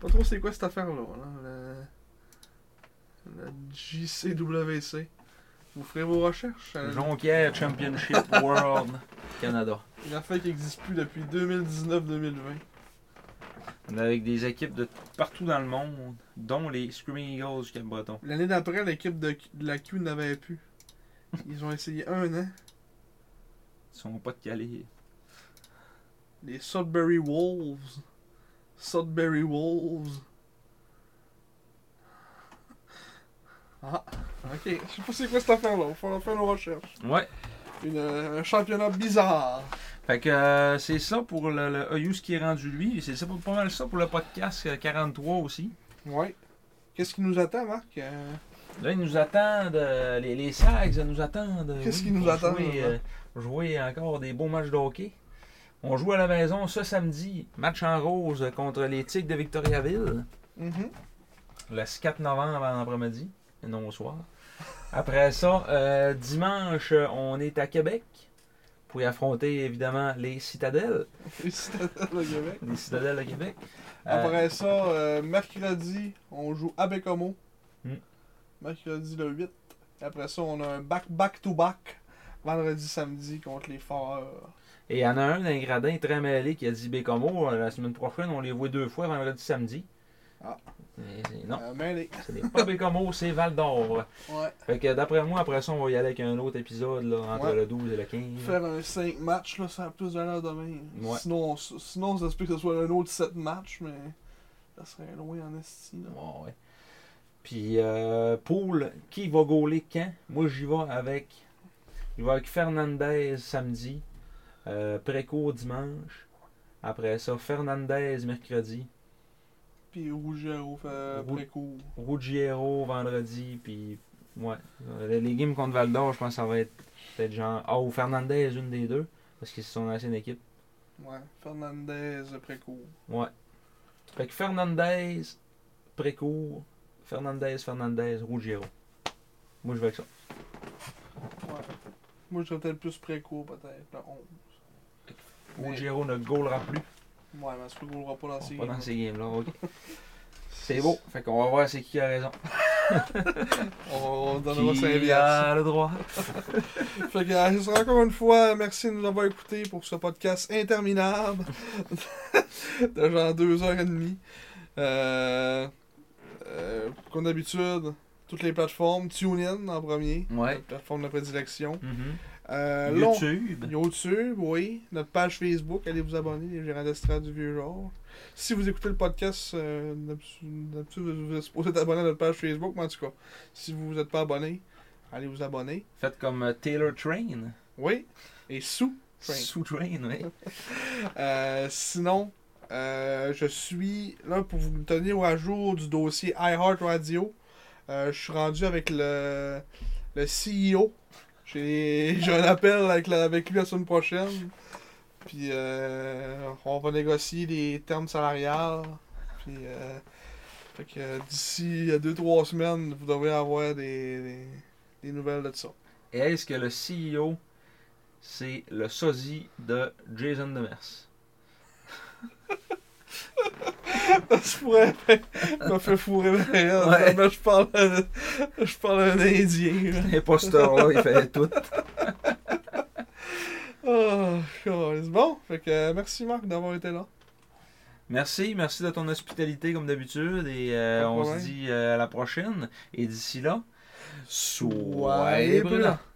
Speaker 3: Pas trop c'est quoi cette affaire-là. là, Le... le JCWC. Vous ferez vos recherches. euh,
Speaker 4: Jonquière Championship World Canada.
Speaker 3: Une affaire qui n'existe plus depuis 2019-2020.
Speaker 4: On est Avec des équipes de partout dans le monde, dont les Screaming Eagles du Cap-Breton.
Speaker 3: L'année d'après, l'équipe de, de la Q n'avait plus. Ils ont essayé un an.
Speaker 4: Ils sont pas de Calais.
Speaker 3: Les Sudbury Wolves. Sudbury Wolves. Ah, ok. Je sais pas c'est quoi cette affaire-là. Il faut faire nos recherches.
Speaker 4: Ouais.
Speaker 3: Une, euh, un championnat bizarre.
Speaker 4: Fait que euh, c'est ça pour le, le Ayus qui est rendu lui. C'est ça pour- pas mal ça pour le podcast euh, 43 aussi.
Speaker 3: Ouais. Qu'est-ce qui nous attend, Marc Euh,
Speaker 4: Là, ils nous attendent, euh, les, les Sags nous attendent. euh,
Speaker 3: Qu'est-ce
Speaker 4: oui,
Speaker 3: qu'ils nous
Speaker 4: pour
Speaker 3: attendent,
Speaker 4: Jouer, euh, jouer encore des beaux matchs de hockey. On joue à la maison ce samedi, match en rose contre les Tigres de Victoriaville,
Speaker 3: mhm.
Speaker 4: le 4 novembre en après-midi, et non au soir. Après ça, euh, dimanche, on est à Québec pour y affronter évidemment les Citadelles,
Speaker 3: Félicitations, le Québec.
Speaker 4: les Citadelles de Québec. Euh,
Speaker 3: Après ça, euh, mercredi, on joue à Bécomo.
Speaker 4: Hmm.
Speaker 3: Mercredi le 8. Et après ça, on a un back-back-to-back. Vendredi, samedi contre les Foreurs.
Speaker 4: Et il y en a un d'un gradin très mêlé qui a dit Bécomo, la semaine prochaine, on les voit deux fois, vendredi, samedi.
Speaker 3: Ah.
Speaker 4: Mais c'est- non,
Speaker 3: Euh, mêlés.
Speaker 4: ce n'est pas Bécomo, c'est Val d'Or.
Speaker 3: Ouais.
Speaker 4: Fait que d'après moi, après ça, on va y aller avec un autre épisode là, entre
Speaker 3: Ouais.
Speaker 4: le 12 et le 15.
Speaker 3: Faire un 5 matchs, là, ça a plus valeur demain.
Speaker 4: Ouais.
Speaker 3: Sinon, on s- sinon, ça se peut que ce soit un autre 7 matchs, mais ça serait loin en esti. là.
Speaker 4: Ouais, ouais. Puis, euh, Poule, qui va gauler quand Moi, j'y vais avec. Je vais avec Fernandez samedi, euh, Préco dimanche. Après ça, Fernandez mercredi,
Speaker 3: Puis Rougier au fait
Speaker 4: Rou-
Speaker 3: préco.
Speaker 4: Ruggiero vendredi, puis ouais. Euh, Les, les games contre Val d'Or, je pense que ça va être peut-être genre. Ah, ou Fernandez, une des deux, parce que c'est son ancienne équipe.
Speaker 3: Ouais. Fernandez euh, préco.
Speaker 4: Ouais. Fait que Fernandez, Précourt, Fernandez, Fernandez, Ruggiero. Moi, je vais avec ça.
Speaker 3: Ouais. Moi, je serais peut-être plus préco, peut-être. Le 11. Mais-
Speaker 4: Ruggiero ne goalera plus.
Speaker 3: Ouais, mais ça se peut qu'on le voit pas dans ces
Speaker 4: pas dans
Speaker 3: games-là.
Speaker 4: ces games-là, ok. C'est beau. Fait qu'on va voir c'est qui qui a raison.
Speaker 3: On on donnera ça
Speaker 4: Qui
Speaker 3: bien.
Speaker 4: a le droit.
Speaker 3: Fait que, euh, ce sera encore une fois, merci de nous avoir écoutés pour ce podcast interminable de genre deux heures et demie. Euh, euh, comme d'habitude, toutes les plateformes, TuneIn en premier,
Speaker 4: Ouais.
Speaker 3: notre plateforme de prédilection.
Speaker 4: Mhm.
Speaker 3: Euh, long-
Speaker 4: YouTube.
Speaker 3: YouTube, oui. Notre page Facebook, allez vous abonner, les gérants d'estrade du vieux genre. Si vous écoutez le podcast, euh, d'habitude, d'habitude, vous êtes supposé être abonné à notre page Facebook, mais en tout cas, si vous n'êtes pas abonné, allez vous abonner.
Speaker 4: Faites comme euh, Taylor Train.
Speaker 3: Oui. Et sous. Train.
Speaker 4: Sous Train, oui.
Speaker 3: Euh, sinon, euh, je suis là pour vous tenir à jour du dossier iHeartRadio. Euh, je suis rendu avec le, le CEO. J'ai j'ai un appel avec, la- avec lui la semaine prochaine. Puis euh, on va négocier les termes salariales. Puis euh, fait que euh, d'ici 2-3 semaines, vous devrez avoir des, des, des nouvelles de ça.
Speaker 4: Et est-ce que le CEO, c'est le sosie de Jason Demers?
Speaker 3: Je pourrais. Je me fait fourrer la raide.
Speaker 4: Ouais.
Speaker 3: Mais je parle. à- Je parle à un Indien. là.
Speaker 4: L'imposteur, là, il fait tout.
Speaker 3: Oh, c'est bon. Fait que euh, merci Marc d'avoir été là.
Speaker 4: Merci, merci de ton hospitalité comme d'habitude et euh,
Speaker 3: Pas de
Speaker 4: on se
Speaker 3: problème.
Speaker 4: dit euh, à la prochaine. Et d'ici là,
Speaker 3: Soyez brillants.